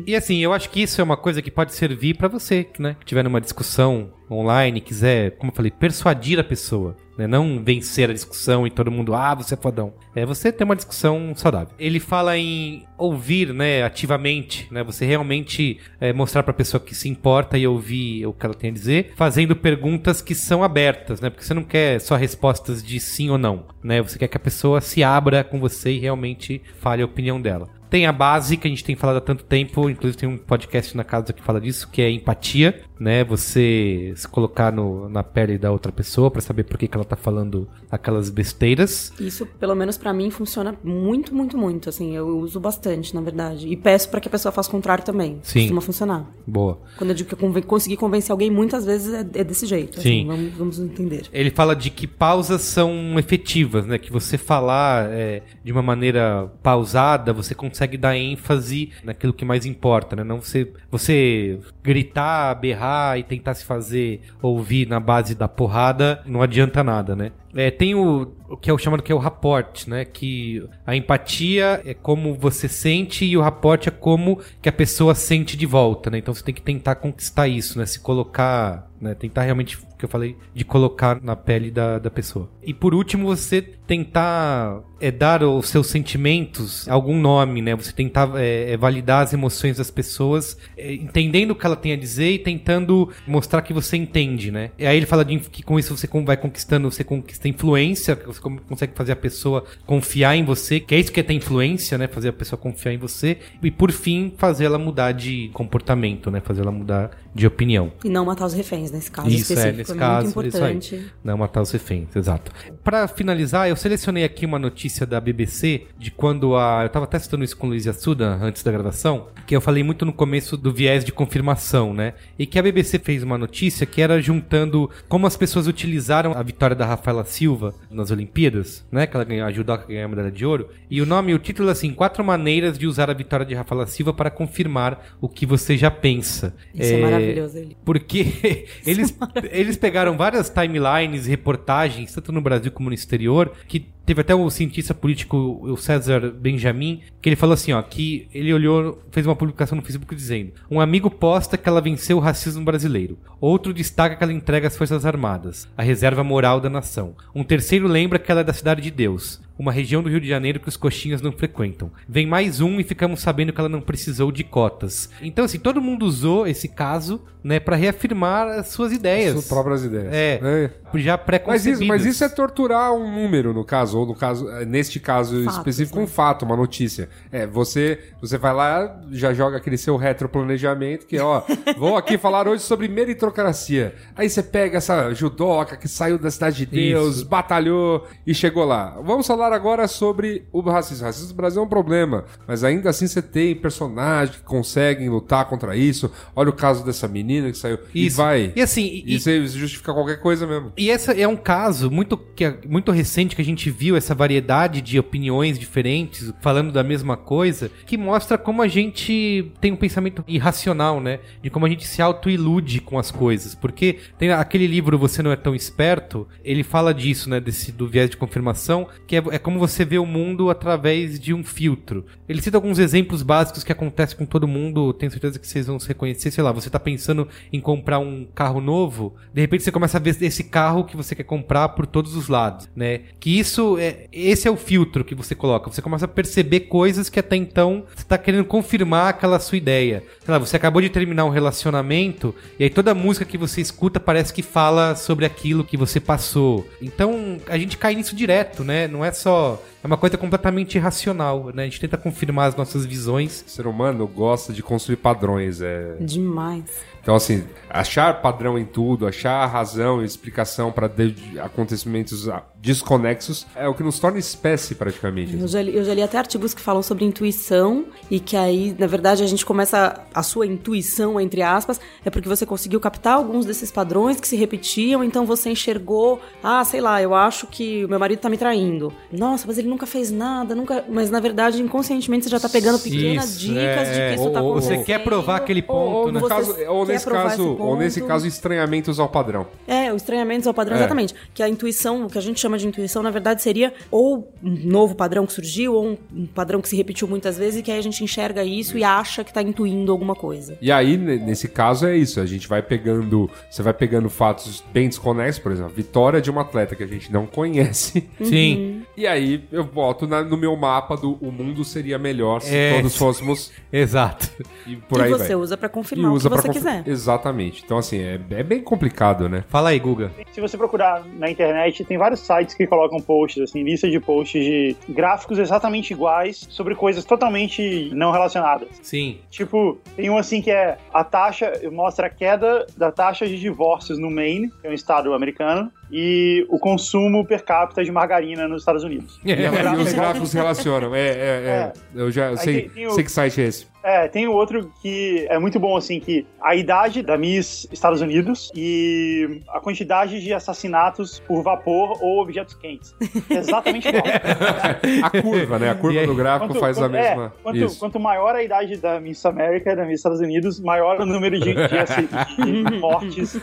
S2: E assim, eu acho que isso é uma coisa que pode servir pra você, né? Que tiver numa discussão online, quiser, como eu falei, persuadir a pessoa, né? Não vencer a discussão e todo mundo, ah, você é fodão. É você ter uma discussão saudável. Ele fala em ouvir, né, ativamente, né? Você realmente é, mostrar pra pessoa que se importa e ouvir o que ela tem a dizer, fazendo perguntas que são abertas, né? Porque você não quer só respostas de sim ou não, né? Você quer que a pessoa se abra com você e realmente fale a opinião dela. Tem a base que a gente tem falado há tanto tempo, inclusive tem um podcast na casa que fala disso, que é empatia, né? Você se colocar no- na pele da outra pessoa pra saber por que, que ela tá falando aquelas besteiras.
S4: Isso, pelo menos pra mim, funciona muito, muito, muito. Assim, eu uso bastante, na verdade. E peço pra que a pessoa faça o contrário também.
S2: Sim.
S4: Costuma funcionar.
S2: Boa.
S4: Quando eu digo que eu conven- consegui convencer alguém, muitas vezes é, é desse jeito.
S2: Sim.
S4: assim, vamos, vamos entender.
S2: Ele fala de que pausas são efetivas, né? Que você falar é, de uma maneira pausada, você consegue dar ênfase naquilo que mais importa, né? Não você, você gritar, berrar e tentar se fazer ouvir na base da porrada, não adianta nada, né? É, tem o, o que é o chamado que é o raporte, né? Que a empatia é como você sente e o raporte é como que a pessoa sente de volta, né? Então você tem que tentar conquistar isso, né? Se colocar, né? Tentar realmente, o que eu falei, de colocar na pele da, da pessoa. E por último, você tentar é, dar aos seus sentimentos algum nome, né? Você tentar é, é, validar as emoções das pessoas, é, entendendo o que ela tem a dizer e tentando mostrar que você entende, né? E aí ele fala de inf- que com isso você con- vai conquistando, você conquista influência, que você com- consegue fazer a pessoa confiar em você, que é isso que é ter influência, né? Fazer a pessoa confiar em você e por fim fazer ela mudar de comportamento, né? Fazer ela mudar de opinião.
S4: E não matar os reféns, nesse caso
S2: Isso,
S4: específico.
S2: é, nesse
S4: muito
S2: caso,
S4: importante.
S2: isso aí. Não matar os reféns, exato. Pra finalizar, eu selecionei aqui uma notícia da BBC de quando a. Eu tava até citando isso com o Luiz Assuda antes da gravação, que eu falei muito no começo do viés de confirmação, né? E que a BBC fez uma notícia que era juntando como as pessoas utilizaram a vitória da Rafaela Silva nas Olimpíadas, né? Que ela ganhou, ajudou a ganhar a medalha de ouro. E o nome, o título é assim: Quatro maneiras de usar a vitória de Rafaela Silva para confirmar o que você já pensa.
S4: Isso é maravilhoso ele.
S2: Porque [LAUGHS] eles, eles pegaram várias timelines, reportagens, tanto no Brasil como no exterior, que teve até um cientista político, o César Benjamin, que ele falou assim, ó, que ele olhou, fez uma publicação no Facebook dizendo: "Um amigo posta que ela venceu o racismo brasileiro. Outro destaca que ela entrega as Forças Armadas, a reserva moral da nação. Um terceiro lembra que ela é da cidade de Deus." Uma região do Rio de Janeiro que os coxinhas não frequentam. Vem mais um e ficamos sabendo que ela não precisou de cotas. Então, assim, todo mundo usou esse caso, né, para reafirmar as suas ideias.
S3: Suas próprias ideias.
S2: É. Já
S3: Mas
S2: pré-concebidas.
S3: isso, mas isso é torturar um número, no caso, ou no caso, eh, neste caso
S4: Fato,
S3: específico,
S4: né?
S3: um fato, uma notícia. É, você, você vai lá, já joga aquele seu retroplanejamento, que ó, vou aqui falar hoje sobre meritocracia. Aí você pega essa judoca que saiu da cidade de Deus,
S2: Isso.
S3: batalhou e chegou lá. Vamos falar agora sobre o racismo. O racismo no Brasil é um problema, mas ainda assim você tem personagens que conseguem lutar contra isso. Olha o caso dessa menina que saiu e
S2: Isso.
S3: vai.
S2: E assim,
S3: E,
S2: e-
S3: você justifica qualquer coisa mesmo.
S2: E essa é um caso muito, que é muito recente que a gente viu essa variedade de opiniões diferentes falando da mesma coisa, que mostra como a gente tem um pensamento irracional, né? De como a gente se autoilude com as coisas. Porque tem aquele livro Você Não É Tão Esperto, ele fala disso, né? Desse, do viés de confirmação, que é, é como você vê o mundo através de um filtro. Ele cita alguns exemplos básicos que acontecem com todo mundo, tenho certeza que vocês vão se reconhecer, sei lá, você tá pensando em comprar um carro novo, de repente você começa a ver esse carro que você quer comprar por todos os lados, né? Que isso é esse é o filtro que você coloca, você começa a perceber coisas que até então você tá querendo confirmar aquela sua ideia. Sei lá, você acabou de terminar um relacionamento e aí toda música que você escuta parece que fala sobre aquilo que você passou. Então, a gente cai nisso direto, né? Não é só é uma coisa completamente irracional, né? A gente tenta confirmar as nossas visões.
S3: O ser humano gosta de construir padrões, é.
S4: Demais.
S3: Então, assim, achar padrão em tudo, achar razão e explicação para acontecimentos ah, desconexos é o que nos torna espécie, praticamente.
S4: Eu já, li, eu já li até artigos que falam sobre intuição e que aí, na verdade, a gente começa a sua intuição, entre aspas, é porque você conseguiu captar alguns desses padrões que se repetiam, então você enxergou, ah, sei lá, eu acho que o meu marido tá me traindo. Nossa, mas ele nunca fez nada, nunca. Mas na verdade, inconscientemente, você já tá pegando pequenas
S2: Isso,
S4: dicas de
S2: é.
S4: que isso
S2: Ou-
S4: tá
S2: ou você
S4: acontecendo.
S2: quer provar aquele ponto,
S4: ou,
S2: né?
S4: você
S3: Caso- ou
S4: quer
S3: nesse
S4: provar esse
S3: caso, ou nesse
S4: ponto.
S3: caso, estranhamentos ao padrão.
S4: É, o estranhamento ao padrão,
S3: É.
S4: exatamente. Que a intuição, o que a gente chama de intuição, na verdade seria ou um novo padrão que surgiu, ou um, um padrão que se repetiu muitas vezes, e que aí a gente enxerga isso e acha que tá intuindo alguma coisa.
S3: E aí, ne- nesse caso, é isso. A gente vai pegando. Você vai pegando fatos bem desconexos, por exemplo, vitória de um atleta que a gente não conhece.
S2: Sim.
S4: Hum.
S3: [LAUGHS] E aí eu boto na- no meu mapa do o mundo seria melhor se
S2: É.
S3: todos fôssemos.
S2: Exato.
S3: E por
S4: e
S3: aí
S4: você
S3: vai.
S4: usa pra confirmar o que
S3: pra
S4: você
S3: confi-
S4: quiser.
S3: Exatamente. Então, assim, é, é bem complicado, né?
S2: Fala aí, Guga.
S5: Se você procurar na internet, tem vários sites que colocam posts, assim, lista de posts de gráficos exatamente iguais sobre coisas totalmente não relacionadas.
S2: Sim.
S5: Tipo, tem um assim que é a taxa, mostra a queda da taxa de divórcios no Maine, que é um estado americano, e o consumo per capita de margarina nos Estados Unidos.
S3: [LAUGHS] E,
S5: gráfico-
S3: os gráficos relacionam. É, é, é. Eu já eu
S5: assim, Aí
S3: sei,
S5: tem- tem o-
S3: sei que site é esse.
S5: É, tem o outro que é muito bom, assim, que a idade da Miss Estados Unidos e a quantidade de assassinatos por vapor ou objetos quentes. É
S3: [LAUGHS]
S5: exatamente igual.
S3: A curva, né? A
S5: [LAUGHS]
S2: E
S3: curva
S2: aí?
S3: do gráfico faz É, a
S5: é,
S3: mesma.
S5: quanto,
S3: isso.
S5: quanto maior a idade da Miss América, da Miss Estados Unidos, maior o número de, de, assi- de mortes,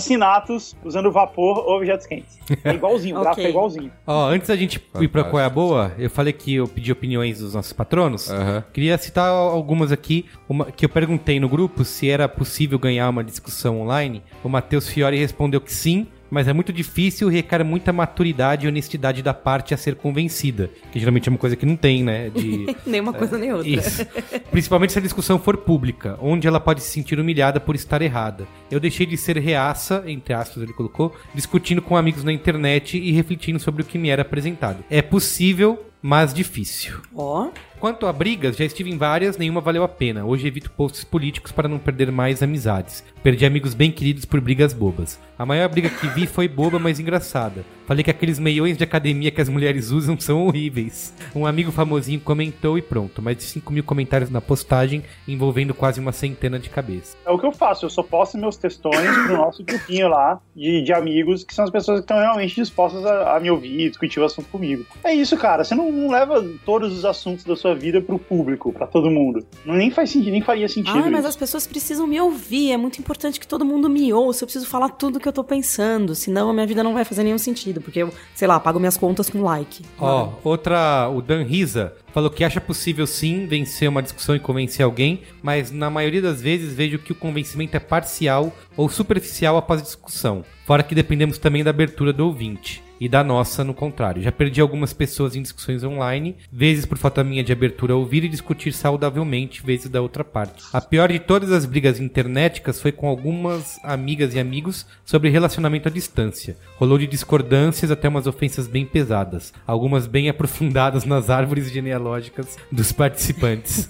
S5: assassinatos usando vapor ou objetos quentes. É igualzinho, o gráfico
S4: Ok.
S5: é igualzinho.
S2: Ó, antes da gente ir pra
S3: Fantástico.
S2: Qual é a Boa, eu falei que eu pedi opiniões dos nossos patronos.
S3: Aham.
S2: Queria citar algumas aqui, uma, que eu perguntei no grupo se era possível ganhar uma discussão online. O Matheus Fiore respondeu que sim, mas é muito difícil e requer muita maturidade e honestidade da parte a ser convencida. Que geralmente é uma coisa que não tem, né? De
S4: Nenhuma coisa nem outra.
S2: Isso. Principalmente se a discussão for pública, onde ela pode se sentir humilhada por estar errada. Eu deixei de ser reaça, entre aspas ele colocou, discutindo com amigos na internet e refletindo sobre o que me era apresentado. É possível, mas difícil.
S4: Ó,
S3: [LAUGHS]
S2: Quanto a brigas, já estive em várias, nenhuma valeu a pena. Hoje evito posts políticos para não perder mais amizades. Perdi amigos bem queridos por brigas bobas. A maior briga que vi foi boba, mas engraçada. Falei que aqueles meiões de academia que as mulheres usam são horríveis. Um amigo famosinho comentou e pronto. Mais de 5 mil comentários na postagem, envolvendo quase uma centena de cabeças.
S5: É o que eu faço, eu só posto meus testões pro nosso grupinho lá de, de amigos, que são as pessoas que estão realmente dispostas a, a me ouvir, discutir o assunto comigo. É isso, cara, você não, não leva todos os assuntos da sua sua vida pro público, pra todo mundo. Não nem faz sentido, nem faria sentido.
S4: Ai, Ah, mas
S5: isso.
S4: as pessoas precisam me ouvir. É muito importante que todo mundo me ouça. Eu preciso falar tudo que eu tô pensando. Senão a minha vida não vai fazer nenhum sentido. Porque eu, sei lá, pago minhas contas com like. [LAUGHS]
S2: Ó, outra, o Dan Risa falou que acha possível sim vencer uma discussão e convencer alguém, mas na maioria das vezes vejo que o convencimento é parcial ou superficial após a discussão. Fora que dependemos também da abertura do ouvinte. E da nossa, no contrário. Já perdi algumas pessoas em discussões online, vezes por falta minha de abertura a ouvir e discutir saudavelmente, vezes da outra parte. A pior de todas as brigas internéticas foi com algumas amigas e amigos sobre relacionamento à distância. Rolou de discordâncias até umas ofensas bem pesadas, algumas bem [LAUGHS] aprofundadas nas árvores genealógicas dos participantes.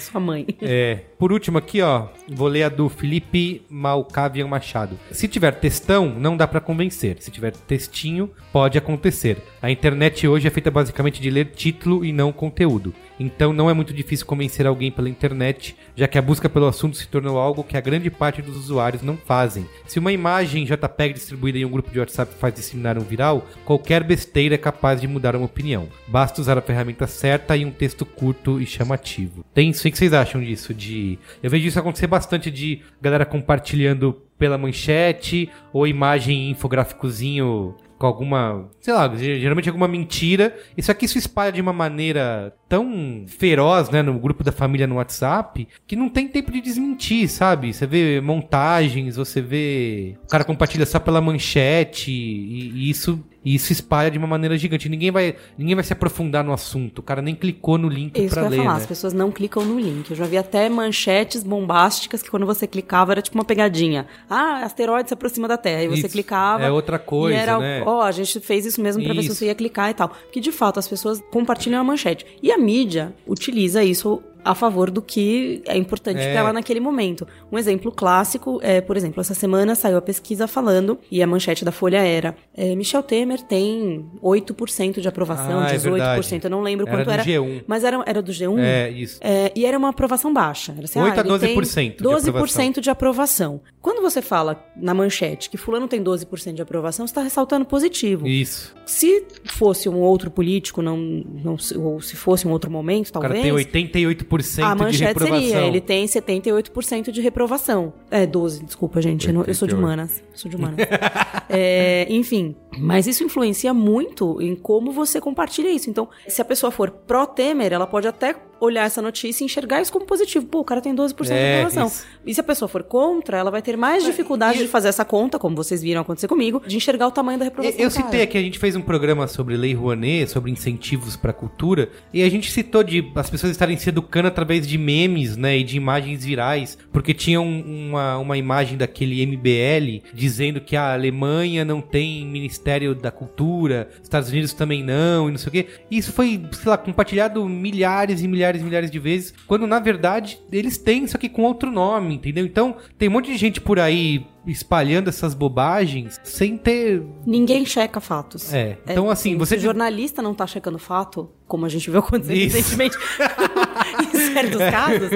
S4: Sua mãe.
S2: É, por último aqui, ó, vou ler a do Felipe Malcavian Machado. Se tiver textão, não dá pra convencer. Se tiver textinho, pode acontecer. A internet hoje é feita basicamente de ler título e não conteúdo. Então não é muito difícil convencer alguém pela internet, já que a busca pelo assunto se tornou algo que a grande parte dos usuários não fazem. Se uma imagem JPEG distribuída em um grupo de WhatsApp faz disseminar um viral, qualquer besteira é capaz de mudar uma opinião. Basta usar a ferramenta certa e um texto curto e chamativo. Tem isso aí que vocês acham disso? De eu vejo isso acontecer bastante de galera compartilhando pela manchete ou imagem em infográficozinho com alguma, sei lá, ge- geralmente alguma mentira. E só que isso espalha de uma maneira tão feroz, né, no grupo da família no WhatsApp, que não tem tempo de desmentir, sabe? Você vê montagens, você vê o cara compartilha só pela manchete e, e isso e isso espalha de uma maneira gigante. Ninguém vai, ninguém vai se aprofundar no assunto. O cara nem clicou no link
S4: Isso que
S2: pra
S4: eu ia
S2: ler,
S4: falar,
S2: né?
S4: as pessoas não clicam no link. Eu já vi até manchetes bombásticas que quando você clicava era tipo uma pegadinha. Ah, asteroide se aproxima da Terra. E você
S2: Isso.
S4: clicava.
S2: É outra coisa,
S4: e era,
S2: né?
S4: ó, a gente fez isso mesmo pra ver se
S2: Isso.
S4: você ia clicar e tal. Porque de fato as pessoas compartilham a manchete. E a mídia utiliza isso a favor do que é importante
S2: É.
S4: pra ela naquele momento. Um exemplo clássico é, por exemplo, essa semana saiu a pesquisa falando, e a manchete da Folha era: é, Michel Temer tem 8% de aprovação,
S2: Ah, é
S4: 18%.
S2: verdade.
S4: eu não lembro
S2: Era
S4: quanto
S2: do
S4: era.
S2: G1.
S4: Mas era, era do G1?
S2: É, isso.
S4: É, e era uma aprovação baixa. Era assim,
S2: 8 a
S4: ah, ele tem
S2: 12% de
S4: 12% de aprovação. Quando você fala na manchete que fulano tem 12% de aprovação, você está ressaltando positivo.
S2: Isso.
S4: Se fosse um outro político, não, não, se- ou se fosse um outro momento,
S2: O cara
S4: talvez...
S2: tem 88%
S4: a
S2: de
S4: manchete
S2: reprovação.
S4: seria, ele tem 78% de reprovação. É, 12, desculpa, gente. Eu, não- eu sou de
S3: 88.
S4: humanas. Sou de humanas. [LAUGHS] É, enfim, mas isso influencia muito em como você compartilha isso. Então, se a pessoa for pró-Temer, ela pode até olhar essa notícia e enxergar isso como positivo. Pô, o cara tem 12% de
S2: É,
S4: aprovação.
S2: isso.
S4: E se a pessoa for contra, ela vai ter mais dificuldade de fazer essa conta, como vocês viram acontecer comigo, de enxergar o tamanho da
S2: Eu,
S4: reprovação.
S2: eu
S4: do cara.
S2: citei aqui, a gente fez um programa sobre Lei Rouanet, sobre incentivos pra cultura, e a gente citou de as pessoas estarem se educando através de memes, né, e de imagens virais, porque tinha um- uma, uma imagem daquele MBL dizendo que a Alemanha não tem Ministério da Cultura, Estados Unidos também não, e não sei o quê. E isso foi, sei lá, compartilhado milhares e milhares e milhares de vezes, quando na verdade eles têm, só que com outro nome, entendeu? Então, tem um monte de gente por aí espalhando essas bobagens sem ter
S4: Ninguém checa fatos.
S2: é. Então, assim, você.
S4: Se o jornalista não tá checando fato, como a gente viu acontecer
S2: Isso. É.
S4: recentemente [LAUGHS] em certos casos,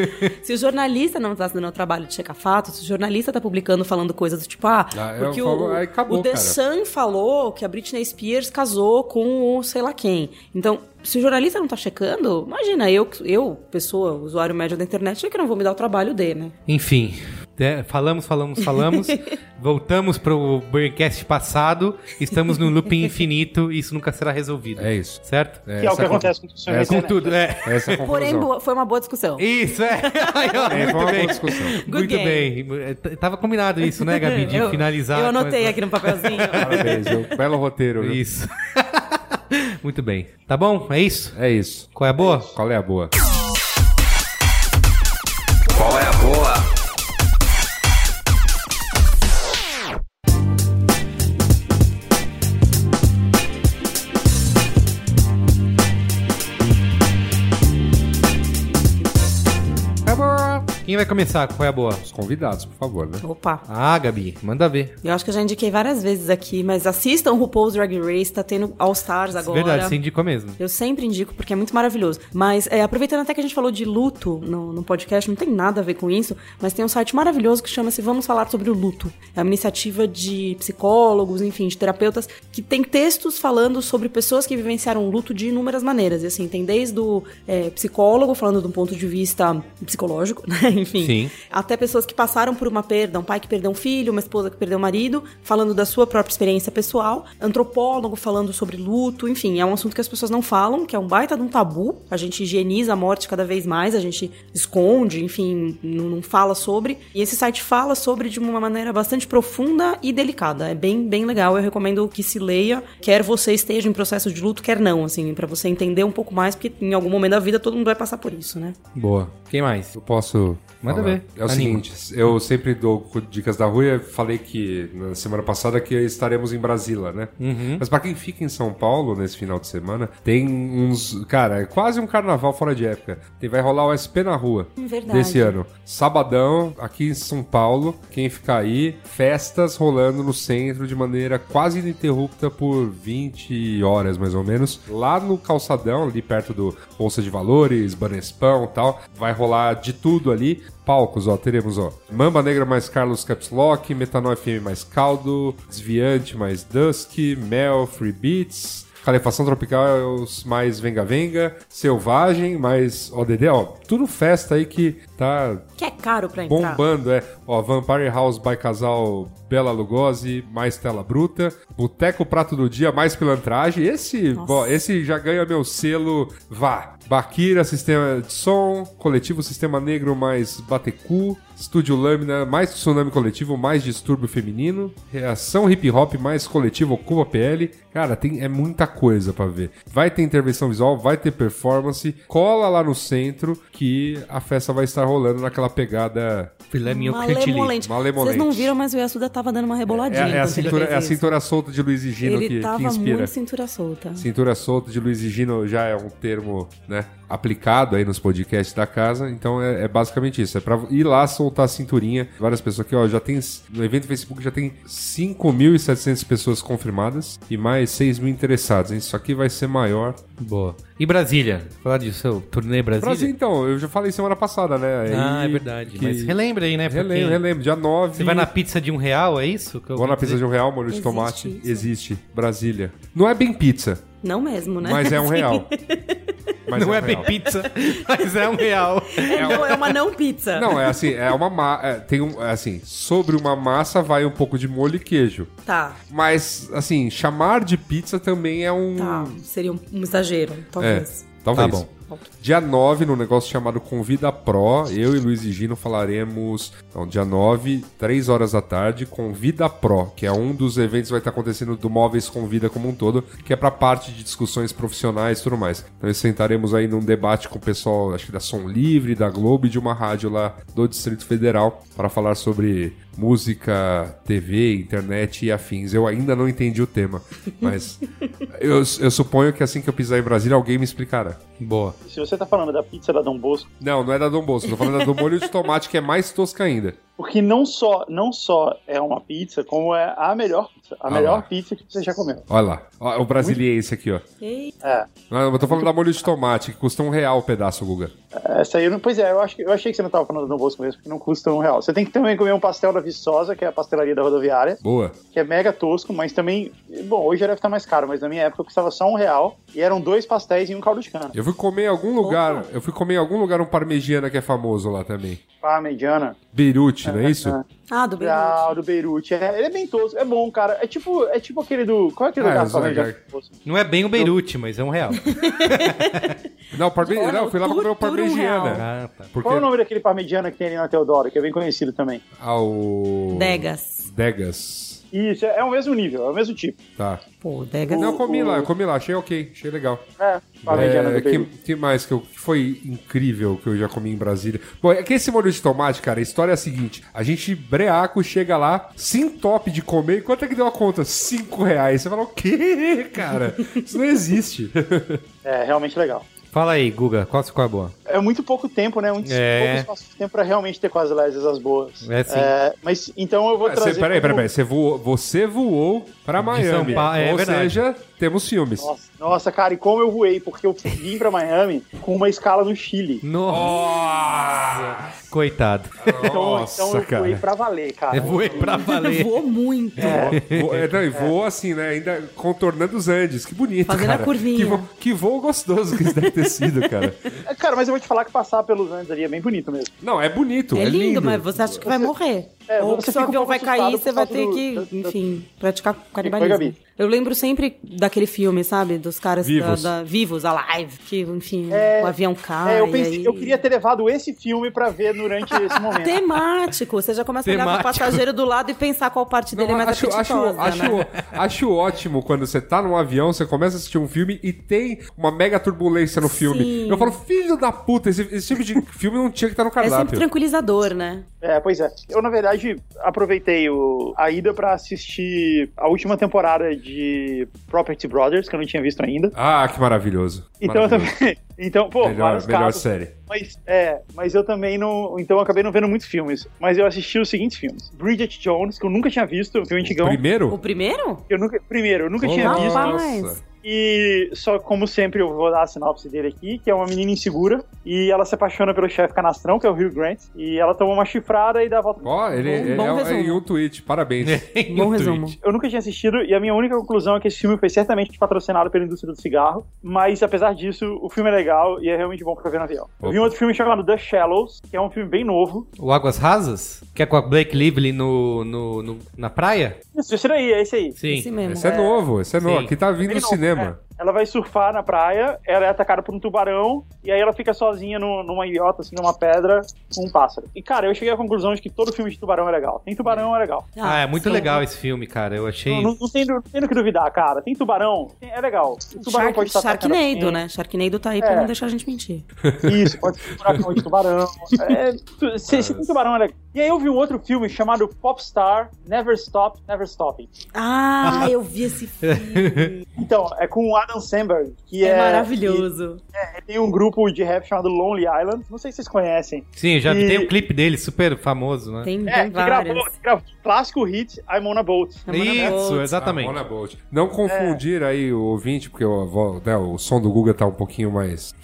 S4: se o jornalista não tá dando o trabalho de checar fato, se o jornalista tá publicando falando coisas do tipo, ah,
S2: é,
S3: Ah, eu
S4: porque
S3: falo-
S4: o,
S3: aí acabou,
S4: o The
S3: cara.
S4: Sun falou que a Britney Spears casou com o sei lá quem. Então, se o jornalista não tá checando, imagina, eu, eu pessoa, usuário médio da internet, é que não vou me dar o trabalho de, né?
S2: Enfim. né, falamos, falamos,
S4: [LAUGHS]
S2: falamos. voltamos pro Braincast passado. Estamos no looping infinito e isso nunca será resolvido.
S3: É isso.
S2: Certo?
S5: Que é o que acontece com o
S3: é
S5: funcionário
S3: essa-
S2: Com
S5: internet.
S2: tudo, é.
S3: Essa é a
S4: Porém,
S3: conclusão.
S4: boa- foi uma boa discussão.
S2: Isso, é. Aí, ó,
S3: É, foi
S2: muito
S3: uma boa
S2: bem.
S3: discussão.
S4: Good
S2: muito
S4: game.
S2: bem. É, t- Tava combinado isso, né, Gabi? De
S4: [LAUGHS] eu,
S2: finalizar.
S4: Eu
S2: com
S4: anotei
S2: essa-
S4: aqui no
S2: [LAUGHS]
S4: papelzinho.
S3: Parabéns, viu? belo roteiro. né? viu?
S2: Isso. [LAUGHS] muito bem. Tá bom? É isso?
S3: É isso.
S2: Qual é a boa?
S3: Qual é a boa?
S6: Qual é a boa?
S3: É
S2: Quem Quem vai começar? Qual é a boa?
S3: Os convidados, por favor, né?
S4: Opa.
S2: Ah, Gabi, manda ver.
S4: Eu acho que eu já indiquei várias vezes aqui, mas assistam RuPaul's Drag Race, tá tendo All Stars agora.
S2: Verdade, você indicou mesmo.
S4: Eu sempre indico porque é muito maravilhoso. Mas é, aproveitando até que a gente falou de luto no, no podcast, não tem nada a ver com isso, mas tem um site maravilhoso que chama-se Vamos Falar sobre o Luto. É uma iniciativa de psicólogos, enfim, de terapeutas, que tem textos falando sobre pessoas que vivenciaram luto de inúmeras maneiras. E assim, tem desde o é, psicólogo falando de um ponto de vista psicológico, [LAUGHS] né? enfim,
S2: Sim.
S4: até pessoas que passaram por uma perda, um pai que perdeu um filho, uma esposa que perdeu um marido, falando da sua própria experiência pessoal, antropólogo falando sobre luto, enfim, é um assunto que as pessoas não falam, que é um baita de um tabu, a gente higieniza a morte cada vez mais, a gente esconde, enfim, não, não fala sobre, e esse site fala sobre de uma maneira bastante profunda e delicada, é bem, bem legal, eu recomendo que se leia, quer você esteja em processo de luto, quer não, assim, pra você entender um pouco mais, porque em algum momento da vida todo mundo vai passar por isso, né?
S3: Boa.
S2: Quem mais?
S3: Eu posso.
S2: Manda
S3: falar?
S2: ver.
S3: É o
S2: Anima.
S3: seguinte, eu sempre dou dicas da rua. Eu falei que na semana passada que estaremos em Brasília, né?
S2: Uhum.
S3: Mas pra quem fica em São Paulo nesse final de semana, tem uns. Cara, é quase um carnaval fora de época. Tem, vai rolar o SP na rua
S4: Hum, verdade.
S3: desse ano. Sabadão, aqui em São Paulo. Quem ficar aí, festas rolando no centro de maneira quase ininterrupta por 20 horas, mais ou menos. Lá no calçadão, ali perto do Bolsa de Valores, Banespão e tal. Vai rolar de tudo ali. Palcos, ó, teremos, ó, Mamba Negra mais Carlos Caps Lock, Metanol FM mais Caldo, Desviante mais Dusk, Mel, Free Beats, Calefação Tropical é os mais Venga Venga, Selvagem mais ODD, ó, tudo festa aí que tá
S4: Que é caro pra entrar.
S3: bombando, é. Ó, Vampire House by Casal Bela Lugosi, mais Tela Bruta, Boteco Prato do Dia, mais Pilantragem, esse,
S4: Nossa.
S3: ó, esse já ganha meu selo, vá. Baquira, Sistema de Som, Coletivo Sistema Negro, mais Batecu, Estúdio Lâmina, mais Tsunami Coletivo, mais Distúrbio Feminino, Reação Hip Hop, mais Coletivo Ocupa PL. Cara, tem, é muita coisa pra ver. Vai ter intervenção visual, vai ter performance. Cola lá no centro que a festa vai estar rolando naquela pegada.
S2: Filé mignon com chantilly.
S4: Malemolente.
S3: Malemolente.
S4: Vocês não viram, mas o Yasuda tava dando uma
S3: É,
S4: reboladinha.
S3: é a,
S4: enquanto ele
S3: cintura,
S4: fez
S3: é a
S4: isso.
S3: cintura solta de Luiz e Gino
S4: Ele
S3: que,
S4: tava
S3: que inspira.
S4: muito assim. cintura solta.
S3: Cintura solta de Luiz e Gino já é um termo, né, aplicado aí nos podcasts da casa, então é, é basicamente isso, é pra ir lá soltar a cinturinha, várias pessoas aqui, ó, já tem, no evento do Facebook já tem 5.700 pessoas confirmadas e mais 6 mil interessados, hein? isso aqui vai ser maior.
S2: Boa. E Brasília? Falar disso, seu turnê Brasília?
S3: Brasil, então, eu já falei semana passada, né?
S2: Ah,
S3: Aí
S2: é verdade.
S3: que-
S2: Mas relembra aí, né? pra
S3: relembro,
S2: quem-
S3: relembro, dia 9.
S2: Você vai na pizza de um real, é isso? que eu
S3: Vou na
S2: ouvi
S3: pizza
S2: dizer?
S3: de um real, molho de
S4: Existe
S3: tomate.
S4: isso?
S3: Existe. Brasília. Não é bem pizza,
S4: Não mesmo, né?
S3: mas é um
S4: Assim,
S3: real. Mas
S2: Não é
S3: um
S2: bem
S3: real.
S2: pizza, [LAUGHS] mas é um real.
S4: [LAUGHS] É, não, é uma não pizza.
S3: Não, é assim, é uma ma... é, tem um, é assim, sobre uma massa vai um pouco de molho e queijo.
S4: Tá,
S3: Mas assim, chamar de pizza também é um
S4: tá. Seria um, um exagero,
S3: é,
S4: talvez.
S3: talvez.
S2: Tá
S4: bom.
S3: Dia 9, num negócio chamado Convida Pro, eu e Luiz e Gino falaremos. Então, dia 9, 3 horas da tarde, Convida Pro, que é um dos eventos que vai estar acontecendo do Móveis Convida como um todo, que é pra parte de discussões profissionais e tudo mais. Então, nós sentaremos aí num debate com o pessoal, acho que da Som Livre, da Globo e de uma rádio lá do Distrito Federal, para falar sobre música, TV, internet e afins. Eu ainda não entendi o tema, mas eu, eu suponho que assim que eu pisar em Brasília, alguém me explicará.
S2: Boa.
S5: Se você tá falando da pizza da Dom Bosco,
S3: Não, não é da Dom Bolso. Tô falando da do molho de tomate, que é mais tosca ainda.
S5: porque não só, não só é uma pizza, como é a melhor pizza. A
S3: Ah
S5: melhor
S3: lá.
S5: pizza que você já comeu.
S3: Olha lá. Ó, o brasiliense aqui, ó.
S4: Ei,
S5: É.
S3: Não, eu tô falando da molho de tomate, que custa um real o pedaço, Guga.
S5: Essa aí, eu não- pois é, eu, acho, que- eu achei que você não tava falando da Dom Bosco mesmo, porque não custa um real. Você tem que também comer um pastel da Viçosa, que é a pastelaria da rodoviária,
S3: Boa.
S5: que é mega tosco, mas também. Bom, hoje já deve estar mais caro, mas na minha época custava só um real e eram dois pastéis e um caldo de cana.
S3: Eu fui comer em algum lugar. Eu fui comer em algum lugar um parmegiana que é famoso lá também.
S5: Pá, mediana.
S3: Beirute, não é isso?
S5: Ah,
S4: Ah, do bem.
S5: Ah, o do Beirute. É, ele é bem tosco, é bom, cara. É tipo, é tipo aquele do. Qual é aquele
S3: Ah,
S5: lugar
S3: é
S5: que fala
S3: Zagar.
S5: mediana?
S2: Não é bem o Beirute, mas é um real.
S3: Não, parme...
S4: ah. Olha,
S3: não, eu fui lá pra comer o
S4: tudo um real.
S3: parmegiana.
S2: Ah, tá.
S3: Porque
S5: Qual é o nome daquele parmegiana que tem ali na Teodoro, que é bem conhecido também?
S3: ao.
S4: Degas.
S3: Degas.
S5: Isso, é o mesmo nível, é o mesmo tipo.
S3: Tá.
S4: Pô, Degas.
S3: Não, eu comi
S5: o-
S3: lá, eu comi lá, achei ok, achei legal.
S5: É, parmegiana
S3: É,
S5: do
S3: que,
S5: Beirute.
S3: que mais que, eu, que foi incrível que eu já comi em Brasília? Bom, é que esse molho de tomate, cara, a história é a seguinte: a gente breaco chega lá, se entope de comer, e quanto é que deu a conta? [LAUGHS]
S5: [LAUGHS]
S3: Cinco reais. Você fala, o quê, cara? Isso não existe.
S5: É realmente legal.
S2: Fala aí, Guga, qual ficou a boa?
S5: É muito pouco tempo, né? Muito
S2: É.
S5: pouco espaço de tempo pra realmente ter quase as as boas.
S2: É, sim.
S5: mas então eu vou
S3: Ah,
S5: trazer.
S3: cê- peraí, peraí,
S5: como-
S3: peraí. Você voou, você voou pra Miami.
S2: São Paulo, é
S3: ou
S2: verdade.
S3: seja, temos filmes.
S5: Nossa, nossa, cara, e como eu voei, porque eu vim pra Miami com uma escala no Chile.
S2: Nossa, coitado.
S5: Então,
S3: Nossa,
S5: então eu voei
S3: cara. É
S5: pra valer, cara.
S2: Eu voei
S3: [LAUGHS]
S2: pra valer.
S4: Voou muito.
S3: Vo- é, não, e voou assim, né? Ainda contornando os Andes. Que bonito,
S4: Fazendo
S3: cara.
S4: a curvinha.
S3: Que, vo- que voo gostoso que isso deve ter sido,
S4: [LAUGHS]
S3: cara.
S5: É, Cara, mas eu vou te falar que passar pelos Andes ali é bem bonito mesmo.
S3: Não, é bonito.
S4: É,
S3: É,
S4: lindo, mas você acha que vai morrer.
S5: É,
S4: Ou
S5: você
S4: que seu
S5: fica um
S4: avião
S5: pouco
S4: vai cair,
S5: assustado
S4: você
S5: por
S4: vai
S5: causa
S4: ter
S5: do- da-
S4: que,
S5: da-
S4: enfim, praticar
S5: Gabi.
S4: canibalismo. Eu lembro sempre daquele filme, sabe? Dos caras
S3: Vivos.
S4: Da, da- vivos, Alive, que, enfim,
S5: É,
S4: o avião cai.
S5: É, eu pensei,
S4: aí-
S5: eu queria ter levado esse filme pra ver durante esse momento.
S4: Temático, você já começa a olhar pro
S2: Temático.
S4: passageiro do lado e pensar qual parte dele
S3: Não,
S4: é mais
S3: acho, acho,
S4: apetitosa,
S3: acho,
S4: né?
S3: acho ótimo quando você tá num avião, você começa a assistir um filme e tem uma mega turbulência no filme.
S4: Sim.
S3: Eu falo, filho da puta, esse, esse tipo de filme não tinha que
S4: [LAUGHS]
S3: estar no
S4: É sempre
S3: cardápio.
S4: tranquilizador, né?
S5: É, pois é. Eu, na verdade, aproveitei o- a ida pra assistir a última temporada de Property Brothers, que eu não tinha visto ainda.
S3: ah, que maravilhoso.
S5: Então, eu
S3: Maravilhoso.
S5: também. [LAUGHS] Então, pô,
S3: melhor,
S5: vários
S3: melhor
S5: casos.
S3: série.
S5: Mas, é, mas eu também não. Então, eu acabei não vendo muitos filmes. Mas eu assisti os seguintes filmes: Bridget Jones, que eu nunca tinha visto, um filme antigão.
S4: O
S3: Primeiro?
S4: primeiro?
S5: Eu nunca, primeiro, eu nunca tinha
S4: Nossa.
S5: visto.
S4: Rapaz.
S5: E só como sempre eu vou dar a sinopse dele aqui, que é uma menina insegura e ela se apaixona pelo chefe canastrão, que é o Hugh Grant, e ela toma uma chifrada e dá a volta.
S3: Ó, ele,
S4: Bom-
S3: ele
S4: bom
S3: é- é,
S4: resumo.
S3: em um tweet,
S4: [LAUGHS]
S3: parabéns.
S2: Em
S4: Bom
S2: um
S4: resumo.
S2: tweet.
S5: Eu nunca tinha assistido e a minha única conclusão é que esse filme foi certamente patrocinado pela indústria do cigarro, mas apesar disso, o filme é legal e é realmente bom pra ver no avião. Eu vi um outro filme chamado The Shallows, que é um filme bem novo.
S2: O Águas Rasas? Que é com a Blake Lively no, no, no- na praia?
S5: Isso, esse daí, é esse aí.
S2: Sim.
S4: Esse mesmo.
S3: Esse é, novo, esse é novo.
S2: Sim.
S3: Aqui tá vindo no
S5: Bem novo,
S3: cinema.
S5: Ela vai surfar na praia, ela é atacada por um tubarão, e aí ela fica sozinha no- numa ilhota, assim, numa pedra, com um pássaro. E, cara, eu cheguei à conclusão de que todo filme de tubarão é legal. Tem tubarão, é legal.
S2: Ah, é muito
S4: sim.
S2: legal esse filme, cara. Eu achei.
S5: Não, não- não tem, não tem do que duvidar, cara. Tem tubarão, tem- é legal. O tubarão
S4: Um Shark,
S5: pode estar atacando
S4: Sharknado,
S5: alguém.
S4: né? Sharknado tá aí pra
S5: É.
S4: não deixar a gente mentir.
S5: Isso, pode ser um furacão de
S4: [LAUGHS]
S5: tubarão. É, tu- se, se tem tubarão, é legal. E aí eu vi um outro filme chamado Popstar, Never Stop, Never Stopping.
S4: Ah, eu vi
S5: [LAUGHS] É,
S4: esse filme.
S5: Então, é com o Adam Sandberg, que
S4: é,
S5: é...
S4: maravilhoso.
S5: que- tem um grupo de rap chamado Lonely Island. Não sei se vocês conhecem.
S2: Sim, já
S5: E-
S2: tem um clipe dele super famoso, né?
S4: Tem,
S5: É,
S4: tem
S5: que
S4: várias.
S5: gravou, que gravou o clássico hit I'm on a boat.
S4: É maravilhoso.
S2: Isso,
S3: Ah,
S2: exatamente.
S3: Mona Bolt. Não confundir aí o ouvinte, porque o, vo- né, o som do Guga tá um pouquinho mais.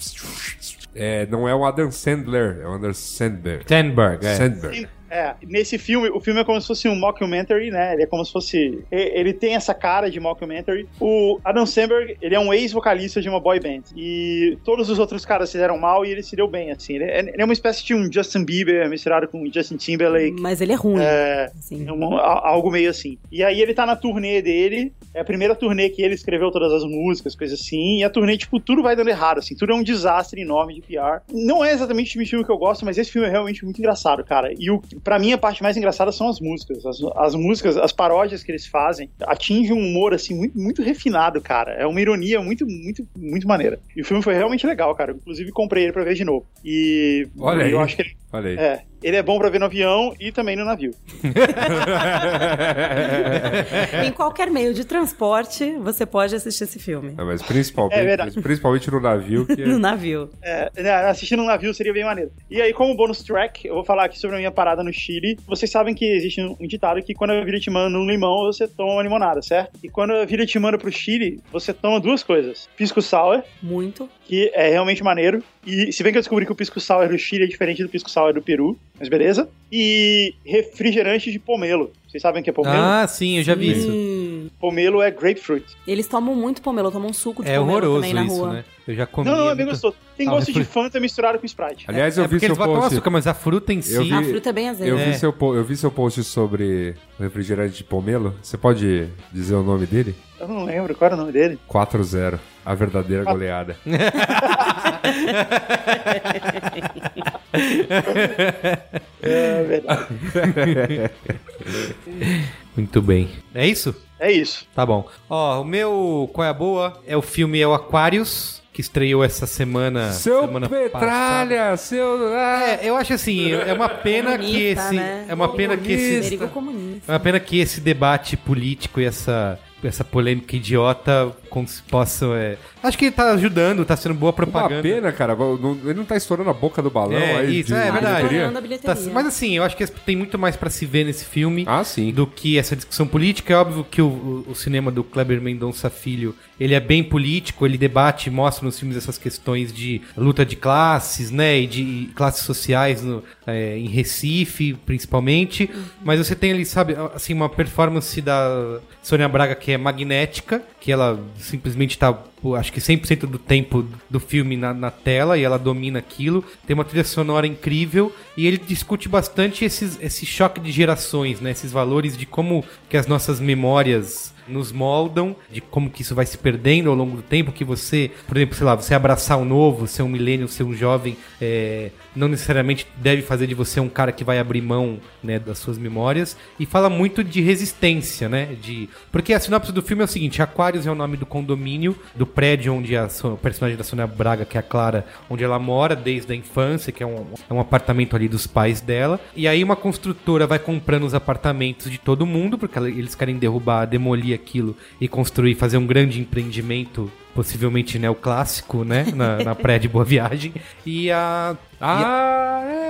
S3: É, não é o Adam Sandler, é o Adam Sandberg.
S2: Sandberg, é.
S3: Sandberg.
S5: É, nesse filme, o filme é como se fosse um mockumentary, né? Ele é como se fosse. e- Ele tem essa cara de mockumentary. O Adam Sandberg, ele é um ex-vocalista de uma boy band. E todos os outros caras se deram mal e ele se deu bem, assim. Ele é, ele é uma espécie de um Justin Bieber misturado com o Justin Timberlake.
S4: Mas ele é ruim.
S5: É,
S4: assim.
S5: É um- a- algo meio assim. E aí ele tá na turnê dele, é a primeira turnê que ele escreveu todas as músicas, coisas assim, e a turnê, tipo, tudo vai dando errado, assim, tudo é um desastre enorme de PR. Não é exatamente o tipo de filme que eu gosto, mas esse filme é realmente muito engraçado, cara. E o, pra mim a parte mais engraçada são as músicas. As, as músicas, as paródias que eles fazem, atingem um humor, assim, muito, muito refinado, cara. É uma ironia muito, muito, muito maneira. E o filme foi realmente legal, cara. Eu, Inclusive comprei ele pra ver de novo. E
S3: Olha aí.
S5: eu acho que ele,
S3: Olha aí.
S5: é, ele é bom pra ver no avião e também no navio.
S2: É.
S4: Em qualquer meio de transporte, você pode assistir esse filme.
S3: [LAUGHS] Não, mas principalmente,
S5: É verdade.
S3: principalmente no navio, que
S4: [LAUGHS] No
S3: é
S4: navio.
S5: É, né, assistindo um navio seria bem maneiro. E aí, como bônus track, eu vou falar aqui sobre a minha parada no Chile. Vocês sabem que existe um um ditado que quando a vida te manda um limão, você toma uma limonada, certo? E quando a vida te manda pro Chile, você toma duas coisas: pisco sour,
S4: Muito.
S5: que é realmente maneiro. E se bem que eu descobri que o pisco sour do Chile é diferente do pisco sour do Peru, mas beleza. E refrigerante de pomelo. Vocês sabem o que é pomelo?
S2: Ah, sim, eu já vi isso.
S4: Hum.
S5: Pomelo é grapefruit.
S4: Eles tomam muito pomelo, tomam um suco de
S2: É
S4: pomelo
S2: horroroso
S4: também na
S2: isso,
S4: rua.
S2: né? Eu já comi.
S5: Não, não, é bem
S2: muito-
S5: gostoso. Tem
S2: Ah,
S5: gosto de
S2: refri-
S5: Fanta misturado com Sprite.
S3: Aliás, eu
S2: É
S3: vi
S2: porque
S3: seu
S2: eles botam
S3: post.
S2: açúcar, mas a fruta em
S3: Eu
S2: si.
S4: A
S3: vi-
S4: fruta é bem azedo.
S3: Eu vi,
S2: É.
S4: [LAUGHS]
S3: seu, po- eu vi seu post sobre o refrigerante de pomelo. Você pode dizer o nome dele?
S5: Eu não lembro qual era o nome dele.
S3: 4-0. A verdadeira goleada.
S5: É verdade.
S2: [LAUGHS] Muito bem. É isso?
S5: É isso.
S2: Tá bom. Ó, o meu Qual é a Boa é o filme É o Aquarius, que estreou essa semana.
S3: seu
S2: semana
S3: Petralha! Seu.
S2: passada.
S3: Ah,
S2: É, eu acho assim, é uma pena que
S4: Comunista,
S2: esse.
S4: né?
S2: É uma pena que esse.
S4: Perigo
S2: É
S4: comunista.
S2: uma pena que esse debate político e essa, essa polêmica idiota cons- possam. é, Acho que ele tá ajudando, tá sendo boa
S3: Uma
S2: propaganda.
S3: pena, cara. não- Ele não tá estourando a boca do balão
S2: É,
S3: aí.
S2: isso, é verdade.
S3: bilheteria?
S4: Estourando a bilheteria.
S2: Tá- mas assim, eu acho que tem muito mais pra se ver nesse filme
S3: Ah, sim.
S2: do que essa discussão política. É óbvio que o, o- o cinema do Kleber Mendonça Filho, ele é bem político, ele debate e mostra nos filmes essas questões de luta de classes, né, e de e classes sociais no- é, em Recife, principalmente. Mas você tem ali, sabe, assim, uma performance da Sônia Braga que é magnética, que ela simplesmente tá, pô, acho que 100% do tempo do filme na, na tela e ela domina aquilo. Tem uma trilha sonora incrível e ele discute bastante esses, esse choque de gerações, né? Esses valores de como que as nossas memórias nos moldam, de como que isso vai se perdendo ao longo do tempo, que você, por exemplo, sei lá, você abraçar o novo, ser um milênio, ser um jovem, é, não necessariamente deve fazer de você um cara que vai abrir mão, né, das suas memórias, e fala muito de resistência, né, de... Porque a sinopse do filme é o seguinte, Aquarius é o nome do condomínio, do prédio onde a, Son- o personagem da Sônia Braga, que é a Clara, onde ela mora desde a infância, que é um, é um apartamento ali dos pais dela, e aí uma construtora vai comprando os apartamentos de todo mundo, porque ela- eles querem derrubar, demolir aquilo e construir, fazer um grande empreendimento, possivelmente neoclássico, né? Na, na [LAUGHS] praia de Boa Viagem. E a.
S3: Ah, é.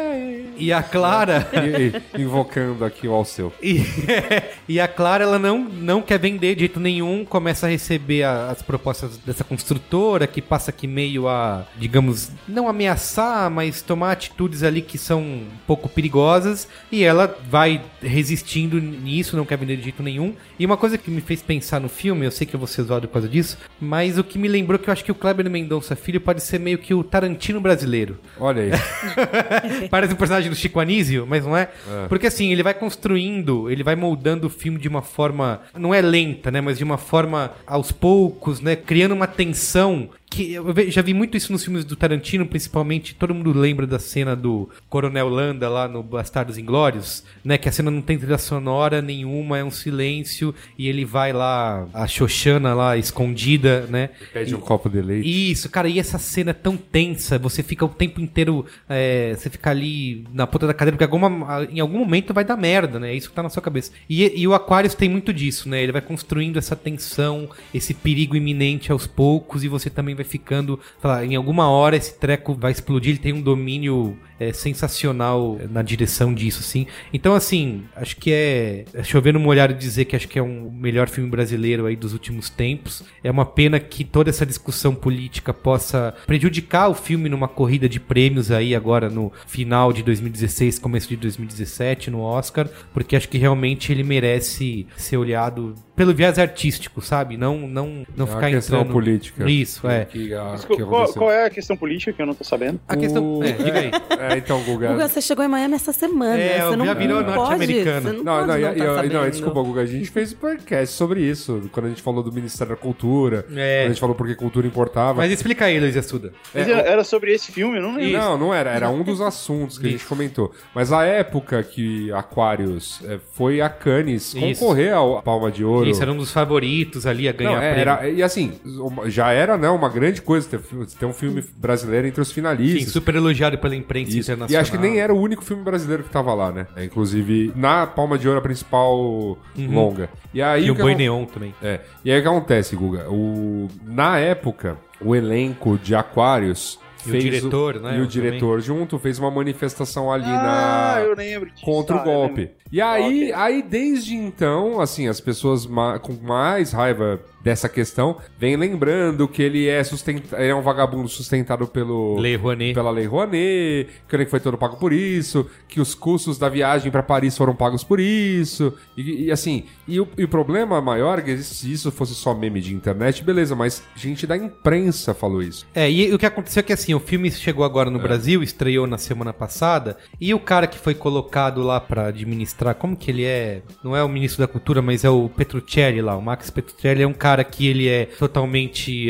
S2: E a Clara.
S3: E- e- invocando aqui o Alceu.
S2: E, [LAUGHS] e a Clara, ela não, não quer vender de jeito nenhum, começa a receber a- as propostas dessa construtora, que passa aqui meio a, digamos, não ameaçar, mas tomar atitudes ali que são um pouco perigosas, e ela vai resistindo nisso, não quer vender de jeito nenhum. E uma coisa que me fez pensar no filme, eu sei que eu vou ser zoado por causa disso, mas o que me lembrou é que eu acho que o Kleber Mendonça Filho pode ser meio que o Tarantino brasileiro.
S3: Olha aí.
S2: Parece um personagem do Chico Anísio, mas não é. Porque assim, ele vai construindo, ele vai moldando o filme de uma forma. Não é lenta, né? Mas de uma forma aos poucos, né? Criando uma tensão. Que eu ve- já vi muito isso nos filmes do Tarantino, principalmente. Todo mundo lembra da cena do Coronel Landa lá no Bastardos Inglórios, né? Que a cena não tem trilha sonora nenhuma, é um silêncio. E ele vai lá, a Xoxana lá escondida, né?
S3: Pede um copo de leite.
S2: Isso, cara, e essa cena é tão tensa, você fica o tempo inteiro, é, você fica ali na ponta da cadeira, porque alguma- em algum momento vai dar merda, né? É isso que tá na sua cabeça. E, e o Aquarius tem muito disso, né? Ele vai construindo essa tensão, esse perigo iminente aos poucos, e você também vai ficando, sei lá, em alguma hora esse treco vai explodir, ele tem um domínio é, sensacional na direção disso, assim. Então, assim, acho que é, é chover no molhado dizer que acho que é um o melhor filme brasileiro aí dos últimos tempos. É uma pena que toda essa discussão política possa prejudicar o filme numa corrida de prêmios aí agora no final de 2016, começo de 2017 no Oscar, porque acho que realmente ele merece ser olhado pelo viés artístico, sabe? Não não não
S3: É uma
S2: ficar
S3: questão
S2: entrando
S3: política.
S2: Isso, é.
S3: Que, ah,
S5: Mas
S3: que
S5: qual,
S3: aconteceu.
S5: qual é a questão política que eu não tô sabendo?
S2: A questão,
S3: O-
S2: é, diga aí.
S3: É, então, Guga.
S4: Guga, você chegou em Miami essa semana.
S2: É,
S4: você
S2: eu
S4: não
S2: já virou
S4: pode,
S2: norte-americano.
S4: você Não,
S3: Não, não,
S4: pode não,
S3: e- e-
S4: tá
S3: não,
S4: sabendo.
S3: desculpa, Guga, a gente fez um podcast sobre isso, quando a gente falou do Ministério da Cultura,
S2: É.
S3: quando a gente falou porque cultura importava.
S2: Mas explica aí, Luiz Assuda.
S5: Mas era- era sobre esse filme, eu não lembro.
S3: É, Não, não era. Era um
S2: [LAUGHS]
S3: dos assuntos que a gente comentou. Mas a época que Aquarius eh, foi a Cannes
S2: Isso.
S3: concorrer à Palma de Ouro.
S2: Isso era um dos favoritos ali a ganhar
S3: Não, é,
S2: prêmio.
S3: era, e assim, uma- já era né, uma grande coisa ter, fi- ter um filme brasileiro entre os
S2: Sim,
S3: finalistas.
S2: super elogiado pela imprensa
S3: Isso.
S2: internacional.
S3: E acho que nem era o único filme brasileiro que tava lá, né? É, inclusive, na Palma de Ouro, a principal longa. E aí.
S2: Uhum. E o
S3: que
S2: Boi
S3: acon-
S2: Neon também.
S3: É. E aí o que acontece, Guga? O... Na época, o elenco de Aquarius
S2: E o
S3: fez.
S2: diretor, né,
S3: E
S2: também.
S3: o diretor junto fez uma manifestação ali
S5: Ah,
S3: na
S5: eu lembro. disso.
S3: contra
S5: Ah,
S3: o
S5: eu
S3: golpe.
S5: lembro.
S3: E aí,
S5: Ok.
S3: aí, desde então, assim, as pessoas ma- com mais raiva dessa questão vêm lembrando que ele é sustenta ele é um vagabundo sustentado pelo
S2: Lei Rouanet.
S3: pela Lei Rouanet, que ele foi todo pago por isso, que os custos da viagem para Paris foram pagos por isso, e, e assim, e o, e o problema maior é que se isso fosse só meme de internet, beleza, mas gente da imprensa falou isso.
S2: É, e o que aconteceu é que assim, o filme chegou agora
S3: É.
S2: no Brasil, estreou na semana passada, e o cara que foi colocado lá pra administrar, como que ele é? Não é o ministro da cultura, mas é o Petruccelli lá, o Max Petruccelli é um cara que ele é totalmente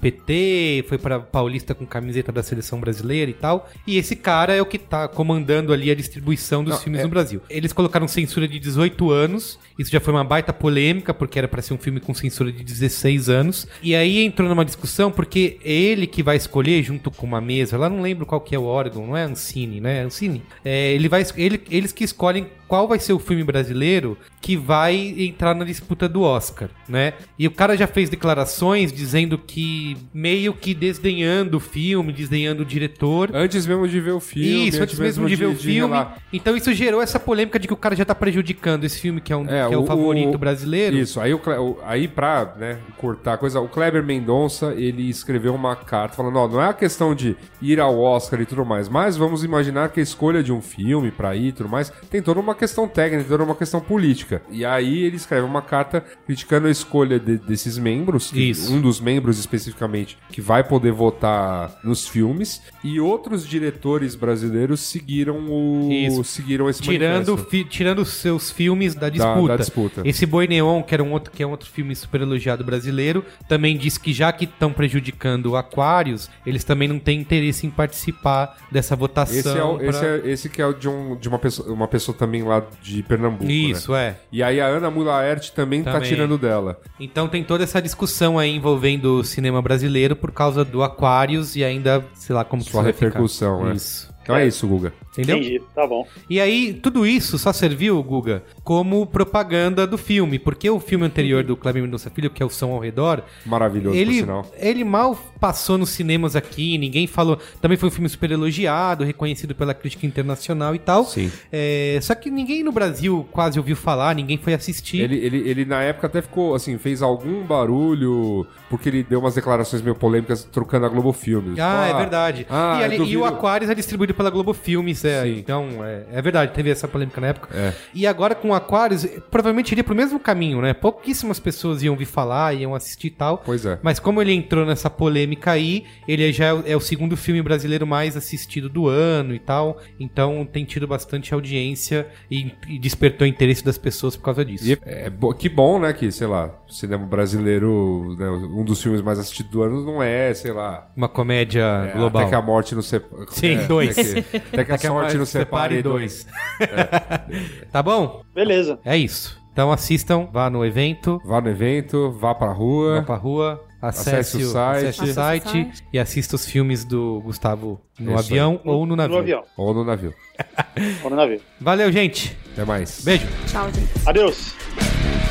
S2: anti-PT, foi pra Paulista com camiseta da seleção brasileira e tal, e esse cara é o que tá comandando ali a distribuição dos
S3: Não,
S2: filmes
S3: é-
S2: no Brasil. Eles colocaram censura de 18 anos, isso já foi uma baita polêmica, porque era pra ser um filme com censura de 16 anos. E aí entrou numa discussão, porque é ele que vai escolher, junto com uma mesa, lá não lembro qual que é o órgão, não é Ancine, né? Ancine. É, ele vai, es- ele, eles que escolhem qual vai ser o filme brasileiro que vai entrar na disputa do Oscar, né? E o cara já fez declarações dizendo que meio que desdenhando o filme, desdenhando o diretor.
S3: Antes mesmo de ver o filme.
S2: isso, antes mesmo de ver o filme.
S3: relar.
S2: Então isso gerou essa polêmica de que o cara já tá prejudicando esse filme, que é, um, que é o, favorito brasileiro.
S3: Isso, aí, o, Cle- o- aí pra né, cortar a coisa, o Kleber Mendonça, ele escreveu uma carta falando, ó, não é a questão de ir ao Oscar e tudo mais, mas vamos imaginar que a escolha de um filme pra ir e tudo mais tem toda uma questão técnica, tem toda uma questão política. E aí ele escreve uma carta criticando a escolha de- desses membros, que
S2: Isso.
S3: um dos membros especificamente, que vai poder votar nos filmes, e outros diretores brasileiros seguiram o...
S2: Isso.
S3: seguiram esse
S2: Tirando,
S3: manifesto.
S2: fi- tirando os seus filmes da disputa.
S3: da disputa.
S2: Esse Boi Neon, que, era um outro, que é um outro filme super elogiado brasileiro, também diz que já que estão prejudicando o Aquarius, eles também não têm interesse em participar dessa votação.
S3: Esse, é o,
S2: pra-
S3: esse, é, esse que é o de, um, de uma, pessoa, uma pessoa também lá de Pernambuco,
S2: Isso,
S3: né?
S2: é.
S3: E aí a Ana Mulaert também, tá
S2: Também.
S3: tirando dela.
S2: Então tem toda essa discussão aí envolvendo o cinema brasileiro por causa do Aquarius e ainda, sei lá como que
S3: Sua
S2: isso vai ficar.
S3: repercussão, né?
S2: Isso.
S3: Então é isso, Guga.
S2: Entendeu?
S5: Entendi, tá bom.
S2: E aí, tudo isso só serviu, Guga, como propaganda do filme, porque o filme anterior do Cleber Mendonça Filho, que é o Som ao Redor,
S3: Maravilhoso, por
S2: ele,
S3: sinal.
S2: ele mal passou nos cinemas aqui, ninguém falou. Também foi um filme super elogiado, reconhecido pela crítica internacional e tal.
S3: Sim.
S2: É, só que ninguém no Brasil quase ouviu falar, ninguém foi assistir.
S3: Ele, ele, ele na época até ficou, assim, fez algum barulho, porque ele deu umas declarações meio polêmicas trocando a Globo Filmes.
S2: Ah,
S3: Tipo,
S2: é verdade.
S3: ah,
S2: e, ali-
S3: eu
S2: e o
S3: duvido-
S2: Aquarius é distribuído pela Globo Filmes, é,
S3: Sim. É.
S2: então é, é verdade, teve essa polêmica na época. E agora com o Aquarius, provavelmente iria pro mesmo caminho, né? Pouquíssimas pessoas iam ouvir falar, iam assistir e tal.
S3: Pois é.
S2: Mas como ele entrou nessa polêmica aí, ele já é o, é o segundo filme brasileiro mais assistido do ano e tal. Então tem tido bastante audiência e, e despertou interesse das pessoas por causa disso.
S3: E é bo- que bom, né, que, sei lá, o cinema brasileiro, né, um dos filmes mais assistidos do ano não é, sei lá,
S2: Uma comédia
S3: É,
S2: global.
S3: Até que a morte não separe. é,
S2: Sim, dois.
S3: Até que, até que a sorte não separe dois.
S2: [LAUGHS] tá bom?
S5: Beleza.
S2: É isso. Então assistam, vá no evento,
S3: Vá no evento, vá pra
S2: vá
S3: rua.
S2: pra rua, acesse,
S3: Acesse o
S2: o,
S3: site.
S2: acesse o
S4: Acesse o
S2: site
S4: site.
S2: e assista os filmes do Gustavo no
S3: Isso aí.
S2: avião ou no navio.
S5: No avião,
S3: Ou no navio.
S5: ou no navio.
S2: Valeu, gente.
S3: Até mais.
S2: Beijo.
S4: Tchau, gente.
S5: Adeus.